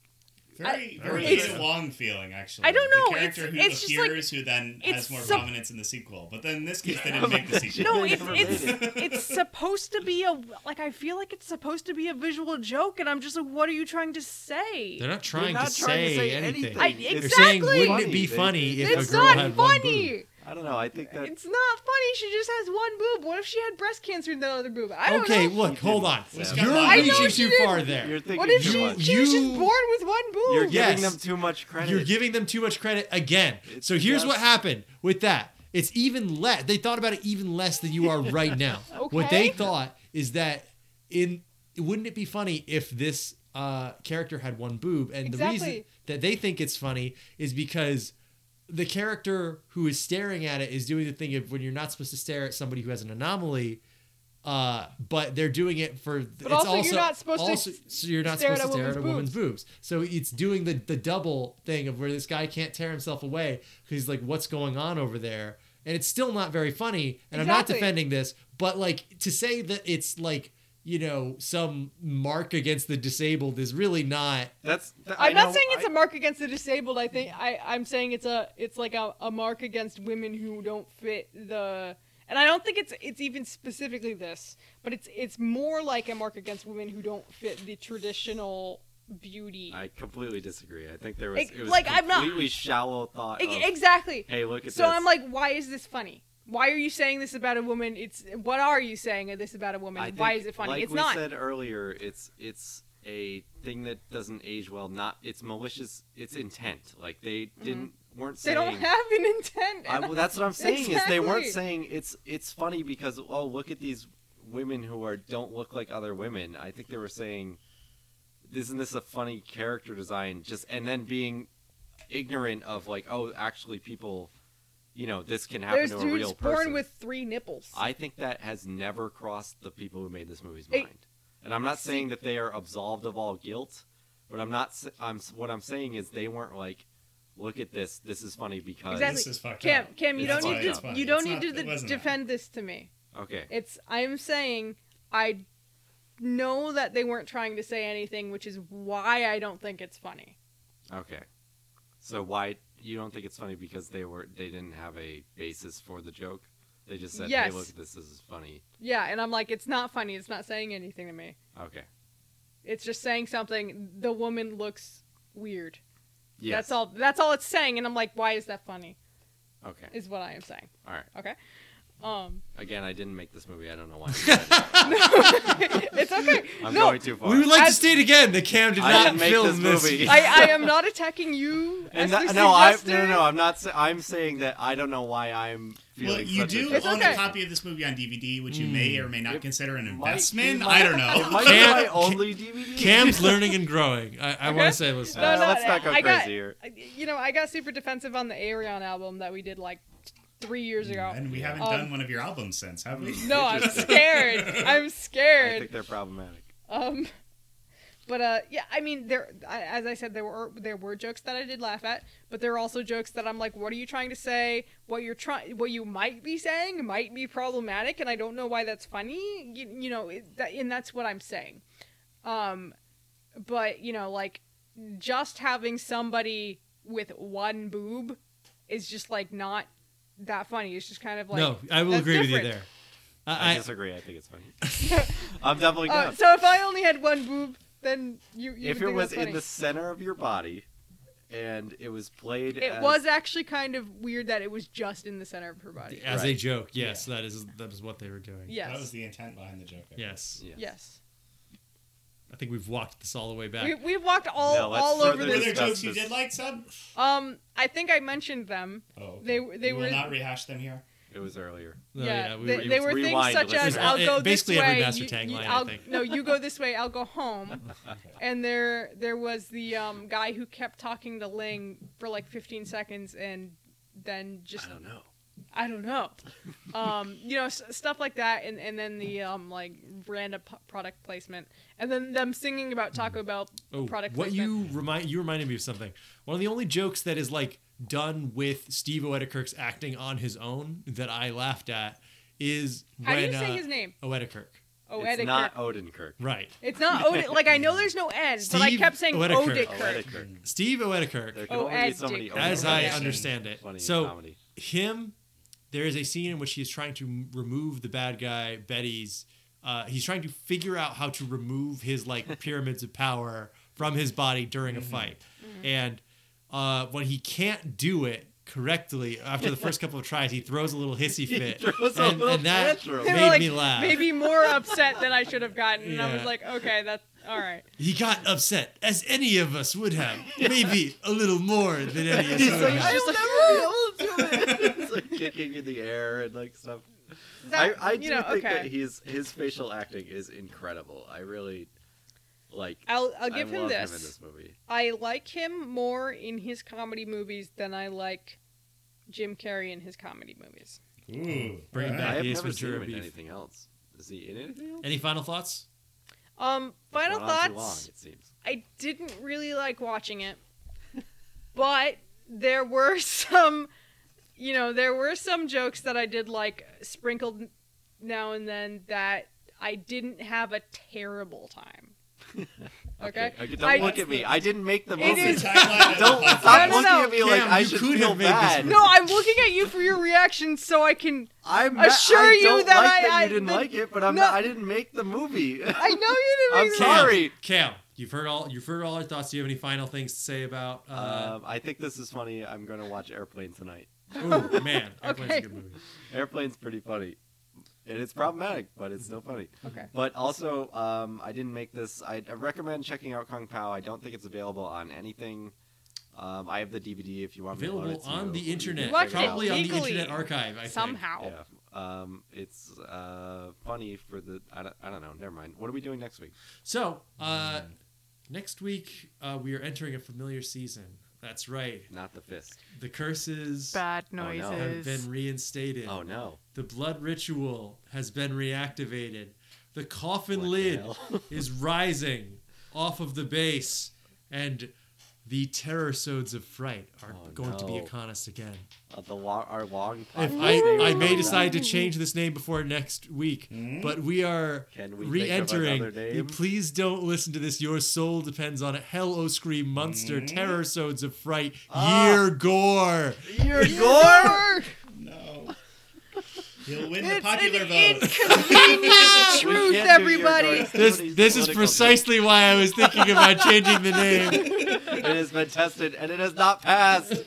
Very, very it's- Ada Wong feeling, actually. I don't know, The character it's- who it's just like- appears who then it's has more so- prominence in the sequel, but then in this case they didn't make the sequel. *laughs* *laughs* no They it's never it's made it's supposed to be a like i feel like it's supposed to be a visual joke and i'm just like what are you trying to say They're not trying, not to, trying to say say anything. anything. I, They're They're exactly saying, wouldn't it be They- funny if it's a girl not had one boob? funny I don't know. I think that it's not funny she just has one boob what if she had breast cancer in the other boob i don't Okay, know look, hold on. Well, she got You're a lot of reaching boob. too far there. you're thinking what if too she, much. she was You- just born with one boob You're giving Yes. them too much credit. You're giving them too much credit again. It's so here's what just- happened with that. It's even less. They thought about it even less than you are right *laughs* now. What they Okay. thought is that in wouldn't it be funny if this uh, character had one boob? And the reason Exactly. that they think it's funny is because the character who is staring at it is doing the thing of when you're not supposed to stare at somebody who has an anomaly. Uh, but they're doing it for. But also you're not supposed to So you're not stare at supposed to a stare at a woman's woman's boobs. So it's doing the the double thing of where this guy can't tear himself away because he's like, "What's going on over there?" And it's still not very funny. And I'm not Exactly. defending this, but like to say that it's like you know some mark against the disabled is really not. That's. That, I I'm not know- saying it's I- a mark against the disabled. I think I, I'm saying it's a it's like a, a mark against women who don't fit the and I don't think it's it's even specifically this, but it's it's more like a mark against women who don't fit the traditional beauty. I completely disagree. I think there was Like- it was like, I'm not- completely shallow thought. E- of, exactly. Hey, look at so this. I'm like, why is this funny? Why are you saying this about a woman? It's what are you saying this about a woman? I why think, is it funny? Like it's we not. said earlier, it's it's a thing that doesn't age well. Not it's malicious. It's intent. Like they didn't weren't Mm-hmm. they saying. don't have an intent. *laughs* I, well, that's what I'm saying is they weren't Exactly. saying it's it's funny because oh look at these women who are don't look like other women. I think they were saying, isn't this a funny character design? Just and then being ignorant of like oh actually people you know, this can happen There's to a dudes real born person. with three nipples. I think that has never crossed the people who made this movie's Hey. mind. And I'm not saying that they are absolved of all guilt, but I'm not. s- I'm s- what I'm saying is they weren't like, look at this. This is funny because Exactly. This is fucked Cam, up. Cam, you It's don't need fucked to. up. You It's don't not- need to it de- wasn't that. defend this to me. okay, It's. I'm saying I know that they weren't trying to say anything, which is why I don't think it's funny. okay. So why you don't think it's funny because they were they didn't have a basis for the joke? They just said, Yes. hey, look, this is funny. Yeah, and I'm like, it's not funny. It's not saying anything to me. Okay. It's just saying something. The woman looks weird. Yes. That's all. That's all it's saying. And I'm like, why is that funny? Okay. Is what I am saying. All right. Okay. Um, *laughs* Again, I didn't make this movie. I don't know why. it's okay. I'm no, going too far. We would like I- to state again that Cam did I not didn't make film this movie. *laughs* I, I am not attacking you. And as that, we no, I suggested. no, no, no, I'm not. sa- I'm saying that I don't know why I'm feeling. Well, you such do A, Hmm. It's own okay. a copy of this movie on DVD, which you may or may not It consider an might- investment. it I don't it might know. be Cam- *laughs* my only DVD. Cam's *laughs* learning and growing. I, I want Okay. to say this. Uh, No, no, let's not go I got- crazy here. You know, I got super defensive on the Arion album that we did like three years Mm, ago. *laughs* And we haven't Um, done one of your albums since, have we? *laughs* *laughs* No, I'm Interesting. scared. *laughs* I'm I scared. think they're problematic. Um, *laughs* but uh, yeah, I mean, there. I, as I said, there were there were jokes that I did laugh at, but there were also jokes that I'm like, what are you trying to say? What you're trying, what you might be saying, might be problematic, and I don't know why that's funny. You, you know, it, that, and that's what I'm saying. Um, but you know, like just having somebody with one boob is just like not that funny. It's just kind of like no, I will that's agree with you different. there. I, I, I, disagree. I think it's funny. *laughs* I'm definitely Uh, not. so if I only had one boob, then you. you if it would think was that's in the funny. center of your body, and it was played, It as, was actually kind of weird that it was just in the center of her body. as a Right. joke, yes, that is that is what they were doing. That was Yes. the intent behind the joke. I Yes. Yes. Yes. I think we've walked this all the way back. We, we've walked all Now let's all further over Were there this. discuss- jokes you Asbestos. did like, Sub? Um, I think I mentioned them. Oh, okay. They we they were will not rehash them here. It was earlier. No, yeah, Oh, we they, were- they were things rewind, such listeners. as I'll It- go this basically way. every master you- tagline, you- I I'll- think. No, you go this way, I'll *laughs* go home. and there there was the um, guy who kept talking to Ling for like 15 seconds and then just I don't know. I don't know. *laughs* Um, you know, s- stuff like that, and, and then the um, like random p- product placement, and then them singing about Taco Mm. Bell Oh, product what placement. you remind you reminded me of something. One of the only jokes that is like done with Steve Oedekirk's acting on his own that I laughed at is How do you when, say uh, his name? Oedekirk. Oh, it's Oedekirk. not Odenkirk. Right. it's not Ode- Like I know there's no N, but I Steve kept saying Oedekirk. Oedekirk. Odenkirk. Steve There Oedekirk, can only be so Oedekirk. many as Oedekirk. I Oedekirk. understand it. Funny in So comedy. *laughs* him, there is a scene in which he is trying to m- remove the bad guy Betty's. Uh, he's trying to figure out how to remove his like pyramids of power from his body during a fight, and uh, when he can't do it correctly after the first couple of tries, he throws a little hissy fit, throws a and, little and that tantrum. They were made *laughs* like, me laugh. Maybe more upset than I should have gotten, and I was Yeah. like, okay, that's all right. *laughs* He got upset, as any of us would have, maybe a little more than any of us He's would like, have. I'll never be able to do it. it's like kicking in the air and like stuff. *laughs* That- I, I do you know, think okay. that he's his facial acting is incredible. I really like. I'll I'll give I him love this. him in this movie. I like him more in his comedy movies than I like Jim Carrey in his comedy movies. Ooh. Bring it all back. I have he is never with seen him in Jeremy. anything else. Is he in anything else? Any final thoughts? Um, It's final gone on too thoughts. long, it seems. I didn't really like watching it, *laughs* but there were *laughs* some, you know, there were some jokes that I did like sprinkled now and then that I didn't have a *laughs* terrible time. Okay. Don't I- look at me. I didn't make the movie. It is- Timeline of the *laughs* Don't podcast. stop no, looking no. at me like Cam, I you should could feel have made this bad. movie. No, I'm looking at you for your reaction so I can. I'm assure I you don't that like I- I- you didn't the- like it, but I'm No. Uh, not, I didn't make the movie. *laughs* I know you didn't. I'm make the- sorry. Cam, you've heard all you've heard all our thoughts. Do you have any final things to say about? Uh, um, I think this is funny. I'm gonna watch Airplane tonight. ooh, man, Airplane's Uh, *laughs* Okay. a good movie. Airplane's pretty funny, and it's problematic, but it's still funny. Okay. But also, um, I didn't make this. I, I recommend checking out Kung Pao. I don't think it's available on anything. Um, I have the DVD if you want me to loan Available it to on you. the internet, watched it probably on the legally internet archive. I think. Somehow. Yeah. Um, it's uh, funny for the. I don't, I don't know. Never mind. What are we doing next week? So uh, next week uh, we are entering a familiar season. That's right. not the fist. The curses Bad Oh, no. noises. have been reinstated. Oh no. The blood ritual has been reactivated. The coffin What the lid hell? *laughs* is rising off of the base, and the terror sodes of fright are Oh, going to be no. upon us again. Uh, the lo- our long If podcast name I, I will may be decide that. to change this name before next week, but we are Hmm? Can we think of re-entering. another the name? Please don't listen to this. Your soul depends on it. Hell, oh, scream, monster, Hmm? terror, sodes of fright, Ah. year, gore. Your *laughs* gore. No. He'll win the It's an popular vote. inconvenient We truth, can't do your gore. everybody. *laughs* This, Somebody's this is political precisely why I was thinking *laughs* about changing the name. It has been tested and it has *laughs* not passed.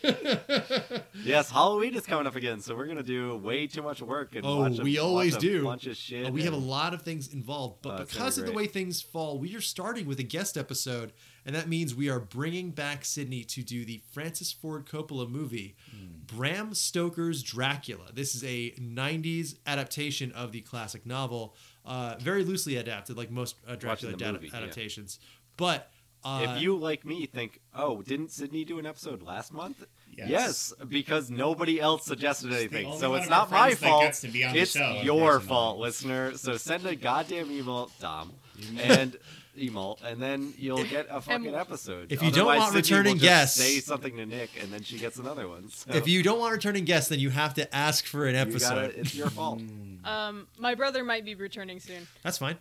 yes, Halloween is coming up again, so we're gonna do way too much work and Oh, watch a, we always watch a do. bunch of shit. we have a and- lot of things involved, but Oh, it's gonna because be of the great. way things fall, we are starting with a guest episode, and that means we are bringing back Sydney to do the Francis Ford Coppola movie, Hmm. Bram Stoker's Dracula. This is a 90s adaptation of the classic novel, uh, very loosely adapted, like most uh, Dracula the adap- movie, yeah. adaptations. But uh, If you like me think, oh, didn't Sydney do an episode last month? Yes. Yes, because nobody else suggested anything, only so one it's of our not my friends that fault. gets to be on the it's show, your unfortunately. fault, listener. So *laughs* send a goddamn email, Dom, Mm-hmm. and email, and then you'll get a fucking Emil. episode. If you don't want Otherwise, Sydney will returning just guests- say something to Nick, and then she gets another one. So if you don't want returning guests, then you have to ask for an you gotta- episode. Mm. it's your fault. Um, my brother might be returning soon. That's fine.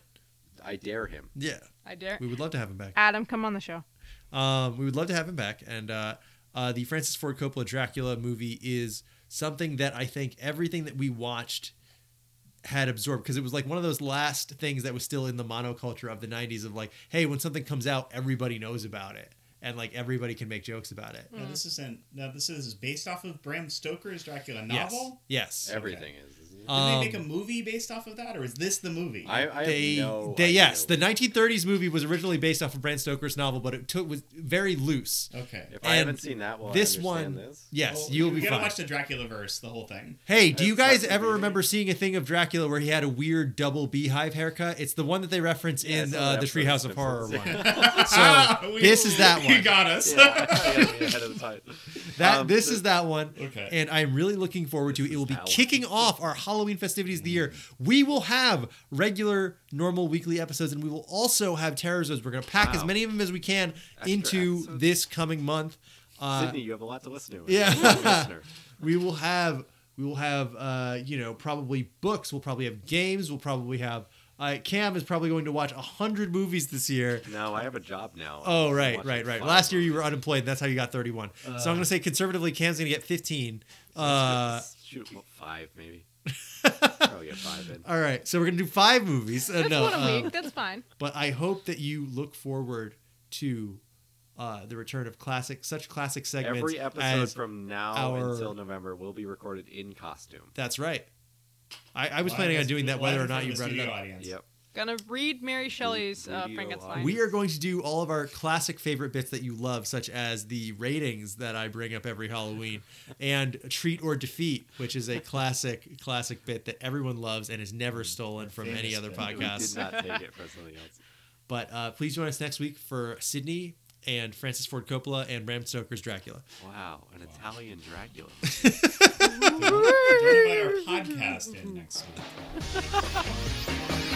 I dare him. Yeah, I dare. we would love to have him back. Adam, come on the show. Um, we would love to have him back. And uh, uh, the Francis Ford Coppola Dracula movie is something that I think everything that we watched had absorbed because it was like one of those last things that was still in the monoculture of the 90s of like, hey, when something comes out, everybody knows about it. And like everybody can make jokes about it. Now this isn't. Now this is based off of Bram Stoker's Dracula Yes. novel. Yes. Everything is. Isn't it? Did Um, they make a movie based off of that, or is this the movie? I, I they, have no they idea yes, the what- 1930s movie was originally based off of Bram Stoker's novel, but it took was very loose. okay. If Oh, I haven't and seen that one, this one, *laughs* This. yes, Well, you'll we be gotta fine. watch the Dracula verse, the whole thing. Hey, do That's you guys fucking ever amazing. remember seeing a thing of Dracula where he had a weird double beehive haircut? It's the one that they reference Yeah, in it's uh, another the Treehouse episode of of Horror Simpsons. one. So *laughs* We- this is that You one. got us. Yeah, I gotta be ahead of the time. That Um, this so- is that one. Okay. And I'm really looking forward to it. This It will is be that one. Mm. kicking off our Halloween festivities of the year. We will have regular, normal weekly episodes, and we will also have terror zones. We're gonna pack as Wow. many of them as we can Extra into episodes? this coming month. Uh, Sydney, you have a lot to listen *laughs* to. Yeah. You're a listener. we will have we will have uh you know probably books we'll probably have games we'll probably have uh, cam is probably going to watch 100 movies this year No, I have a job now. oh I'm right watching right right five Uh, last year you were movies. unemployed that's how you got 31 so i'm gonna say conservatively cam's gonna get *laughs* 15 uh shoot well, five maybe. *laughs* Probably get five in. Uh, all right so we're gonna do five movies uh, That's no one a um, week. That's fine. but i hope that you look forward to uh the return of classic such classic segments Every episode as- from now our- until November will be recorded in costume. that's right i, I was Live planning on in- doing that whether live or in not front you of brought the it studio up Audience. Yep. Gonna read Mary Shelley's uh, Video Frankenstein. line. We are going to do all of our classic favorite bits that you love, such as the ratings that I bring up every Halloween, and treat or defeat, which is a classic, *laughs* classic bit that everyone loves and is never stolen from any Famous other bit. We did podcast. not *laughs* take it for something else. But uh, please join us next week for Sydney and Francis Ford Coppola and Bram Stoker's Dracula. Wow, an Italian Dracula. What about our podcast in next week?